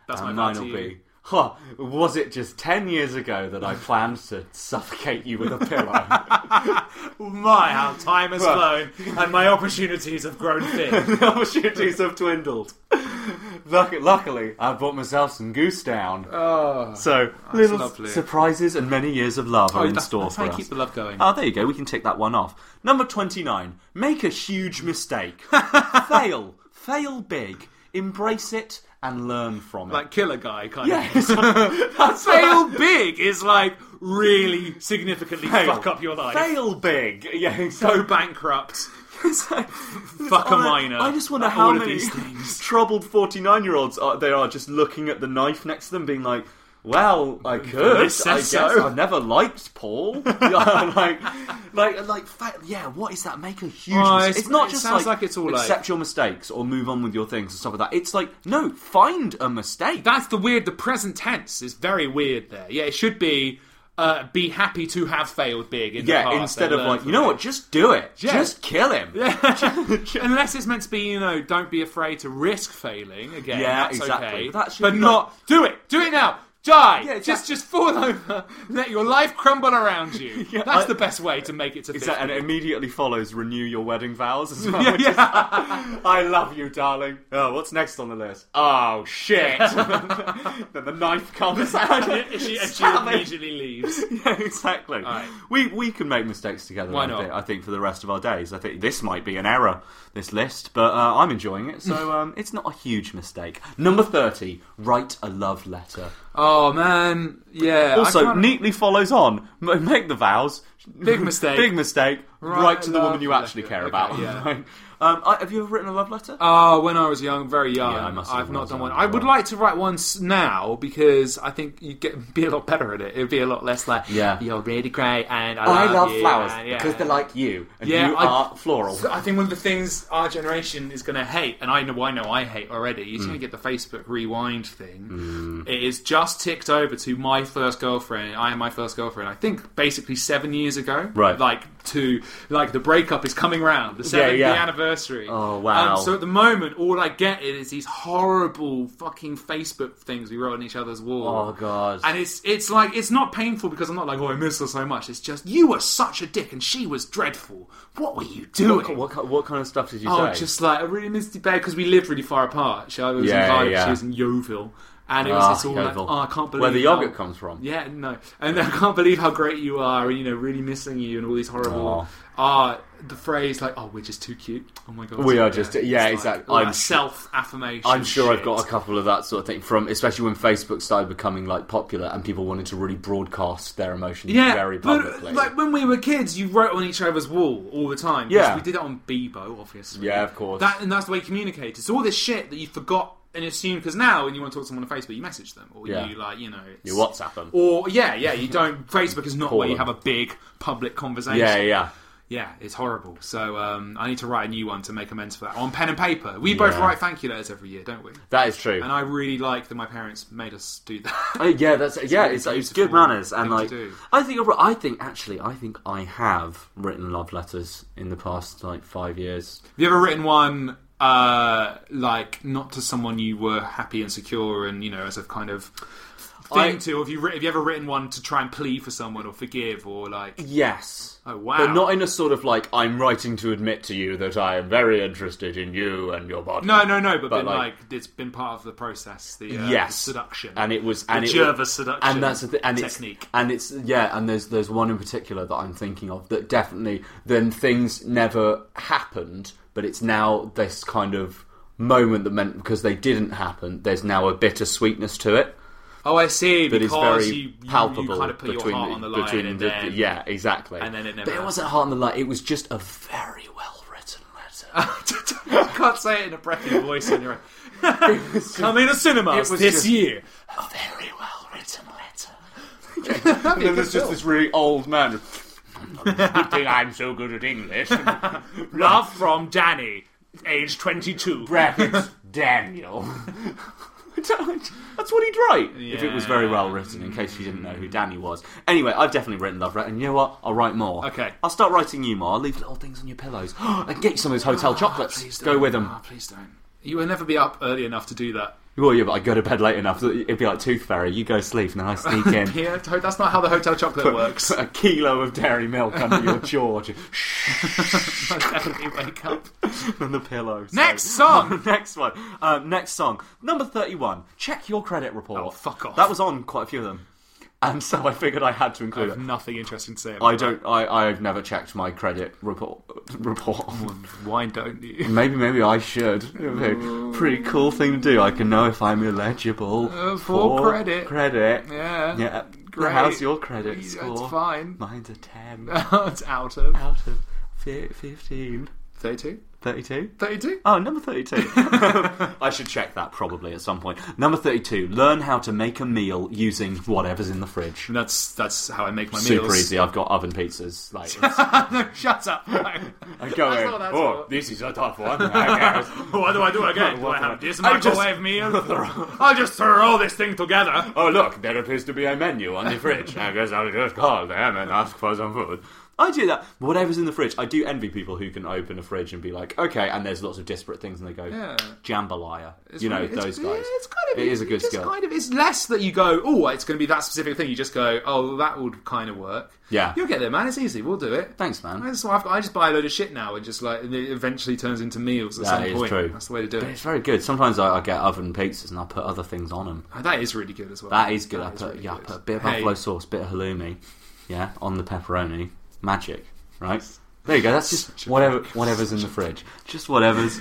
Speaker 2: That's
Speaker 4: And
Speaker 2: my vow
Speaker 4: mine will
Speaker 2: to you.
Speaker 4: be. Huh, was it just 10 years ago that I planned to suffocate you with a pillow?
Speaker 2: My, how time has flown, and my opportunities have grown thin.
Speaker 4: the opportunities have dwindled. Luck- luckily, I bought myself some goose down. so, little
Speaker 2: Oh, lovely. Oh,
Speaker 4: surprises and many years of love are in
Speaker 2: that's-
Speaker 4: store
Speaker 2: that's
Speaker 4: for
Speaker 2: how you
Speaker 4: us.
Speaker 2: keep the love going.
Speaker 4: Oh, there you go. We can tick that one off. Number 29. Make a huge mistake. Fail. Fail big. Embrace it and learn from it.
Speaker 2: like killer guy kind of.
Speaker 4: Yes. That's
Speaker 2: fail big is like really significantly
Speaker 4: Fail.
Speaker 2: fuck up your life.
Speaker 4: Fail big. Yeah,
Speaker 2: Go bankrupt. fuck a
Speaker 4: I-
Speaker 2: minor.
Speaker 4: I just wonder
Speaker 2: Like,
Speaker 4: how
Speaker 2: all
Speaker 4: many
Speaker 2: of these things.
Speaker 4: troubled forty-nine-year-olds are, they are, just looking at the knife next to them, being like, "Well, I could.
Speaker 2: This
Speaker 4: I
Speaker 2: says
Speaker 4: guess
Speaker 2: so."
Speaker 4: I've never liked Paul. Yeah, like, like, like, fa- yeah. What is that? Make a huge.
Speaker 2: Oh,
Speaker 4: mistake.
Speaker 2: it's-
Speaker 4: It's not
Speaker 2: it
Speaker 4: just
Speaker 2: sounds
Speaker 4: like,
Speaker 2: like it's all
Speaker 4: accept
Speaker 2: like-
Speaker 4: your mistakes or move on with your things and stuff like that. It's like no, find a mistake.
Speaker 2: That's the weird. The present tense is very weird there. Yeah, it should be uh, be happy to have failed big. In the
Speaker 4: yeah,
Speaker 2: past
Speaker 4: instead
Speaker 2: and
Speaker 4: of
Speaker 2: learn
Speaker 4: like,
Speaker 2: from
Speaker 4: you know
Speaker 2: it.
Speaker 4: what? Just do it.
Speaker 2: Yeah.
Speaker 4: Just kill him.
Speaker 2: Unless it's meant to be, you know, don't be afraid to risk failing again.
Speaker 4: Yeah,
Speaker 2: that's
Speaker 4: exactly.
Speaker 2: Okay.
Speaker 4: But that should
Speaker 2: But
Speaker 4: be
Speaker 2: not do it. Do it now. Die.
Speaker 4: Yeah,
Speaker 2: just
Speaker 4: exact-
Speaker 2: just fall over. Let your life crumble around you.
Speaker 4: Yeah,
Speaker 2: that's
Speaker 4: I-
Speaker 2: the best way to make it to.
Speaker 4: Exactly, and it
Speaker 2: 50.
Speaker 4: immediately follows renew your wedding vows as well.
Speaker 2: Yeah,
Speaker 4: which is- I love you, darling. Oh, what's next on the list? Oh shit! then the knife comes out.
Speaker 2: and she, and she
Speaker 4: Savage.
Speaker 2: immediately leaves.
Speaker 4: Yeah, exactly.
Speaker 2: right.
Speaker 4: We we can make mistakes together.
Speaker 2: Why
Speaker 4: I
Speaker 2: not?
Speaker 4: Think, I think for the rest of our days. I think this might be an error. This list, but uh, I'm enjoying it, so um, it's not a huge mistake. Number thirty: write a love letter.
Speaker 2: Oh man, yeah. I
Speaker 4: Also,
Speaker 2: can't-
Speaker 4: neatly follows on. M- Make the vows.
Speaker 2: Big mistake.
Speaker 4: Big mistake.
Speaker 2: Right,
Speaker 4: Right, to the
Speaker 2: love
Speaker 4: woman you actually
Speaker 2: letter.
Speaker 4: care
Speaker 2: Okay,
Speaker 4: about.
Speaker 2: yeah.
Speaker 4: Like, um, I, have you ever written a love letter?
Speaker 2: Oh, when I was young, very young,
Speaker 4: Yeah, I must have
Speaker 2: I've
Speaker 4: when I
Speaker 2: not
Speaker 4: was
Speaker 2: done
Speaker 4: young,
Speaker 2: one. I would
Speaker 4: yeah.
Speaker 2: like to write one s- now because I think you get be a lot better at it. It'd be a lot less like,
Speaker 4: Yeah.
Speaker 2: you're really great, and I,
Speaker 4: I love
Speaker 2: you,"
Speaker 4: flowers
Speaker 2: and, yeah.
Speaker 4: because they're like you, and
Speaker 2: Yeah,
Speaker 4: you
Speaker 2: I-
Speaker 4: are floral.
Speaker 2: So I think one of the things our generation is going to hate, and I know I know I hate already, is going
Speaker 4: Mm.
Speaker 2: to get the Facebook Rewind thing. It is just ticked over to my first girlfriend. I am my first girlfriend. I think basically seven years ago.
Speaker 4: Right.
Speaker 2: Like to like the breakup is coming round. The seven,
Speaker 4: Yeah, yeah.
Speaker 2: the anniversary.
Speaker 4: Oh, wow.
Speaker 2: Um, so at the moment, all I get is these horrible fucking Facebook things we wrote on each other's wall.
Speaker 4: Oh, God.
Speaker 2: And it's it's like it's not painful because I'm not like oh I miss her so much. It's just you were such a dick and she was dreadful. What were you doing?
Speaker 4: What, ki- what, ki- what kind of stuff did you
Speaker 2: Oh,
Speaker 4: say?
Speaker 2: just like I really missed you, babe, because we lived really far apart. She I was
Speaker 4: Yeah,
Speaker 2: in Cardiff,
Speaker 4: yeah.
Speaker 2: she was in Yeovil, and it was
Speaker 4: Ah,
Speaker 2: just all like,
Speaker 4: Yeovil.
Speaker 2: oh, I can't believe
Speaker 4: Where the
Speaker 2: how-
Speaker 4: yogurt comes from.
Speaker 2: Yeah, no, and I can't believe how great you are, and you know, really missing you, and all these horrible. Ah, the phrase like, "Oh, we're just too cute." Oh my god,
Speaker 4: We are just- yeah, exactly. I'm
Speaker 2: I'm
Speaker 4: su-
Speaker 2: self affirmation.
Speaker 4: I'm sure I've got a couple of that sort of thing from, especially when Facebook started becoming like popular and people wanted to really broadcast their emotions
Speaker 2: yeah,
Speaker 4: very
Speaker 2: but,
Speaker 4: publicly.
Speaker 2: like when we were kids, you wrote on each other's wall all the time. 'cause
Speaker 4: Yeah.
Speaker 2: we did that on Bebo, obviously.
Speaker 4: Yeah, of course.
Speaker 2: That and that's the way you communicate. It's all this shit that you forgot and assumed because now when you want to talk to someone on Facebook, you message them or
Speaker 4: Yeah.
Speaker 2: you like you know it's,
Speaker 4: You WhatsApp 'em.
Speaker 2: or yeah, yeah. You don't. Facebook is not
Speaker 4: Call
Speaker 2: where you
Speaker 4: them.
Speaker 2: have a big public conversation.
Speaker 4: yeah, yeah.
Speaker 2: Yeah, it's horrible. So um, I need to write a new one to make amends for that on pen and paper. We both
Speaker 4: Yeah.
Speaker 2: write thank you letters every year, don't we?
Speaker 4: That is true.
Speaker 2: And I really like that my parents made us do that.
Speaker 4: Uh, yeah, that's yeah.
Speaker 2: really
Speaker 4: It's, it's
Speaker 2: beautiful
Speaker 4: good manners
Speaker 2: thing
Speaker 4: and
Speaker 2: to
Speaker 4: like
Speaker 2: do.
Speaker 4: I think you're right. I think actually I think I have written love letters in the past like five years.
Speaker 2: Have you ever written one uh, like not to someone you were happy and secure and you know as a kind of thing
Speaker 4: I-
Speaker 2: to? Or have you writ- have you ever written one to try and plead for someone or forgive or like?
Speaker 4: Yes.
Speaker 2: Oh, wow.
Speaker 4: But not in a sort of like I'm writing to admit to you that I am very interested in you and your body.
Speaker 2: No, no, no. But, been like, it's been part of the process. The, uh,
Speaker 4: yes,
Speaker 2: the seduction
Speaker 4: and it was
Speaker 2: the
Speaker 4: and it
Speaker 2: Jervis
Speaker 4: was-
Speaker 2: seduction,
Speaker 4: and that's the thi- and it's-
Speaker 2: technique.
Speaker 4: and it's yeah, and there's there's one in particular that I'm thinking of that definitely then things never happened, but it's now this kind of moment that meant because they didn't happen. There's now a bitter sweetness to it.
Speaker 2: oh, I see.
Speaker 4: That is
Speaker 2: because
Speaker 4: very
Speaker 2: you, you,
Speaker 4: palpable
Speaker 2: You kind of put
Speaker 4: between
Speaker 2: your heart on the line,
Speaker 4: between
Speaker 2: and
Speaker 4: the-
Speaker 2: then,
Speaker 4: yeah, exactly.
Speaker 2: and then it never
Speaker 4: But it wasn't heart on the line. It was just a very well written letter.
Speaker 2: I can't say it in a breathy voice on your own. Coming to cinemas
Speaker 4: it was
Speaker 2: this
Speaker 4: just-
Speaker 2: year.
Speaker 4: a very well written letter. and then there's just this really old man. Good thing I'm so good at English.
Speaker 2: Love from Danny, age 22.
Speaker 4: Brackets, Daniel. That's what he'd write if it was very well written. In case you didn't know who Danny was. Anyway, I've definitely written love letter, and you know what? I'll write more.
Speaker 2: Okay.
Speaker 4: I'll start writing you more. I'll leave little things on your pillows. and get you some of those hotel chocolates. Go with them.
Speaker 2: Oh, please don't. You will never be up early enough to do that.
Speaker 4: Well, yeah, but I go to bed late enough. that It'd be like Tooth Fairy. You go sleep, and then I sneak in.
Speaker 2: Here, to- that's not how the hotel chocolate works.
Speaker 4: a kilo of dairy milk under your jaw. just
Speaker 2: I definitely wake up.
Speaker 4: on the pillow. so-
Speaker 2: Next song!
Speaker 4: next one. Um, next song. Number 31. Check your credit report.
Speaker 2: Oh, fuck off.
Speaker 4: That was on quite a few of them. And so I figured I had to
Speaker 2: I
Speaker 4: include
Speaker 2: have
Speaker 4: it.
Speaker 2: nothing interesting to say about
Speaker 4: I don't. I, I've never checked my credit report. Report.
Speaker 2: that. Why don't you?
Speaker 4: Maybe, maybe I should. It would be a pretty cool thing to do. I can know if I'm eligible
Speaker 2: Uh, for credit.
Speaker 4: Credit.
Speaker 2: Yeah.
Speaker 4: Yeah.
Speaker 2: Great.
Speaker 4: How's your credit
Speaker 2: Yeah,
Speaker 4: score?
Speaker 2: It's fine.
Speaker 4: Mine's a 10.
Speaker 2: it's out of
Speaker 4: Out of fi- 15.
Speaker 2: 32.
Speaker 4: 32?
Speaker 2: 32.
Speaker 4: Oh, number 32. I should check that probably at some point. Number 32. Learn how to make a meal using whatever's in the fridge.
Speaker 2: And that's that's how I make my
Speaker 4: Super
Speaker 2: meals.
Speaker 4: easy. I've got oven pizzas. Like,
Speaker 2: no, shut up. I
Speaker 4: I go in.
Speaker 2: thought that's
Speaker 4: Oh,
Speaker 2: what-
Speaker 4: this is a tough one. I guess.
Speaker 2: What do I do again? Do I
Speaker 4: What
Speaker 2: have this
Speaker 4: I just-
Speaker 2: microwave meal? I'll just throw all this thing together.
Speaker 4: Oh, look, there appears to be a menu on the fridge. I guess I'll just call them and ask for some food. I do that. Whatever's in the fridge, I do envy people who can open a fridge and be like, okay, and there's lots of disparate things, and they go,
Speaker 2: Yeah.
Speaker 4: jambalaya. you know,
Speaker 2: It's-
Speaker 4: those guys.
Speaker 2: yeah, It's kind of
Speaker 4: it is a
Speaker 2: you
Speaker 4: good
Speaker 2: just
Speaker 4: skill.
Speaker 2: Kind of, it's less that you go, oh, it's going to be that specific thing. You just go, oh, that would kind of work.
Speaker 4: Yeah.
Speaker 2: you'll get there, man. It's easy. We'll do it.
Speaker 4: Thanks, man.
Speaker 2: That's why I've got, I just buy a load of shit now and just like and it eventually turns into meals at
Speaker 4: That
Speaker 2: some
Speaker 4: is
Speaker 2: point.
Speaker 4: true.
Speaker 2: That's the way to do
Speaker 4: But
Speaker 2: it.
Speaker 4: it's very good. Sometimes I, I get oven pizzas and I'll put other things on them.
Speaker 2: Oh, that is really good as well.
Speaker 4: That is good. I put,
Speaker 2: really
Speaker 4: yeah, I
Speaker 2: good.
Speaker 4: put a bit of
Speaker 2: Hey,
Speaker 4: buffalo sauce, bit of halloumi, yeah, on the pepperoni. Magic, right? There you go. That's just whatever, whatever's in the fridge. Just whatever's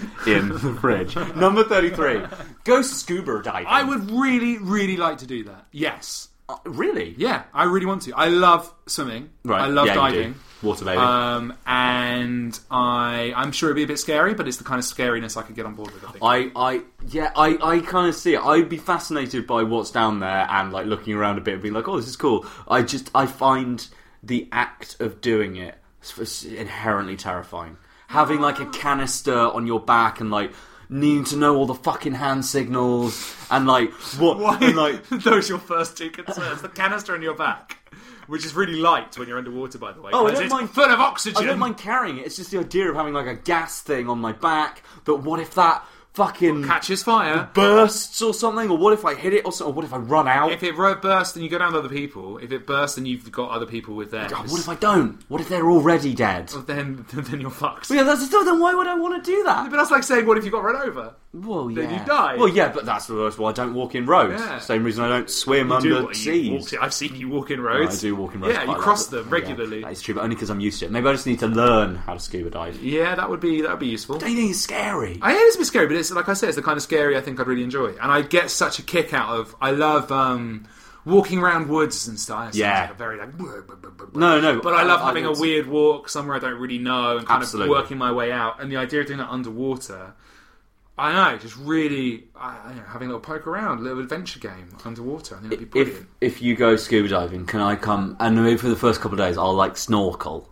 Speaker 4: in the fridge. Number thirty-three. Go scuba diving.
Speaker 2: I would really, really like to do that. Yes.
Speaker 4: Uh, really.
Speaker 2: Yeah, I really want to. I love swimming.
Speaker 4: Right.
Speaker 2: I love
Speaker 4: yeah, you do.
Speaker 2: diving.
Speaker 4: Water baby.
Speaker 2: Um, and I, I'm sure it'd be a bit scary, but it's the kind of scariness I could get on board with. I think.
Speaker 4: I, I, yeah, I, I kind of see it. I'd be fascinated by what's down there and like looking around a bit and being like, oh, this is cool. I just, I find the act of doing it s- inherently terrifying. Having like a canister on your back and like needing to know all the fucking hand signals and like what, and like
Speaker 2: those your first two concerns? The canister on your back, which is really light when you're underwater, by the way.
Speaker 4: Oh, I
Speaker 2: 'cause
Speaker 4: don't
Speaker 2: it's
Speaker 4: mind-
Speaker 2: full of oxygen.
Speaker 4: I don't mind carrying it. It's just the idea of having like a gas thing on my back. That what if that fucking
Speaker 2: Catches fire.
Speaker 4: bursts or something, or what if I hit it or something, or what if I run out?
Speaker 2: If it ro- bursts, then you go down to other people. If it bursts, then you've got other people with theirs.
Speaker 4: God, what if I don't? What if they're already dead?
Speaker 2: Then, then you're fucked.
Speaker 4: Yeah, that's still. Then why would I want to do that?
Speaker 2: But that's like saying, what if you got run over?
Speaker 4: Well, yeah.
Speaker 2: Then you die.
Speaker 4: Well, yeah, but that's the worst. Why I don't walk in roads.
Speaker 2: Yeah.
Speaker 4: Same reason I don't swim
Speaker 2: You do
Speaker 4: under
Speaker 2: what you
Speaker 4: seas.
Speaker 2: walk- I've seen you walk in
Speaker 4: No,
Speaker 2: roads.
Speaker 4: I do walk in roads.
Speaker 2: Yeah,
Speaker 4: quite
Speaker 2: you
Speaker 4: a lot,
Speaker 2: cross
Speaker 4: but-
Speaker 2: them
Speaker 4: yeah,
Speaker 2: regularly.
Speaker 4: that is true, but only because I'm used to it. Maybe I just need to learn how to scuba dive.
Speaker 2: Yeah, that would be that would be useful.
Speaker 4: Don't you think it's scary?
Speaker 2: I it is a bit scary, but it's like I say, it's the kind of scary I think I'd really enjoy, and I get such a kick out of. I love um, walking around woods and stuff. It sounds
Speaker 4: Yeah.
Speaker 2: like a very like. "Bruh, bruh, bruh, bruh, bruh."
Speaker 4: No, no,
Speaker 2: But I love
Speaker 4: I- I
Speaker 2: having a
Speaker 4: would-
Speaker 2: weird walk somewhere I don't really know and kind
Speaker 4: Absolutely.
Speaker 2: of working my way out, and the idea of doing that underwater. I know, just really, I, I don't know, having a little poke around, a little adventure game underwater. I think that'd be
Speaker 4: if
Speaker 2: brilliant.
Speaker 4: if you go scuba diving, can I come? And maybe for the first couple of days, I'll like snorkel,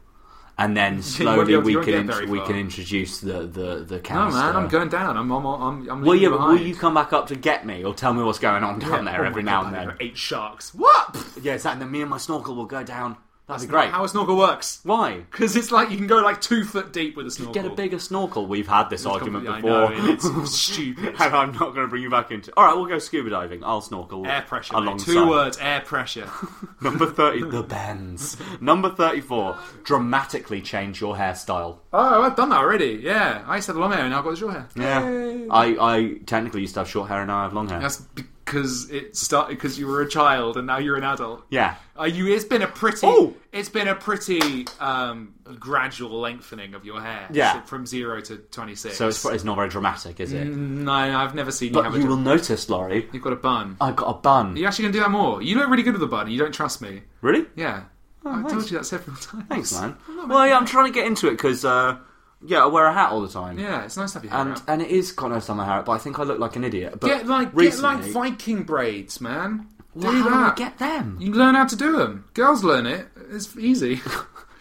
Speaker 4: and then
Speaker 2: won't be
Speaker 4: slowly
Speaker 2: able to-
Speaker 4: we
Speaker 2: you won't
Speaker 4: can
Speaker 2: get
Speaker 4: int-
Speaker 2: very
Speaker 4: we
Speaker 2: far.
Speaker 4: can introduce the the the
Speaker 2: no
Speaker 4: canister.
Speaker 2: man, I'm going down. I'm, I'm, I'm, I'm
Speaker 4: Well,
Speaker 2: leaving
Speaker 4: yeah, but will
Speaker 2: behind.
Speaker 4: you come back up to get me or tell me what's going on down there
Speaker 2: Oh
Speaker 4: every
Speaker 2: my
Speaker 4: now
Speaker 2: God,
Speaker 4: and
Speaker 2: there
Speaker 4: then?
Speaker 2: are Eight sharks. What?
Speaker 4: Yeah, it's that, and then me and my snorkel will go down. That'd be great.
Speaker 2: How a snorkel works?
Speaker 4: Why?
Speaker 2: Because it's like you can go like two foot deep with a snorkel.
Speaker 4: Get a bigger snorkel. We've had this argument
Speaker 2: I
Speaker 4: before.
Speaker 2: know, and it's stupid.
Speaker 4: and I'm not going to bring you back into. All right, we'll go scuba diving. I'll snorkel.
Speaker 2: Air pressure. mate.
Speaker 4: Alongside.
Speaker 2: Two words. Air pressure.
Speaker 4: Number thirty. the bends. Number thirty-four. Dramatically change your hairstyle.
Speaker 2: oh, I've done that already. Yeah, I used to have long hair, and now I've got short hair.
Speaker 4: Yeah. I, I technically used to have short hair and now I have long hair.
Speaker 2: That's because it started because you were a child, and now you're an adult.
Speaker 4: yeah.
Speaker 2: Are you? It's been a pretty.
Speaker 4: Oh!
Speaker 2: It's been a pretty um, gradual lengthening of your hair.
Speaker 4: Yeah.
Speaker 2: so from zero to twenty six.
Speaker 4: So it's, it's not very dramatic, is it?
Speaker 2: no, I've never seen you
Speaker 4: but
Speaker 2: have
Speaker 4: you
Speaker 2: a.
Speaker 4: will notice, Laurie,
Speaker 2: You've got a bun.
Speaker 4: I got a bun.
Speaker 2: You're actually going to do that more. You look really good with a bun. You don't trust me.
Speaker 4: Really?
Speaker 2: Yeah. I told you that several times.
Speaker 4: Oh, Thanks, man.
Speaker 2: Oh,
Speaker 4: Well, yeah, I'm trying to get into it because, uh, yeah, I wear a hat all the time.
Speaker 2: Yeah, it's nice to have your hair
Speaker 4: And uh,
Speaker 2: up.
Speaker 4: and it is quite nice to have my hair, up, but I think I look like an idiot. But
Speaker 2: Get like
Speaker 4: recently,
Speaker 2: get like Viking braids, man.
Speaker 4: well,
Speaker 2: do
Speaker 4: how
Speaker 2: that.
Speaker 4: do I get them?
Speaker 2: You learn how to do them. Girls learn it. It's easy.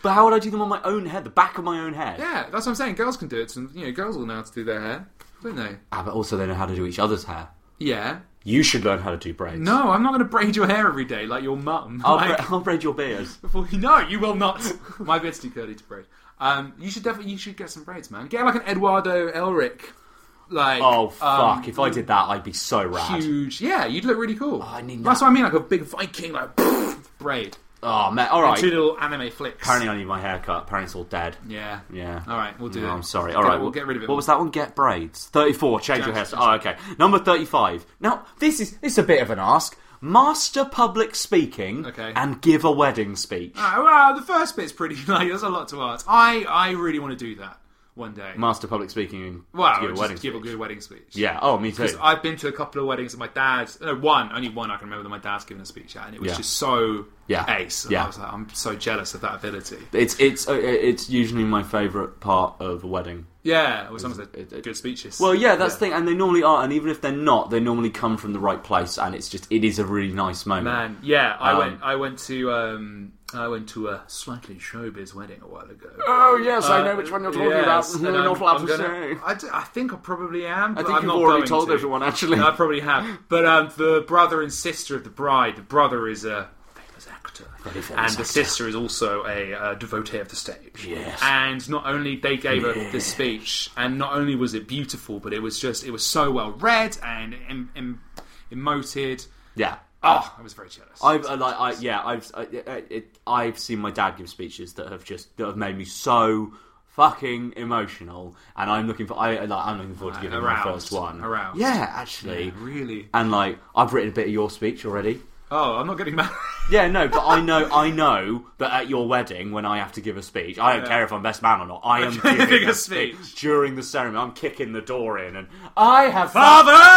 Speaker 4: But how would I do them on my own head, the back of my own head?
Speaker 2: yeah, that's what I'm saying. Girls can do it. And you know, girls will know how to do their hair, don't they?
Speaker 4: Ah, but also they know how to do each other's hair.
Speaker 2: Yeah.
Speaker 4: You should learn how to do braids.
Speaker 2: No, I'm not going to braid your hair every day like your mum.
Speaker 4: I'll,
Speaker 2: Like-
Speaker 4: bra- I'll braid your beard.
Speaker 2: no, you will not. My beard's too curly to braid. Um, you should definitely you should get some braids, man. Get like an Eduardo Elric. Like
Speaker 4: Oh
Speaker 2: um,
Speaker 4: fuck! if I did that, I'd be so rad. Oh,
Speaker 2: huge. Yeah, you'd look really cool.
Speaker 4: I need
Speaker 2: That's
Speaker 4: that.
Speaker 2: what I mean, like a big Viking, like braid.
Speaker 4: Oh man! All right.
Speaker 2: Two little anime flicks.
Speaker 4: Apparently, I need my haircut. Apparently, it's all dead.
Speaker 2: Yeah.
Speaker 4: Yeah.
Speaker 2: All right, we'll do
Speaker 4: No,
Speaker 2: it.
Speaker 4: I'm sorry.
Speaker 2: Get-
Speaker 4: All right,
Speaker 2: we'll get rid of it.
Speaker 4: What was that one? Get braids. Thirty-four. Change your
Speaker 2: Change-
Speaker 4: hairstyle. Oh, okay. Number thirty-five. Now, this is this is a bit of an ask. Master public speaking.
Speaker 2: Okay.
Speaker 4: And give a wedding speech.
Speaker 2: Ah, well, the first bit's pretty. Like, there's a lot to ask. I I really want to do that. one day.
Speaker 4: Master public speaking and
Speaker 2: Well,
Speaker 4: give a
Speaker 2: just
Speaker 4: wedding
Speaker 2: give a
Speaker 4: speech.
Speaker 2: good wedding speech.
Speaker 4: Yeah. Oh, me too.
Speaker 2: Because I've been to a couple of weddings that my dad's, no, one, only one I can remember that my dad's given a speech at, and it was
Speaker 4: Yeah.
Speaker 2: just so
Speaker 4: Yeah.
Speaker 2: ace. And
Speaker 4: Yeah.
Speaker 2: I was like, I'm so jealous of that ability.
Speaker 4: It's it's uh, it's usually my favourite part of a wedding.
Speaker 2: Yeah, or some of the good speeches.
Speaker 4: Well, yeah, that's the thing, and they normally are, and even if they're not, they normally come from the right place, and it's just it is a really nice moment.
Speaker 2: Man, yeah, I
Speaker 4: Um,
Speaker 2: went. I went to. Um, I went to a slightly showbiz wedding a while ago.
Speaker 4: Oh, yes, I know which one you're talking about.
Speaker 2: uh, and
Speaker 4: You're
Speaker 2: I'm-
Speaker 4: not allowed
Speaker 2: I'm
Speaker 4: to
Speaker 2: gonna-
Speaker 4: say.
Speaker 2: I, d- I think I probably am. But
Speaker 4: think
Speaker 2: I'm
Speaker 4: you've
Speaker 2: not
Speaker 4: already
Speaker 2: going
Speaker 4: told
Speaker 2: to.
Speaker 4: everyone, actually.
Speaker 2: No, I probably have. But um, the brother and sister of the bride. The brother is a famous actor,
Speaker 4: famous
Speaker 2: and the
Speaker 4: actor.
Speaker 2: sister is also a uh, devotee of the stage.
Speaker 4: Yes.
Speaker 2: And not only they gave a, the speech, and not only was it beautiful, but it was just it was so well read and em- em- emoted.
Speaker 4: Yeah.
Speaker 2: Oh, I was very jealous.
Speaker 4: I've uh, like I yeah I've I, I- it, I've seen my dad give speeches that have just that have made me so fucking emotional, and I'm looking for I like I'm looking forward to giving
Speaker 2: Uh,
Speaker 4: my
Speaker 2: aroused.
Speaker 4: first one.
Speaker 2: Aroused.
Speaker 4: Yeah, actually,
Speaker 2: Yeah, really.
Speaker 4: And like I've written a bit of your speech already.
Speaker 2: Oh, I'm not getting married.
Speaker 4: Yeah, no, but I know I know that at your wedding when I have to give a speech, I don't care if I'm best man or not. I am giving a speech during the ceremony. I'm kicking the door in, and I have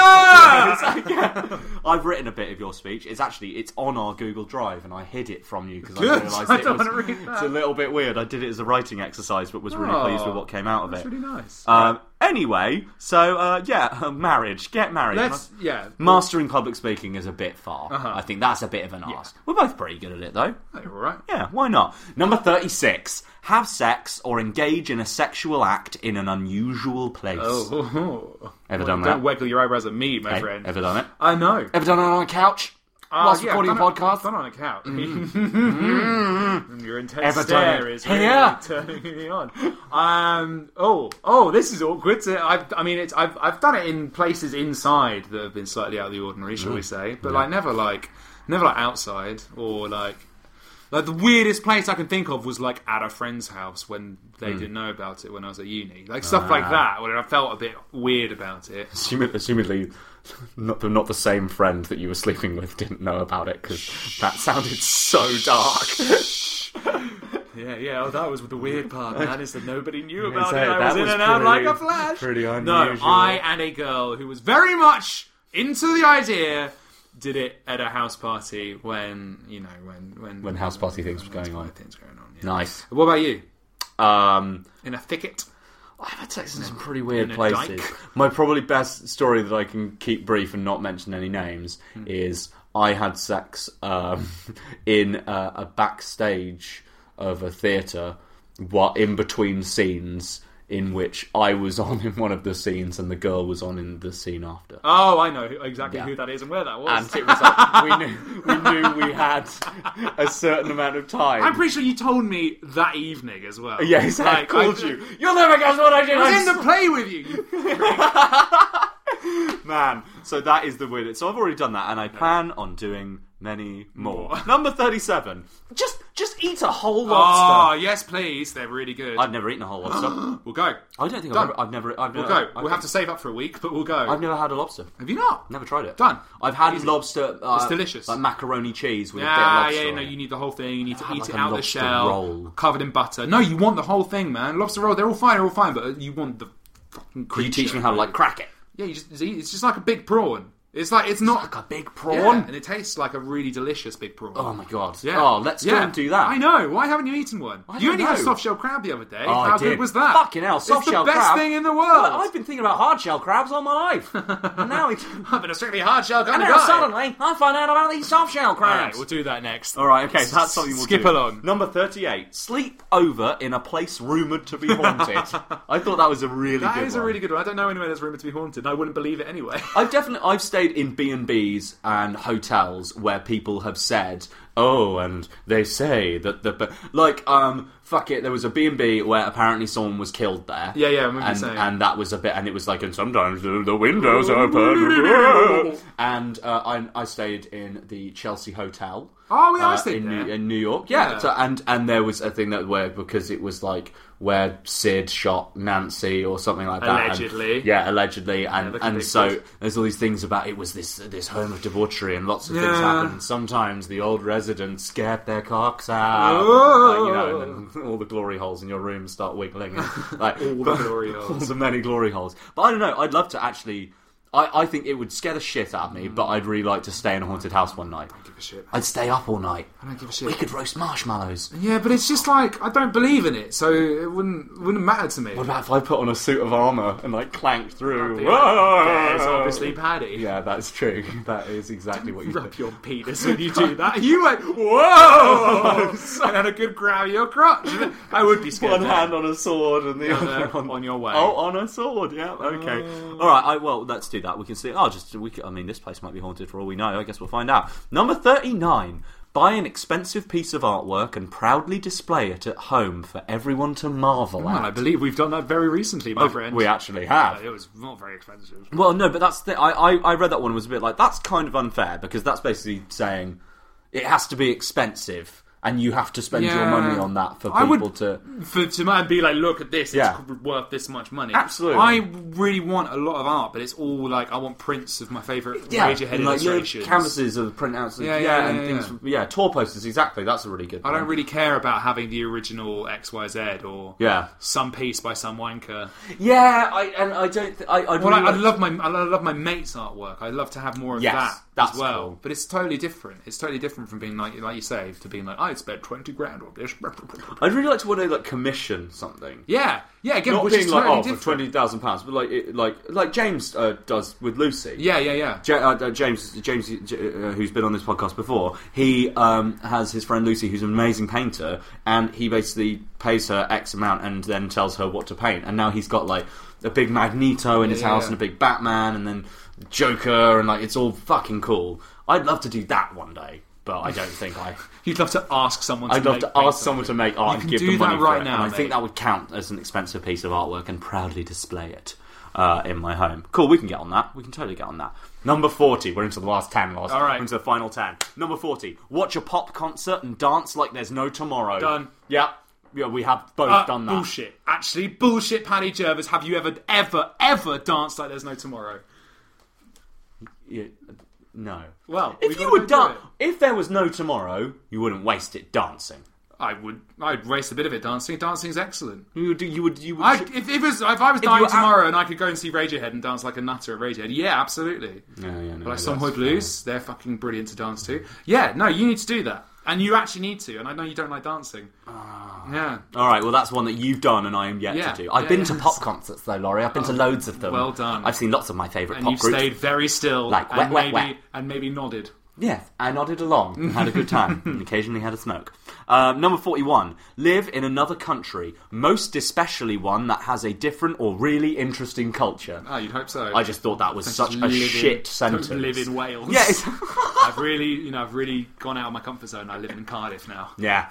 Speaker 2: Father!
Speaker 4: Yeah. I've written a bit of your speech. It's actually it's on our Google Drive, and I hid it from you because I
Speaker 2: Good.
Speaker 4: realised
Speaker 2: I
Speaker 4: it
Speaker 2: don't
Speaker 4: was
Speaker 2: wanna read that.
Speaker 4: it's a little bit weird. I did it as a writing exercise, but was really
Speaker 2: Oh,
Speaker 4: pleased with what came out of
Speaker 2: that's
Speaker 4: it.
Speaker 2: really nice.
Speaker 4: Um, anyway, so uh, yeah, marriage, get married.
Speaker 2: Let's- Uh-huh. yeah.
Speaker 4: Mastering public speaking is a bit far. I think that's a bit of an ask. We're both pretty good at it though.
Speaker 2: All right.
Speaker 4: Yeah, why not? Number 36. Have sex or engage in a sexual act in an unusual place.
Speaker 2: Oh, oh. Well,
Speaker 4: Ever done
Speaker 2: Don't
Speaker 4: that?
Speaker 2: waggle your eyebrows at me, my
Speaker 4: Hey,
Speaker 2: friend.
Speaker 4: Ever done it?
Speaker 2: I know.
Speaker 4: Ever done it on a couch?
Speaker 2: Ah,
Speaker 4: Whilst
Speaker 2: yeah,
Speaker 4: recording a
Speaker 2: done it-
Speaker 4: podcast? Mm.
Speaker 2: Done it on a couch. Your intense
Speaker 4: Ever done
Speaker 2: stare
Speaker 4: it?
Speaker 2: is really
Speaker 4: Yeah.
Speaker 2: turning me on. Um. Oh. Oh. This is awkward. To, I've, I mean, it's. I've. I've done it in places inside that have been slightly out of the ordinary, shall
Speaker 4: Mm.
Speaker 2: we say? But like, never like, never like outside or like. Like the weirdest place I can think of was like at a friend's house when
Speaker 4: Mm.
Speaker 2: they didn't know about it when I was at uni,
Speaker 4: Ah.
Speaker 2: like stuff like that. Where I felt a bit weird about it.
Speaker 4: Assumedly, assumedly not, the, not the same friend that you were sleeping with didn't know about it because that sounded so dark.
Speaker 2: Yeah, yeah. Oh, that was the weird part. That is that nobody knew about it.
Speaker 4: say,
Speaker 2: I
Speaker 4: that
Speaker 2: was in
Speaker 4: was
Speaker 2: and out like
Speaker 4: pretty-
Speaker 2: a flash.
Speaker 4: pretty
Speaker 2: No,
Speaker 4: unusual.
Speaker 2: I and a girl who was very much into the idea did it at a house party when you know when when
Speaker 4: When house party things were
Speaker 2: house
Speaker 4: going on.
Speaker 2: party Things going on. Yeah.
Speaker 4: nice.
Speaker 2: What about you?
Speaker 4: Um,
Speaker 2: In a thicket.
Speaker 4: I've had sex in some pretty weird
Speaker 2: In a
Speaker 4: places.
Speaker 2: dyke.
Speaker 4: My probably best story that I can keep brief and not mention any names
Speaker 2: Hmm.
Speaker 4: is I had sex um, in a, a backstage of a theatre, what in between scenes in which I was on in one of the scenes and the girl was on in the scene after.
Speaker 2: Oh, I know who- exactly
Speaker 4: Yeah.
Speaker 2: who that is and where that was.
Speaker 4: And it was like we knew we knew we had a certain amount of time.
Speaker 2: I'm pretty sure you told me that evening as well.
Speaker 4: Yes, I
Speaker 2: Like,
Speaker 4: called
Speaker 2: I-
Speaker 4: you. You'll never guess what I
Speaker 2: I
Speaker 4: did.
Speaker 2: was
Speaker 4: I'm
Speaker 2: in the play with you. you
Speaker 4: Man, so that is the weirdest. So I've already done that, and I plan on doing many more. Number thirty-seven. Just, just eat a whole
Speaker 2: Oh,
Speaker 4: lobster.
Speaker 2: yes, please. They're really good.
Speaker 4: I've never eaten a whole lobster.
Speaker 2: We'll go.
Speaker 4: I don't think
Speaker 2: Done.
Speaker 4: I've ever. I've never. I've
Speaker 2: We'll
Speaker 4: never,
Speaker 2: go. We'll have to save up for a week, but we'll go.
Speaker 4: I've never had a lobster.
Speaker 2: Have you not?
Speaker 4: Never tried it.
Speaker 2: Done.
Speaker 4: I've had lobster. Uh,
Speaker 2: It's delicious.
Speaker 4: Like macaroni cheese with
Speaker 2: Yeah,
Speaker 4: a bit of lobster.
Speaker 2: yeah, no,
Speaker 4: on it.
Speaker 2: you need the whole thing. You need to
Speaker 4: Ah,
Speaker 2: eat
Speaker 4: like
Speaker 2: it
Speaker 4: a
Speaker 2: out of the
Speaker 4: lobster
Speaker 2: shell,
Speaker 4: roll.
Speaker 2: covered in butter. No, you want the whole thing, man. Lobster roll, they're all fine, they're all fine, but you want the fucking
Speaker 4: Could
Speaker 2: creature.
Speaker 4: you teach me how to like crack it?
Speaker 2: Yeah, you just it's eat- it's just like a big prawn. It's like it's not
Speaker 4: Like a big
Speaker 2: yeah,
Speaker 4: prawn.
Speaker 2: and it tastes like a really delicious big prawn.
Speaker 4: oh my god.
Speaker 2: Yeah.
Speaker 4: Oh, let's go
Speaker 2: Yeah.
Speaker 4: and do that.
Speaker 2: I know. Why haven't you eaten one?
Speaker 4: I
Speaker 2: you
Speaker 4: don't
Speaker 2: only had
Speaker 4: know.
Speaker 2: soft shell crab the other day.
Speaker 4: Oh, I
Speaker 2: How good
Speaker 4: did.
Speaker 2: was that?
Speaker 4: Fucking hell, soft
Speaker 2: it's the
Speaker 4: shell
Speaker 2: best
Speaker 4: crab.
Speaker 2: thing in the
Speaker 4: Well,
Speaker 2: world.
Speaker 4: I've been thinking about hard shell crabs all my life. and now it's.
Speaker 2: I've been a strictly hard shell kind
Speaker 4: And
Speaker 2: of
Speaker 4: now
Speaker 2: guy.
Speaker 4: suddenly, I find out about these soft shell
Speaker 2: All
Speaker 4: crabs.
Speaker 2: right, we'll do that next.
Speaker 4: All right, okay, that's something we'll
Speaker 2: skip
Speaker 4: do.
Speaker 2: along.
Speaker 4: Number thirty-eight: sleep over in a place rumored to be haunted. I thought that was a really
Speaker 2: That is
Speaker 4: good
Speaker 2: a
Speaker 4: one.
Speaker 2: really good one. I don't know anywhere that's rumored to be haunted. and I wouldn't believe it anyway.
Speaker 4: I've definitely I've stayed in B and B's and hotels where people have said, "Oh, and they say that the but like um fuck it." There was a B and B where apparently someone was killed there.
Speaker 2: Yeah, yeah, I remember you
Speaker 4: and,
Speaker 2: saying.
Speaker 4: and that was a bit, and it was like, and sometimes the, the windows open. and uh, I, I stayed in the Chelsea Hotel.
Speaker 2: Oh, yeah, I
Speaker 4: uh,
Speaker 2: stayed
Speaker 4: in
Speaker 2: there.
Speaker 4: New, in New York. Yeah,
Speaker 2: Yeah.
Speaker 4: So, and and there was a thing that where because it was like where Sid shot Nancy or something like that. and-
Speaker 2: Allegedly.
Speaker 4: yeah, allegedly, and
Speaker 2: they're
Speaker 4: and so
Speaker 2: convicted.
Speaker 4: there's all these things about it was this this home of debauchery and lots of things
Speaker 2: Yeah.
Speaker 4: happened. And sometimes the old residents get their cocks out.
Speaker 2: Oh.
Speaker 4: Like, you know, and then all the glory holes in your room start wiggling. and, Like,
Speaker 2: All the
Speaker 4: but-
Speaker 2: glory holes.
Speaker 4: all the many glory holes. But I don't know. I'd love to actually. I, I think it would scare the shit out of me, but I'd really like to stay in a haunted house one night.
Speaker 2: give a shit.
Speaker 4: I'd stay up all night.
Speaker 2: I don't give a shit.
Speaker 4: We could roast marshmallows.
Speaker 2: Yeah, but it's just like I don't believe in it, so it wouldn't wouldn't matter to me.
Speaker 4: What about if I put on a suit of armour and like clanked through? Whoa!
Speaker 2: There's obviously Paddy.
Speaker 4: Yeah, that's true. That is exactly what you
Speaker 2: Rub
Speaker 4: think.
Speaker 2: your penis when you do that. You went, oh. whoa! and had a good growl at your crotch. I would be scared.
Speaker 4: One
Speaker 2: then.
Speaker 4: hand on a sword and the
Speaker 2: other
Speaker 4: other on,
Speaker 2: on your way. Oh.
Speaker 4: Oh, on a sword. Yeah. Okay. All right. I, well, let's do that. We can see. Oh, just we. c I I mean, this place might be haunted for all we know. I guess we'll find out. Number thirty-nine. Buy an expensive piece of artwork and proudly display it at home for everyone to marvel
Speaker 2: Well,
Speaker 4: at.
Speaker 2: I believe we've done that very recently, my friend.
Speaker 4: we actually have.
Speaker 2: It was not very expensive.
Speaker 4: Well, no, but that's the I, I I read that one and was a bit like that's kind of unfair because that's basically saying it has to be expensive and you have to spend your
Speaker 2: Yeah.
Speaker 4: money on that for
Speaker 2: I
Speaker 4: people
Speaker 2: would-
Speaker 4: to.
Speaker 2: For to man be like, look at this,
Speaker 4: Yeah.
Speaker 2: it's worth this much money.
Speaker 4: Absolutely.
Speaker 2: I really want a lot of art, but it's all like I want prints of my favourite
Speaker 4: Yeah,
Speaker 2: Radiohead
Speaker 4: and, like, you know,
Speaker 2: illustrations.
Speaker 4: canvases of the printouts. Of,
Speaker 2: Yeah,
Speaker 4: yeah,
Speaker 2: yeah, yeah,
Speaker 4: and
Speaker 2: yeah,
Speaker 4: things. Yeah, tour posters. Exactly. That's a really good.
Speaker 2: I
Speaker 4: one.
Speaker 2: don't really care about having the original XYZ or
Speaker 4: Yeah.
Speaker 2: some piece by some wanker.
Speaker 4: Yeah, I and I don't. Th- I I'd
Speaker 2: Well,
Speaker 4: really
Speaker 2: I, I
Speaker 4: like-
Speaker 2: love my I love my mate's artwork. I love to have more of
Speaker 4: Yes,
Speaker 2: that
Speaker 4: that's
Speaker 2: as well.
Speaker 4: cool.
Speaker 2: But it's totally different. It's totally different from being like like you say to being like I spent twenty grand on this.
Speaker 4: I'd really like to want to like commission something.
Speaker 2: Yeah, yeah. Again,
Speaker 4: Not
Speaker 2: which
Speaker 4: being
Speaker 2: is
Speaker 4: like
Speaker 2: totally
Speaker 4: oh
Speaker 2: different.
Speaker 4: for twenty thousand pounds, but like it, like like James uh, does with Lucy.
Speaker 2: Yeah, yeah, yeah.
Speaker 4: Ja- uh, uh, James, James, uh, J- uh, who's been on this podcast before, he um, has his friend Lucy, who's an amazing painter, and he basically pays her X amount and then tells her what to paint. And now he's got like a big Magneto in his
Speaker 2: Yeah,
Speaker 4: house
Speaker 2: yeah.
Speaker 4: and a big Batman, and then Joker, and like it's all fucking cool. I'd love to do that one day, but I don't think I.
Speaker 2: You'd love to ask someone.
Speaker 4: I'd
Speaker 2: to make
Speaker 4: love to ask
Speaker 2: something.
Speaker 4: someone to make art
Speaker 2: You
Speaker 4: and
Speaker 2: can
Speaker 4: give
Speaker 2: do
Speaker 4: them
Speaker 2: that
Speaker 4: money for
Speaker 2: right
Speaker 4: it.
Speaker 2: now,
Speaker 4: and I
Speaker 2: mate.
Speaker 4: think that would count as an expensive piece of artwork and proudly display it uh, in my home. Cool, we can get on that. We can totally get on that. Number forty. We're into the last ten, Lars.
Speaker 2: All right.
Speaker 4: we're into the final ten. Number forty. Watch a pop concert and dance like there's no tomorrow.
Speaker 2: Done.
Speaker 4: Yeah. Yeah, we have both
Speaker 2: Uh,
Speaker 4: done that.
Speaker 2: Bullshit. Actually, bullshit. Paddy Jervis, have you ever, ever, ever danced like there's no tomorrow?
Speaker 4: Yeah, no.
Speaker 2: Well, we
Speaker 4: if you
Speaker 2: gotta go do
Speaker 4: would done, if there was no tomorrow, you wouldn't waste it dancing.
Speaker 2: I would. I'd waste a bit of it dancing. Dancing is excellent.
Speaker 4: You would. You would. You would
Speaker 2: I, if, if, it was, if I was dying
Speaker 4: Hmm. were out-
Speaker 2: tomorrow and I could go and see Radiohead and dance like a nutter at Radiohead, yeah, absolutely.
Speaker 4: Yeah, yeah, no,
Speaker 2: Like
Speaker 4: that's
Speaker 2: Songhoy Blues, they're fucking brilliant to dance to. Yeah, no, you need to do that. And you actually need to. And I know you don't like dancing.
Speaker 4: Ah.
Speaker 2: yeah.
Speaker 4: All right, well, that's one that you've done and I am yet
Speaker 2: Yeah,
Speaker 4: to do. I've
Speaker 2: yeah,
Speaker 4: been
Speaker 2: yeah. Oh,
Speaker 4: to pop concerts, though, Laurie. I've been to loads of them.
Speaker 2: well done.
Speaker 4: I've seen lots of my favourite
Speaker 2: And
Speaker 4: pop
Speaker 2: you've
Speaker 4: groups.
Speaker 2: stayed very still.
Speaker 4: Like,
Speaker 2: and,
Speaker 4: wet, wet,
Speaker 2: maybe,
Speaker 4: wet.
Speaker 2: and maybe nodded.
Speaker 4: Yes, I nodded along and had a good time and occasionally had a smoke. Um, number 41. Live in another country, most especially one that has a different or really interesting culture.
Speaker 2: Ah, you'd hope so.
Speaker 4: I just thought that was
Speaker 2: Just
Speaker 4: such a
Speaker 2: live in-
Speaker 4: shit
Speaker 2: don't
Speaker 4: sentence.
Speaker 2: Live in Wales.
Speaker 4: Yeah, it's-
Speaker 2: I've really, you know, I've really gone out of my comfort zone. I live in Cardiff now.
Speaker 4: yeah.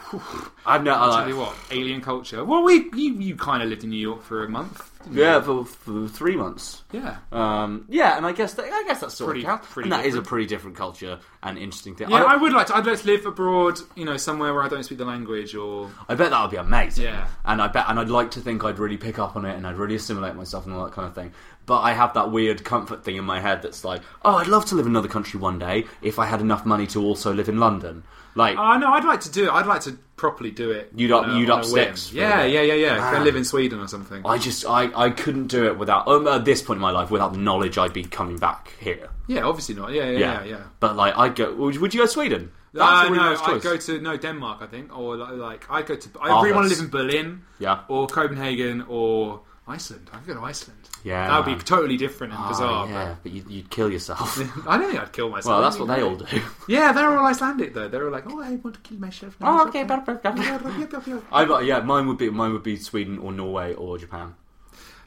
Speaker 4: I've no, uh,
Speaker 2: I'll
Speaker 4: I-
Speaker 2: tell you what, alien culture. Well, we you, you kind of lived in New York for a month. didn't you?
Speaker 4: Yeah, for, for three months.
Speaker 2: Yeah.
Speaker 4: Um, yeah, and I guess that, I guess that's sort
Speaker 2: Pretty-
Speaker 4: of counts.
Speaker 2: pretty
Speaker 4: and that is
Speaker 2: different.
Speaker 4: a pretty different culture and interesting thing.
Speaker 2: Yeah,
Speaker 4: I-
Speaker 2: I would like to. I'd like to live abroad, you know, somewhere where I don't speak the language or.
Speaker 4: I bet that would be amazing.
Speaker 2: Yeah.
Speaker 4: And I bet, and I'd like to think I'd really pick up on it and I'd really assimilate myself and all that kind of thing. But I have that weird comfort thing in my head that's like, oh, I'd love to live in another country one day if I had enough money to also live in London. Like,
Speaker 2: Oh no, I'd like to do it. I'd like to properly do it.
Speaker 4: You'd
Speaker 2: you
Speaker 4: up-
Speaker 2: know,
Speaker 4: you'd
Speaker 2: on
Speaker 4: up
Speaker 2: a Ah. whim.
Speaker 4: sticks for
Speaker 2: Yeah,
Speaker 4: a bit.
Speaker 2: yeah, yeah, yeah. Go
Speaker 4: Man.
Speaker 2: live in Sweden or something.
Speaker 4: I just, I, I couldn't do it without, um, at this point in my life, without the knowledge I'd be coming back here.
Speaker 2: yeah, obviously not. Yeah, yeah, yeah. yeah,
Speaker 4: But like, I'd go, would you, would you go to Sweden?
Speaker 2: Uh,
Speaker 4: a really
Speaker 2: no,
Speaker 4: nice
Speaker 2: I'd
Speaker 4: choice.
Speaker 2: go to no Denmark, I think, or li- like I'd go to. I
Speaker 4: Aarhus.
Speaker 2: really want to live in Berlin,
Speaker 4: Yeah.
Speaker 2: or Copenhagen, or Iceland. I could go to Iceland.
Speaker 4: Yeah,
Speaker 2: that would
Speaker 4: man.
Speaker 2: be totally different and
Speaker 4: Oh,
Speaker 2: bizarre.
Speaker 4: yeah, but you'd, you'd kill yourself.
Speaker 2: But I don't think I'd kill myself.
Speaker 4: well, that's
Speaker 2: you
Speaker 4: what they
Speaker 2: know.
Speaker 4: all do.
Speaker 2: Yeah, they're all Icelandic though. They're all like, oh, I want to kill myself.
Speaker 4: Oh,
Speaker 2: now."
Speaker 4: I but yeah, mine would be mine would be Sweden or Norway or Japan.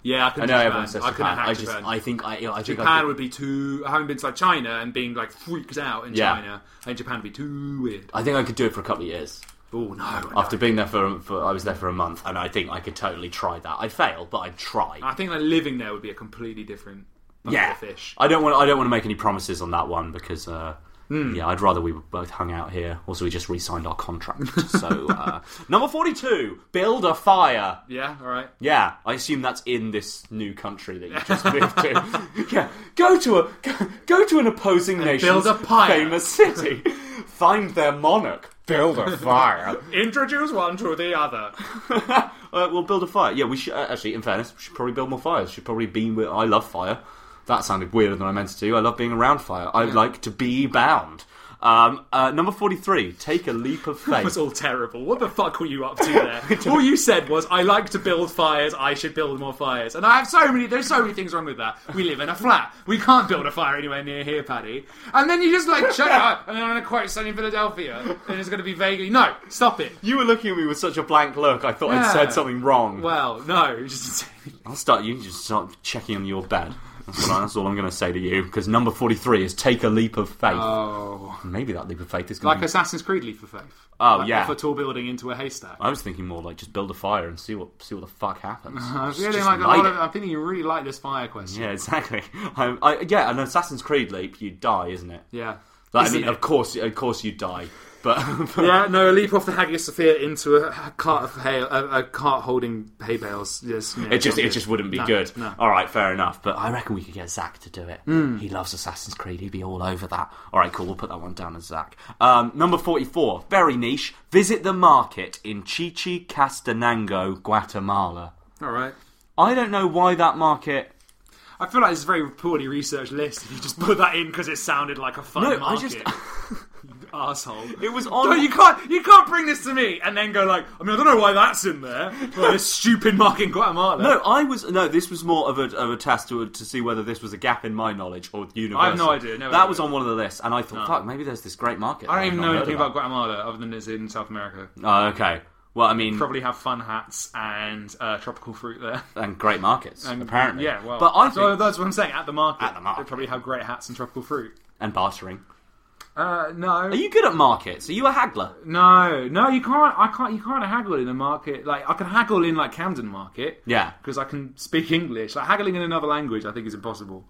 Speaker 2: Yeah, I
Speaker 4: I
Speaker 2: couldn't
Speaker 4: know
Speaker 2: do
Speaker 4: everyone says
Speaker 2: I
Speaker 4: Japan.
Speaker 2: couldn't
Speaker 4: I,
Speaker 2: hack
Speaker 4: just
Speaker 2: Japan.
Speaker 4: I think I I think I
Speaker 2: Japan
Speaker 4: could-
Speaker 2: would be too. Having been to like China and being like freaked out in
Speaker 4: Yeah.
Speaker 2: China, I think Japan would be too weird.
Speaker 4: I think I could do it for a couple of years.
Speaker 2: Oh no! no.
Speaker 4: After being there for, for I was there for a month, and I think I could totally try that. I'd fail, but I'd try.
Speaker 2: I think like living there would be a completely different bucket
Speaker 4: yeah,
Speaker 2: of fish.
Speaker 4: I don't want I don't want to make any promises on that one because. Uh,
Speaker 2: Hmm.
Speaker 4: Yeah, I'd rather we were both hung out here. Also, we just re-signed our contract. so, uh, number forty-two, build a fire.
Speaker 2: Yeah, all right.
Speaker 4: Yeah, I assume that's in this new country that you just moved to. Yeah, go to a go, go to an opposing nation's
Speaker 2: build a pyre.
Speaker 4: famous city. find their monarch. Build a fire.
Speaker 2: Introduce one to the other.
Speaker 4: Uh, we'll build a fire. Yeah, we should uh, actually. In fairness, we should probably build more fires. Should probably be. With, I love fire. That sounded weirder than I meant it to. I love being around fire. I like to be bound. Um, uh, number forty-three. Take a leap of
Speaker 2: That
Speaker 4: faith.
Speaker 2: was all terrible. What the fuck were you up to there? all you said was, "I like to build fires. I should build more fires." And I have so many. There's so many things wrong with that. We live in a flat. We can't build a fire anywhere near here, Paddy. And then you just like shut up. And then I'm gonna quote Sunny Philadelphia, and it's gonna be vaguely no. Stop it.
Speaker 4: you were looking at me with such a blank look. I thought
Speaker 2: Yeah.
Speaker 4: I'd said something wrong.
Speaker 2: Well, no. it's Just
Speaker 4: I'll start. You just start checking on your bed. That's, what I, that's all I'm going to say to you. Because number forty-three is take a leap of faith.
Speaker 2: oh,
Speaker 4: Maybe that leap of faith is going
Speaker 2: like
Speaker 4: to. Be...
Speaker 2: Assassin's Creed Leap of Faith.
Speaker 4: Oh,
Speaker 2: Like,
Speaker 4: yeah.
Speaker 2: off a tall building into a haystack.
Speaker 4: I was thinking more like just build a fire and see what see what the fuck happens.
Speaker 2: I was
Speaker 4: Just-
Speaker 2: feeling
Speaker 4: just
Speaker 2: like a
Speaker 4: light
Speaker 2: lot
Speaker 4: it.
Speaker 2: of, I'm feeling you really like this fire question.
Speaker 4: Yeah, exactly. I, I, yeah, an Assassin's Creed leap, you die, isn't it?
Speaker 2: Yeah.
Speaker 4: Like, I
Speaker 2: Isn't
Speaker 4: mean, of
Speaker 2: it?
Speaker 4: course, of course, you die. But, but-
Speaker 2: Yeah, no, a leap off the Hagia Sophia into a, a cart of hay, a, a cart holding hay bales. Yes, yeah,
Speaker 4: it just
Speaker 2: not
Speaker 4: it
Speaker 2: good.
Speaker 4: just wouldn't be
Speaker 2: No,
Speaker 4: good.
Speaker 2: No. Hmm.
Speaker 4: All right, fair enough. But I reckon we could get Zach to do it. He loves Assassin's Creed. He'd be all over that. All right, cool. We'll put that one down as Zach. Um, number forty-four, very niche. Visit the market in Chichi Castanango, Guatemala.
Speaker 2: All right.
Speaker 4: I don't know why that market.
Speaker 2: I feel like it's a very poorly researched list. If you just put that in because it sounded like a fun
Speaker 4: No, I
Speaker 2: market.
Speaker 4: just-
Speaker 2: You Asshole.
Speaker 4: It was on.
Speaker 2: No, you can't. You can't bring this to me and then go like, I mean, I don't know why that's in there. Like this stupid market in Guatemala.
Speaker 4: No, I was no. This was more of a, of a test to, to see whether this was a gap in my knowledge or universal.
Speaker 2: I have no idea, no
Speaker 4: that
Speaker 2: idea.
Speaker 4: was on one of the lists, and I thought, fuck, maybe there's this great market.
Speaker 2: I don't
Speaker 4: I've
Speaker 2: even
Speaker 4: not
Speaker 2: know
Speaker 4: heard
Speaker 2: anything
Speaker 4: about.
Speaker 2: about Guatemala other than it's in South America.
Speaker 4: Oh, okay. Well, I mean,
Speaker 2: Probably have fun hats and uh, tropical fruit there.
Speaker 4: and great markets
Speaker 2: And-
Speaker 4: apparently.
Speaker 2: Yeah, well,
Speaker 4: but I think,
Speaker 2: so that's what I'm saying. At the market,
Speaker 4: At the market.
Speaker 2: they probably have great hats and tropical fruit.
Speaker 4: and bartering.
Speaker 2: Uh, no,
Speaker 4: Are you good at markets? Are you a haggler?
Speaker 2: Mm. no, no. You can't. I can't. You can't haggle in a market. Like I can haggle in like Camden Market.
Speaker 4: Yeah.
Speaker 2: because I can speak English. Like haggling in another language, I think is impossible.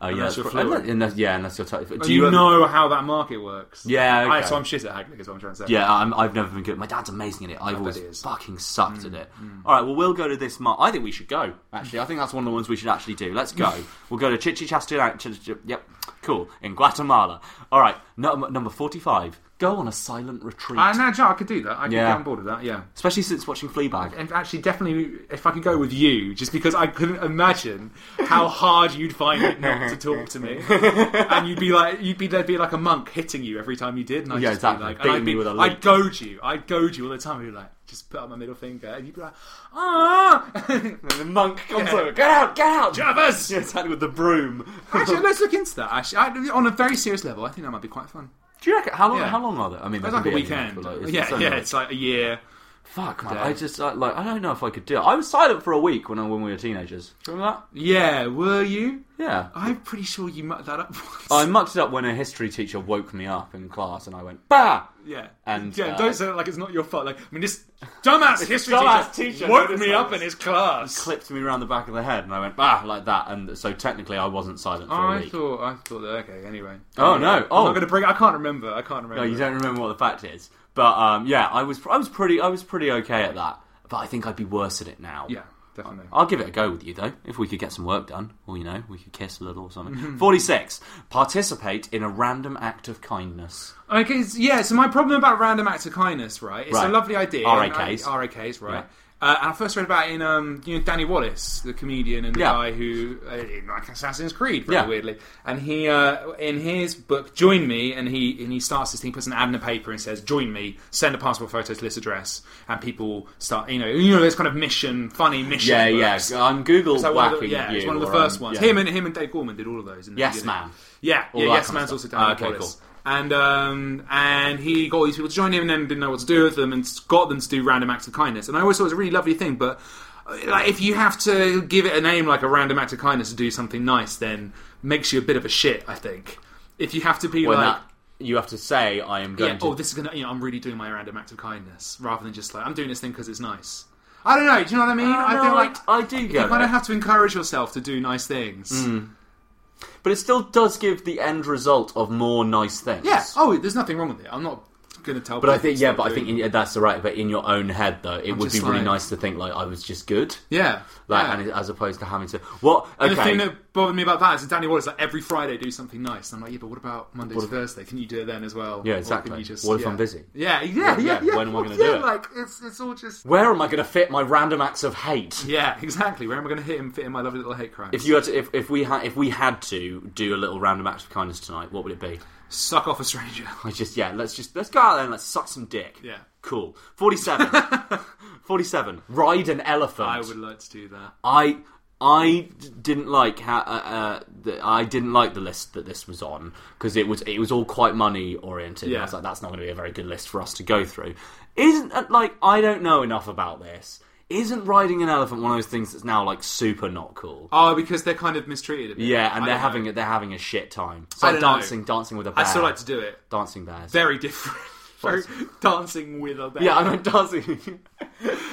Speaker 4: Oh, yeah,
Speaker 2: Unless
Speaker 4: that's
Speaker 2: you're
Speaker 4: pro-
Speaker 2: fluent.
Speaker 4: unless, yeah, unless you're. T-
Speaker 2: Do you, know how that market works?
Speaker 4: Yeah,
Speaker 2: I,
Speaker 4: okay.
Speaker 2: so I'm shit at haggling. Is what I'm trying to say.
Speaker 4: Yeah, I'm, I've never been good. My dad's amazing at it. I've
Speaker 2: he is. Mm,
Speaker 4: always fucking sucked at it. All right, well, we'll go to this. Mar- I think we should go. Actually, I think that's one of the ones we should actually do. Let's go. we'll go to Chichichastilan. Ch- ch- yep, cool. In Guatemala. All right, num- number forty-five. Go on a silent retreat.
Speaker 2: I know, Uh, Joe, I could do that. I could
Speaker 4: Yeah.
Speaker 2: get on board with that. Yeah.
Speaker 4: Especially since watching Fleabag.
Speaker 2: And actually, definitely, if I could go with you, just because I couldn't imagine how hard you'd find it not to talk to me, and you'd be like, you'd be there'd be like a monk hitting you every time you did, and I'd
Speaker 4: Yeah,
Speaker 2: just
Speaker 4: exactly.
Speaker 2: be like, and
Speaker 4: Beating
Speaker 2: I'd, be,
Speaker 4: me with a
Speaker 2: I'd
Speaker 4: lute.
Speaker 2: goad you, I'd goad you all the time. I'd be like, just put up my middle finger, and you'd be like, ah,
Speaker 4: The monk comes over. Get out! Get out!
Speaker 2: Jervis.
Speaker 4: Yeah, exactly with the broom.
Speaker 2: Actually, let's look into that. Actually, I, on a very serious level, I think that might be quite fun.
Speaker 4: Do you reckon how long?
Speaker 2: Yeah.
Speaker 4: How long are they? I mean, they
Speaker 2: It's
Speaker 4: can
Speaker 2: like a
Speaker 4: be anything,
Speaker 2: weekend.
Speaker 4: but, like, it's
Speaker 2: yeah,
Speaker 4: so
Speaker 2: yeah,
Speaker 4: nice.
Speaker 2: it's like a year.
Speaker 4: Fuck, man.
Speaker 2: Damn.
Speaker 4: I just I, like I don't know if I could do it. I was silent for a week when I, when we were teenagers. Do you Remember
Speaker 2: Yeah, were you?
Speaker 4: that? Yeah.
Speaker 2: I'm pretty sure you mucked that up. Once.
Speaker 4: I mucked it up when a history teacher woke me up in class, and I went bah.
Speaker 2: Yeah.
Speaker 4: And,
Speaker 2: yeah,
Speaker 4: uh,
Speaker 2: don't say it like it's not your fault. Like, I mean, this dumbass history
Speaker 4: dumbass
Speaker 2: teacher,
Speaker 4: teacher
Speaker 2: woke
Speaker 4: noticed
Speaker 2: me
Speaker 4: that.
Speaker 2: up in his class.
Speaker 4: Clipped me around the back of the head, and I went bah like that. And so technically, I wasn't silent for a
Speaker 2: I
Speaker 4: week.
Speaker 2: thought, I thought that. Okay, anyway.
Speaker 4: Oh, no.
Speaker 2: I'm
Speaker 4: Oh.
Speaker 2: not gonna bring. I can't remember. I can't remember.
Speaker 4: No, you don't remember what the fact is, but um, yeah, I was I was pretty I was pretty okay at that. But I think I'd be worse at it now.
Speaker 2: Yeah, definitely.
Speaker 4: I'll give it a go with you though, if we could get some work done, or you know, we could kiss a little or something. Forty-six. Participate in a random act of kindness.
Speaker 2: Okay, s- yeah. So my problem about random acts of kindness, right? It's a
Speaker 4: Right.
Speaker 2: lovely idea.
Speaker 4: RAKs.
Speaker 2: and I- RAKs, right?
Speaker 4: Yeah.
Speaker 2: Uh, and I first read about it in um, you know Danny Wallace, the comedian and the
Speaker 4: Yeah.
Speaker 2: guy who uh, in like Assassin's Creed, very
Speaker 4: Yeah.
Speaker 2: weirdly. And he uh, in his book Join Me, and he and he starts this thing, puts an ad in the paper, and says Join Me, send a passport photo to this address, and people start you know you know this kind of mission, funny mission.
Speaker 4: Yeah,
Speaker 2: books.
Speaker 4: yeah. I'm Google
Speaker 2: It's like one of
Speaker 4: whacking
Speaker 2: the, yeah,
Speaker 4: you.
Speaker 2: it's one of the
Speaker 4: or,
Speaker 2: first
Speaker 4: um,
Speaker 2: ones.
Speaker 4: yeah.
Speaker 2: Him and him and Dave Gorman did all of those. In the
Speaker 4: Yes,
Speaker 2: beginning.
Speaker 4: Man.
Speaker 2: Yeah,
Speaker 4: All
Speaker 2: yeah,
Speaker 4: that
Speaker 2: yes,
Speaker 4: kind of
Speaker 2: man's also
Speaker 4: stuff.
Speaker 2: down
Speaker 4: Ah, okay,
Speaker 2: Wallace.
Speaker 4: cool.
Speaker 2: And um, and he got all these people to join him, and then didn't know what to do with them, and got them to do random acts of kindness. And I always thought it was a really lovely thing, but uh, like if you have to give it a name like a random act of kindness to do something nice, then makes you a bit of a shit. I think if you have to be
Speaker 4: When
Speaker 2: like.
Speaker 4: that, you have to say, I am going
Speaker 2: Yeah.
Speaker 4: to.
Speaker 2: Oh, this is gonna. You know, I'm really doing my random act of kindness rather than just like I'm doing this thing because it's nice. I don't know. Do you know what I mean?
Speaker 4: I,
Speaker 2: feel
Speaker 4: know,
Speaker 2: like
Speaker 4: I, I do
Speaker 2: you
Speaker 4: get
Speaker 2: kind
Speaker 4: it. Mm.
Speaker 2: of have to encourage yourself to do nice things.
Speaker 4: but it still does give the end result of more nice things.
Speaker 2: Yeah. Oh, there's nothing oh, wrong with it. I'm not going to tell.
Speaker 4: But I
Speaker 2: people
Speaker 4: think
Speaker 2: to
Speaker 4: yeah,
Speaker 2: stop
Speaker 4: but I
Speaker 2: doing
Speaker 4: think in, that's right. But in your own head though, it
Speaker 2: I'm
Speaker 4: would be
Speaker 2: just
Speaker 4: really
Speaker 2: like-
Speaker 4: nice to think like I was just good.
Speaker 2: Yeah,
Speaker 4: Like
Speaker 2: yeah.
Speaker 4: and it- as opposed to having to what okay.
Speaker 2: And the thing that bothered me about that is that Danny Wallace like every Friday do something nice. And I'm like, yeah, but what about Monday
Speaker 4: What
Speaker 2: to
Speaker 4: if-
Speaker 2: Thursday? Can you do it then as well?
Speaker 4: Yeah,
Speaker 2: Or
Speaker 4: exactly.
Speaker 2: can you just-
Speaker 4: What if
Speaker 2: yeah.
Speaker 4: I'm busy?
Speaker 2: Yeah, yeah, yeah.
Speaker 4: Yeah,
Speaker 2: yeah,
Speaker 4: when am I
Speaker 2: well,
Speaker 4: gonna do
Speaker 2: yeah,
Speaker 4: it?
Speaker 2: Like it's it's all just
Speaker 4: Where am I going to fit my random acts of hate?
Speaker 2: yeah, exactly. Where am I going to hit him? Fit in my lovely little hate crime.
Speaker 4: If you had to, if, if we had if we had to do a little random act of kindness tonight, what would it be?
Speaker 2: suck off a stranger.
Speaker 4: I just yeah, let's just let's go out there and let's suck some dick.
Speaker 2: Yeah.
Speaker 4: Cool. Forty seven. Forty seven. Ride an elephant.
Speaker 2: I would like to do that.
Speaker 4: I I didn't like how uh, uh, the, I didn't like the list that this was on because it was it was all quite money oriented. And I was
Speaker 2: Yeah.
Speaker 4: like, that's not going to be a very good list for us to go through. Isn't uh, like I don't know enough about this. Isn't riding an elephant one of those things that's now like super not cool?
Speaker 2: Oh, because they're kind of mistreated. a bit.
Speaker 4: Yeah, and
Speaker 2: I
Speaker 4: they're
Speaker 2: don't
Speaker 4: having
Speaker 2: know.
Speaker 4: a, they're having a shit time. It's
Speaker 2: I
Speaker 4: like
Speaker 2: don't know.
Speaker 4: dancing, dancing with a
Speaker 2: I
Speaker 4: bear.
Speaker 2: still like to do it.
Speaker 4: dancing bears.
Speaker 2: Very different. Very, dancing with a bear.
Speaker 4: yeah, I meant dancing,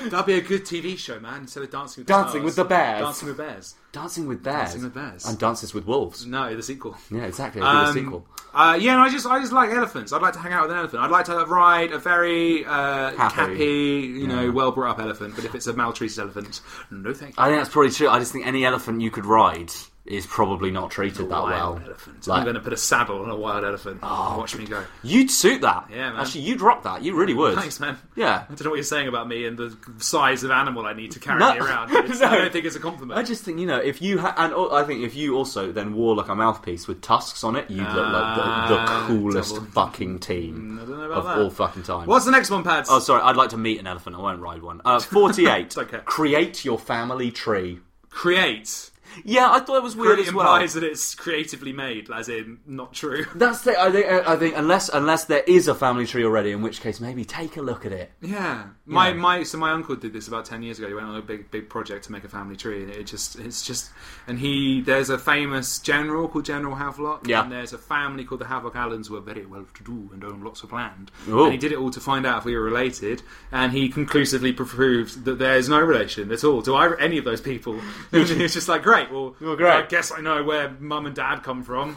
Speaker 2: That'd be a good TV show, man. Instead of dancing with
Speaker 4: Dancing
Speaker 2: Stars,
Speaker 4: with the Bears.
Speaker 2: Dancing with bears.
Speaker 4: dancing with bears,
Speaker 2: Dancing with Bears.
Speaker 4: and dances with wolves.
Speaker 2: No, the sequel.
Speaker 4: Yeah, exactly. it'd be the
Speaker 2: Um,
Speaker 4: sequel.
Speaker 2: Uh, yeah, and I just I just like elephants. I'd like to hang out with an elephant. I'd like to ride a very uh,
Speaker 4: Happy.
Speaker 2: happy, you
Speaker 4: Yeah.
Speaker 2: know, well brought up elephant. But if it's a maltreated elephant, no thank you.
Speaker 4: I think that's probably true. I just think any elephant you could ride is probably not treated that well.
Speaker 2: Wild elephant.
Speaker 4: Like- Oh.
Speaker 2: I'm going to put a saddle on a wild elephant. Watch me go.
Speaker 4: You'd suit that.
Speaker 2: Yeah, man.
Speaker 4: Actually, you'd rock that. You really would.
Speaker 2: Thanks, man.
Speaker 4: Yeah.
Speaker 2: I don't know what you're saying about me and the size of animal I need to carry
Speaker 4: No.
Speaker 2: around. It's- I
Speaker 4: No.
Speaker 2: don't think it's a compliment.
Speaker 4: I just think you know if you ha- and al- I think if you also then wore like a mouthpiece with tusks on it, you'd look like the, the
Speaker 2: Ah,
Speaker 4: coolest
Speaker 2: double. Mm,
Speaker 4: fucking team
Speaker 2: I don't know about
Speaker 4: of
Speaker 2: that.
Speaker 4: all fucking time.
Speaker 2: What's the next one, Pads?
Speaker 4: Oh, sorry. I'd like to meet an elephant. I won't ride one. Uh, Forty-eight.
Speaker 2: Okay.
Speaker 4: Create your family tree.
Speaker 2: Create.
Speaker 4: Yeah, I thought it was weird
Speaker 2: Create
Speaker 4: as well.
Speaker 2: implies that it's creatively made, as in not true.
Speaker 4: That's the. I think. I think unless unless there is a family tree already, in which case maybe take a look at it.
Speaker 2: Yeah, my my so my uncle did this about ten years ago. He went on a big big project to make a family tree, and it just it's just and he there's a famous general called General Havelock,
Speaker 4: Yeah.
Speaker 2: and there's a family called the Havelock Allens who are very well to do and own lots of land.
Speaker 4: Ooh.
Speaker 2: And he did it all to find out if we were related, and he conclusively proved that there is no relation at all to either, any of those people. and it's just like great, well,
Speaker 4: Well, great.
Speaker 2: I guess I know where mum and dad come from.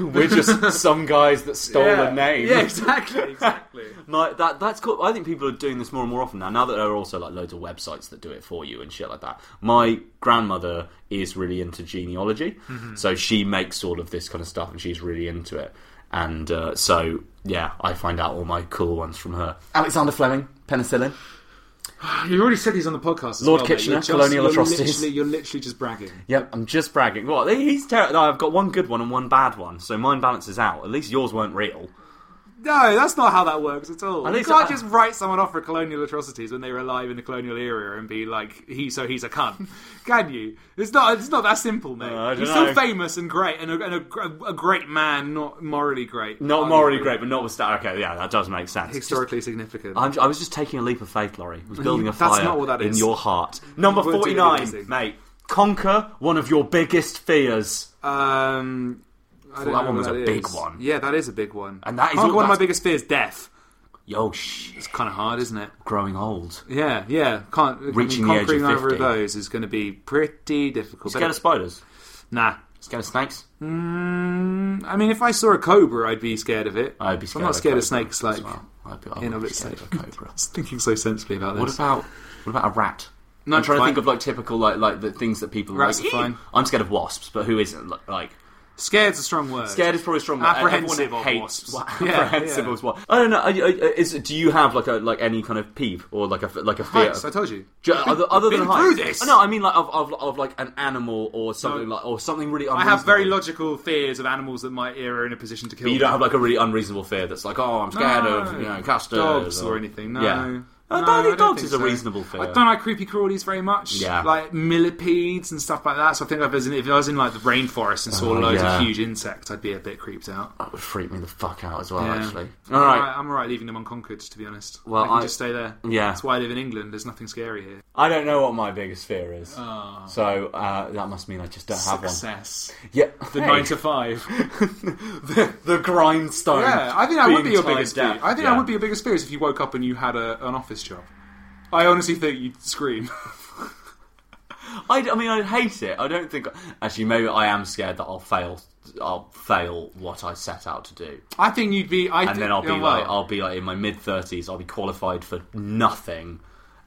Speaker 4: We're just some guys that stole
Speaker 2: yeah.
Speaker 4: a name.
Speaker 2: yeah, exactly, exactly.
Speaker 4: No, that that's cool. I think people are doing this more and more often now. Now that there are also like loads of websites that do it for you and shit like that. My grandmother is really into genealogy, so she makes all of this kind of stuff, and she's really into it. And uh, so yeah, I find out all my cool ones from her. Alexander Fleming, penicillin.
Speaker 2: You already said he's on the podcast. As
Speaker 4: Lord
Speaker 2: well, mate.
Speaker 4: Kitchener,
Speaker 2: You're just-
Speaker 4: Colonial
Speaker 2: you're
Speaker 4: Atrocities.
Speaker 2: literally- You're literally just bragging.
Speaker 4: Yep, I'm just bragging. What? He's terrible. No, I've got one good one and one bad one, so mine balances out. At least yours weren't real.
Speaker 2: No, that's not how that works at all.
Speaker 4: At
Speaker 2: You
Speaker 4: least
Speaker 2: can't
Speaker 4: I-
Speaker 2: just write someone off for colonial atrocities when they were alive in the colonial era and be like, he so he's a cunt. Can you? It's not. It's not that simple, mate.
Speaker 4: Uh, I
Speaker 2: he's
Speaker 4: dunno.
Speaker 2: still famous and great, and a, and a, gr- a great man, not morally great.
Speaker 4: Not
Speaker 2: Arguably.
Speaker 4: morally great, but not with stat. Okay, yeah, that does make sense.
Speaker 2: historically significant.
Speaker 4: I'm, I was just taking a leap of faith, Laurie. I was building a
Speaker 2: That's
Speaker 4: fire
Speaker 2: not what that
Speaker 4: in
Speaker 2: is.
Speaker 4: your heart. Number
Speaker 2: We're doing
Speaker 4: forty-nine,
Speaker 2: amazing.
Speaker 4: mate. Conquer one of your biggest fears,
Speaker 2: um, I don't
Speaker 4: that
Speaker 2: know
Speaker 4: one
Speaker 2: what
Speaker 4: was a
Speaker 2: is.
Speaker 4: big one.
Speaker 2: Yeah, that is a big one,
Speaker 4: And that is
Speaker 2: Can't
Speaker 4: all-
Speaker 2: go- one of my
Speaker 4: that's-
Speaker 2: biggest fears: death.
Speaker 4: yo, shit,
Speaker 2: It's kind of hard, isn't it?
Speaker 4: growing old.
Speaker 2: Yeah, yeah. Can't I mean,
Speaker 4: Reaching the age of
Speaker 2: conquering either
Speaker 4: 50.
Speaker 2: of those is going to be pretty difficult.
Speaker 4: Scared of spiders?
Speaker 2: nah,
Speaker 4: Scared of snakes?
Speaker 2: Mm, I mean, if I saw a cobra, I'd be scared of it.
Speaker 4: I'd be scared.
Speaker 2: I'm not
Speaker 4: of
Speaker 2: scared of,
Speaker 4: cobra
Speaker 2: snakes,
Speaker 4: as
Speaker 2: like
Speaker 4: well. I'd be, I'd
Speaker 2: in
Speaker 4: be
Speaker 2: of
Speaker 4: scared
Speaker 2: itself.
Speaker 4: of a cobra.
Speaker 2: I was thinking so sensibly about this.
Speaker 4: What about what about a rat?
Speaker 2: No,
Speaker 4: I'm trying to
Speaker 2: fine.
Speaker 4: think of like typical like like the things that people
Speaker 2: Rats
Speaker 4: are
Speaker 2: are
Speaker 4: like. "Ew."
Speaker 2: fine.
Speaker 4: I'm scared of wasps, but who isn't Like- like
Speaker 2: scared's a strong word?
Speaker 4: scared is probably strong.
Speaker 2: Apprehensive
Speaker 4: Everyone
Speaker 2: of wasps.
Speaker 4: hates wa-
Speaker 2: Yeah,
Speaker 4: apprehensive
Speaker 2: yeah.
Speaker 4: of wasps. I don't know. Are, you- are, is do you have like a like any kind of peeve or like a like a fear?
Speaker 2: Heights, I told you.
Speaker 4: Ju- other, other
Speaker 2: Been
Speaker 4: than
Speaker 2: through
Speaker 4: heights. Uh,
Speaker 2: this.
Speaker 4: No, I mean like of, of, of like an animal or something like or something really.
Speaker 2: I
Speaker 4: Unreasonable.
Speaker 2: have very logical fears of animals that my ear are in a position to kill.
Speaker 4: But you don't
Speaker 2: me.
Speaker 4: have like a really unreasonable fear that's like, oh, I'm scared
Speaker 2: No.
Speaker 4: of you know custards
Speaker 2: dogs or anything. No.
Speaker 4: Yeah. Uh,
Speaker 2: No,
Speaker 4: I don't think dogs
Speaker 2: think
Speaker 4: is a
Speaker 2: so.
Speaker 4: reasonable fear.
Speaker 2: I don't like creepy crawlies very much.
Speaker 4: Yeah.
Speaker 2: Like millipedes and stuff like that. So I think I visited, if I was in like the rainforest and saw
Speaker 4: Oh,
Speaker 2: loads
Speaker 4: yeah.
Speaker 2: of huge insects, I'd be a bit creeped out.
Speaker 4: That would freak me the fuck out as well,
Speaker 2: Yeah.
Speaker 4: actually.
Speaker 2: I'm
Speaker 4: All right.
Speaker 2: I'm alright leaving them unconquered, to be honest.
Speaker 4: Well,
Speaker 2: I can
Speaker 4: I-
Speaker 2: just stay there.
Speaker 4: Yeah.
Speaker 2: That's why I live in England. There's nothing scary here.
Speaker 4: I don't know what my biggest fear is. So uh, that must mean I just don't have one.
Speaker 2: Oh. Success.
Speaker 4: Yeah,
Speaker 2: The
Speaker 4: hey.
Speaker 2: nine to five.
Speaker 4: the, the grindstone.
Speaker 2: Yeah, I think that
Speaker 4: being
Speaker 2: would be your
Speaker 4: timed
Speaker 2: biggest fear.
Speaker 4: down.
Speaker 2: I think
Speaker 4: Yeah.
Speaker 2: that would be your biggest fear is if you woke up and you had a, an office job. I honestly think you'd scream.
Speaker 4: I, I mean, I'd hate it. I don't think. Actually, maybe I am scared that I'll fail. I'll fail what I set out to do.
Speaker 2: I think you'd be. I
Speaker 4: and
Speaker 2: think-
Speaker 4: then I'll be
Speaker 2: oh, well.
Speaker 4: like, I'll be like in my mid thirties. I'll be qualified for nothing,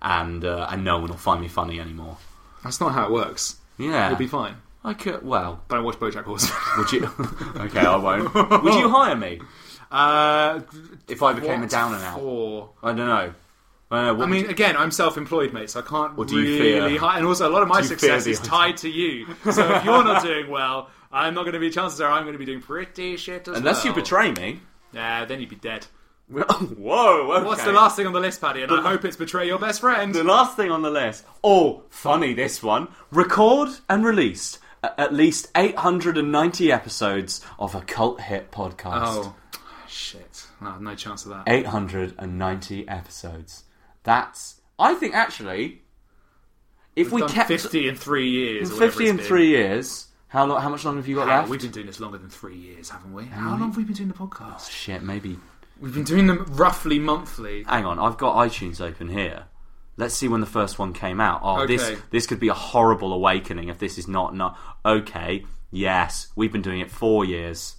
Speaker 4: and uh, and no one will find me funny anymore.
Speaker 2: That's not how it works.
Speaker 4: Yeah,
Speaker 2: You'll be fine.
Speaker 4: I could. Well,
Speaker 2: Don't watch BoJack Horseman.
Speaker 4: would you? okay, I won't. Would you hire me
Speaker 2: Uh,
Speaker 4: if I became a
Speaker 2: what
Speaker 4: down and out?
Speaker 2: for?
Speaker 4: I don't know. I, don't know.
Speaker 2: I mean, again, I'm self-employed, mate, so I can't
Speaker 4: do you
Speaker 2: really.
Speaker 4: fear-
Speaker 2: hi- and also, a lot of my
Speaker 4: do you
Speaker 2: success
Speaker 4: fear
Speaker 2: is
Speaker 4: the-
Speaker 2: tied to you. So if you're not doing well, I'm not going to be. Chances are, I'm going to be doing pretty shit as
Speaker 4: unless you
Speaker 2: well.
Speaker 4: betray me.
Speaker 2: Nah, then you'd be dead.
Speaker 4: Whoa! Okay.
Speaker 2: What's the last thing on the list, Paddy? And I hope it's betray your best friend.
Speaker 4: The last thing on the list. Oh, funny this one. Record and released a- at least 890 episodes of a cult hit podcast.
Speaker 2: Oh shit! No, no chance of that.
Speaker 4: 890 episodes. That's. I think actually, if
Speaker 2: We've
Speaker 4: we
Speaker 2: done
Speaker 4: kept
Speaker 2: 50 in three years. or whatever
Speaker 4: 50
Speaker 2: it's
Speaker 4: in
Speaker 2: been.
Speaker 4: three years, how long? How much longer have you got
Speaker 2: Wow,
Speaker 4: left? Mm.
Speaker 2: We've been doing this longer than three years, haven't we? How long have we been doing the podcast?
Speaker 4: Shit, maybe.
Speaker 2: We've been doing them roughly monthly.
Speaker 4: Hang on, I've got iTunes open here. Let's see when the first one came out. Oh,
Speaker 2: Okay.
Speaker 4: this this could be a horrible awakening if this is not not okay. Yes, we've been doing it four years,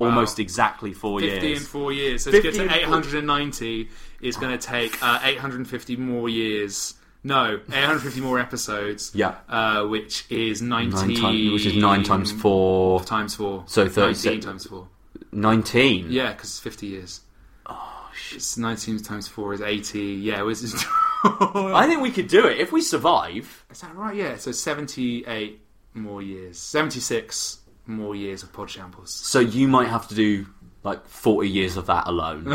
Speaker 4: almost exactly four
Speaker 2: 50
Speaker 4: years.
Speaker 2: in four years. So to get
Speaker 4: 50 in
Speaker 2: to
Speaker 4: four-
Speaker 2: 890 is going to take uh, 850 more years. No, 850 more episodes.
Speaker 4: Yeah.
Speaker 2: Uh, which is 90.
Speaker 4: Nine times, which is nine times four,
Speaker 2: Times four.
Speaker 4: So
Speaker 2: 19
Speaker 4: 37.
Speaker 2: times four.
Speaker 4: nineteen.
Speaker 2: Yeah, because it's 50 years. Oh, shit. It's 19 times four is 80. Yeah, it was. Is
Speaker 4: I think we could do it if we survive.
Speaker 2: that right? Yeah, so 78 more years. 76 more years of pod shambles.
Speaker 4: So you might have to do like forty years of that alone,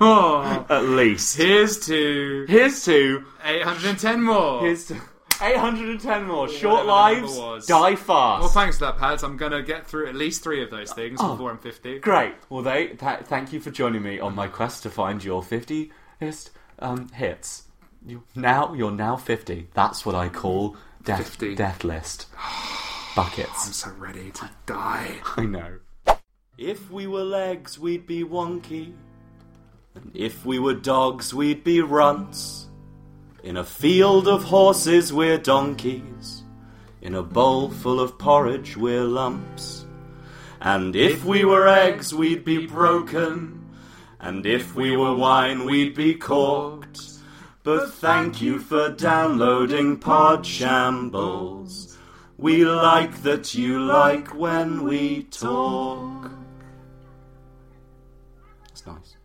Speaker 2: Oh,
Speaker 4: at least.
Speaker 2: here's to
Speaker 4: Here's to
Speaker 2: 810 more.
Speaker 4: here's to eight hundred and ten more
Speaker 2: whatever
Speaker 4: short
Speaker 2: the number
Speaker 4: lives.
Speaker 2: was.
Speaker 4: Die fast.
Speaker 2: Well, thanks for that, Pads. I'm going to get through at least three of those things before I'm 50.
Speaker 4: Oh, Great. Well, they th- thank you for joining me on my quest to find your 50th um, hits. You, now you're now 50. That's what I call death
Speaker 2: 50.
Speaker 4: death list
Speaker 2: I'm
Speaker 4: buckets.
Speaker 2: so ready to die.
Speaker 4: I know. If we were legs, we'd be wonky. And if we were dogs, we'd be runts. In a field of horses, we're donkeys. In a bowl full of porridge, we're lumps. And if we were eggs, we'd be broken. And if we were wine, we'd be corked. But thank you for downloading Pod Shambles. We like that you like when we talk. That's nice.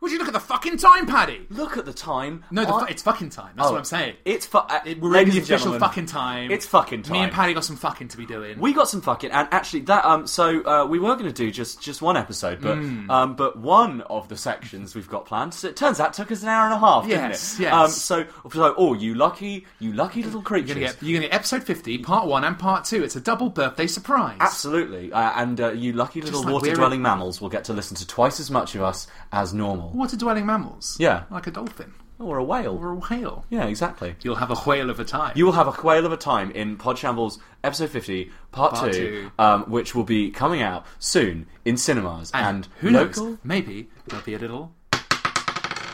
Speaker 2: Would you look at the fucking time, Paddy?
Speaker 4: Look at the time.
Speaker 2: No, the
Speaker 4: I-
Speaker 2: fu- it's fucking time. That's
Speaker 4: Oh,
Speaker 2: what I'm saying.
Speaker 4: It's fu- uh,
Speaker 2: It- we're in
Speaker 4: ladies
Speaker 2: the
Speaker 4: and
Speaker 2: official
Speaker 4: gentlemen,
Speaker 2: fucking time.
Speaker 4: It's fucking time.
Speaker 2: Me and Paddy got some fucking to be doing.
Speaker 4: We got some fucking and actually that um so uh, we were going to do just just one episode but
Speaker 2: Hmm.
Speaker 4: um but one of the sections we've got planned so it turns out took us an hour and a half
Speaker 2: Yes,
Speaker 4: didn't it
Speaker 2: yes.
Speaker 4: um so so oh you lucky you lucky little creatures
Speaker 2: You're going to get you're gonna get episode 50, part one and part two. It's a double birthday surprise.
Speaker 4: absolutely uh, and uh, you lucky little
Speaker 2: like we're in-
Speaker 4: water dwelling mammals will get to listen to twice as much of us as normal
Speaker 2: Water dwelling mammals.
Speaker 4: Yeah.
Speaker 2: Like a dolphin
Speaker 4: or a whale
Speaker 2: or a whale.
Speaker 4: yeah exactly
Speaker 2: You'll have a whale of a time.
Speaker 4: You will have a whale of a time in Pod Shambles episode 50, part,
Speaker 2: Part
Speaker 4: 2,
Speaker 2: two.
Speaker 4: Um, which will be coming out soon in cinemas and,
Speaker 2: and who
Speaker 4: local.
Speaker 2: knows? Maybe there'll be a little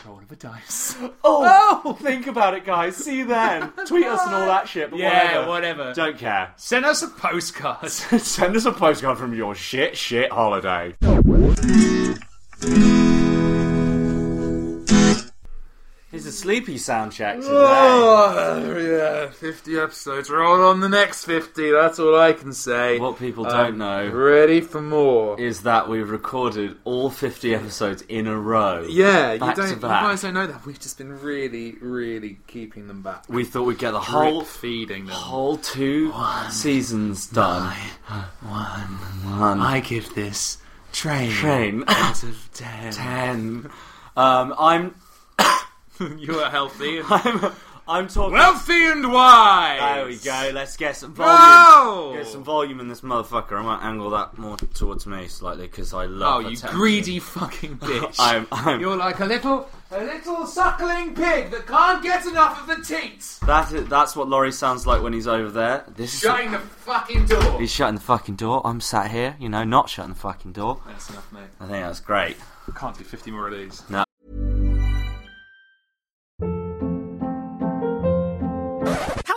Speaker 2: roll of a dice.
Speaker 4: Oh, think about it, guys. See you then. Tweet us and all that shit. But
Speaker 2: Yeah,
Speaker 4: whatever.
Speaker 2: whatever.
Speaker 4: Don't care.
Speaker 2: Send us a postcard.
Speaker 4: Send us a postcard from your shit, shit holiday. Here's a sleepy sound check today.
Speaker 2: Oh, yeah, 50 episodes. We're all on the next 50, that's all I can say.
Speaker 4: What people don't
Speaker 2: Um,
Speaker 4: know
Speaker 2: Ready for more.
Speaker 4: is that we've recorded all 50 episodes in a row.
Speaker 2: Yeah, you,
Speaker 4: Back to
Speaker 2: don't, you
Speaker 4: back.
Speaker 2: guys don't know that. We've just been really, really keeping them back.
Speaker 4: We thought we'd get the
Speaker 2: Drip
Speaker 4: whole
Speaker 2: feeding them.
Speaker 4: whole two seasons done. One.
Speaker 2: I give this train.
Speaker 4: Train.
Speaker 2: Out of 10.
Speaker 4: Ten. Um, I'm
Speaker 2: you are healthy. And
Speaker 4: I'm I'm talking.
Speaker 2: Wealthy and wise!
Speaker 4: there we go. Let's get some volume.
Speaker 2: No!
Speaker 4: Get some volume in this motherfucker. I might angle that more towards me slightly because I
Speaker 2: Oh,
Speaker 4: love.
Speaker 2: you
Speaker 4: attention.
Speaker 2: greedy fucking bitch.
Speaker 4: I'm. I'm
Speaker 2: You're like a little, a little suckling pig that can't get enough of the teats.
Speaker 4: that is, that's what Laurie sounds like when he's over there. This is.
Speaker 2: Shutting the fucking door.
Speaker 4: He's shutting the fucking door. I'm sat here, you know, not shutting the fucking door.
Speaker 2: That's enough, mate.
Speaker 4: I think that's great.
Speaker 2: Can't do 50 more of these.
Speaker 6: Hold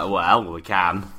Speaker 4: Uh, Well, we can.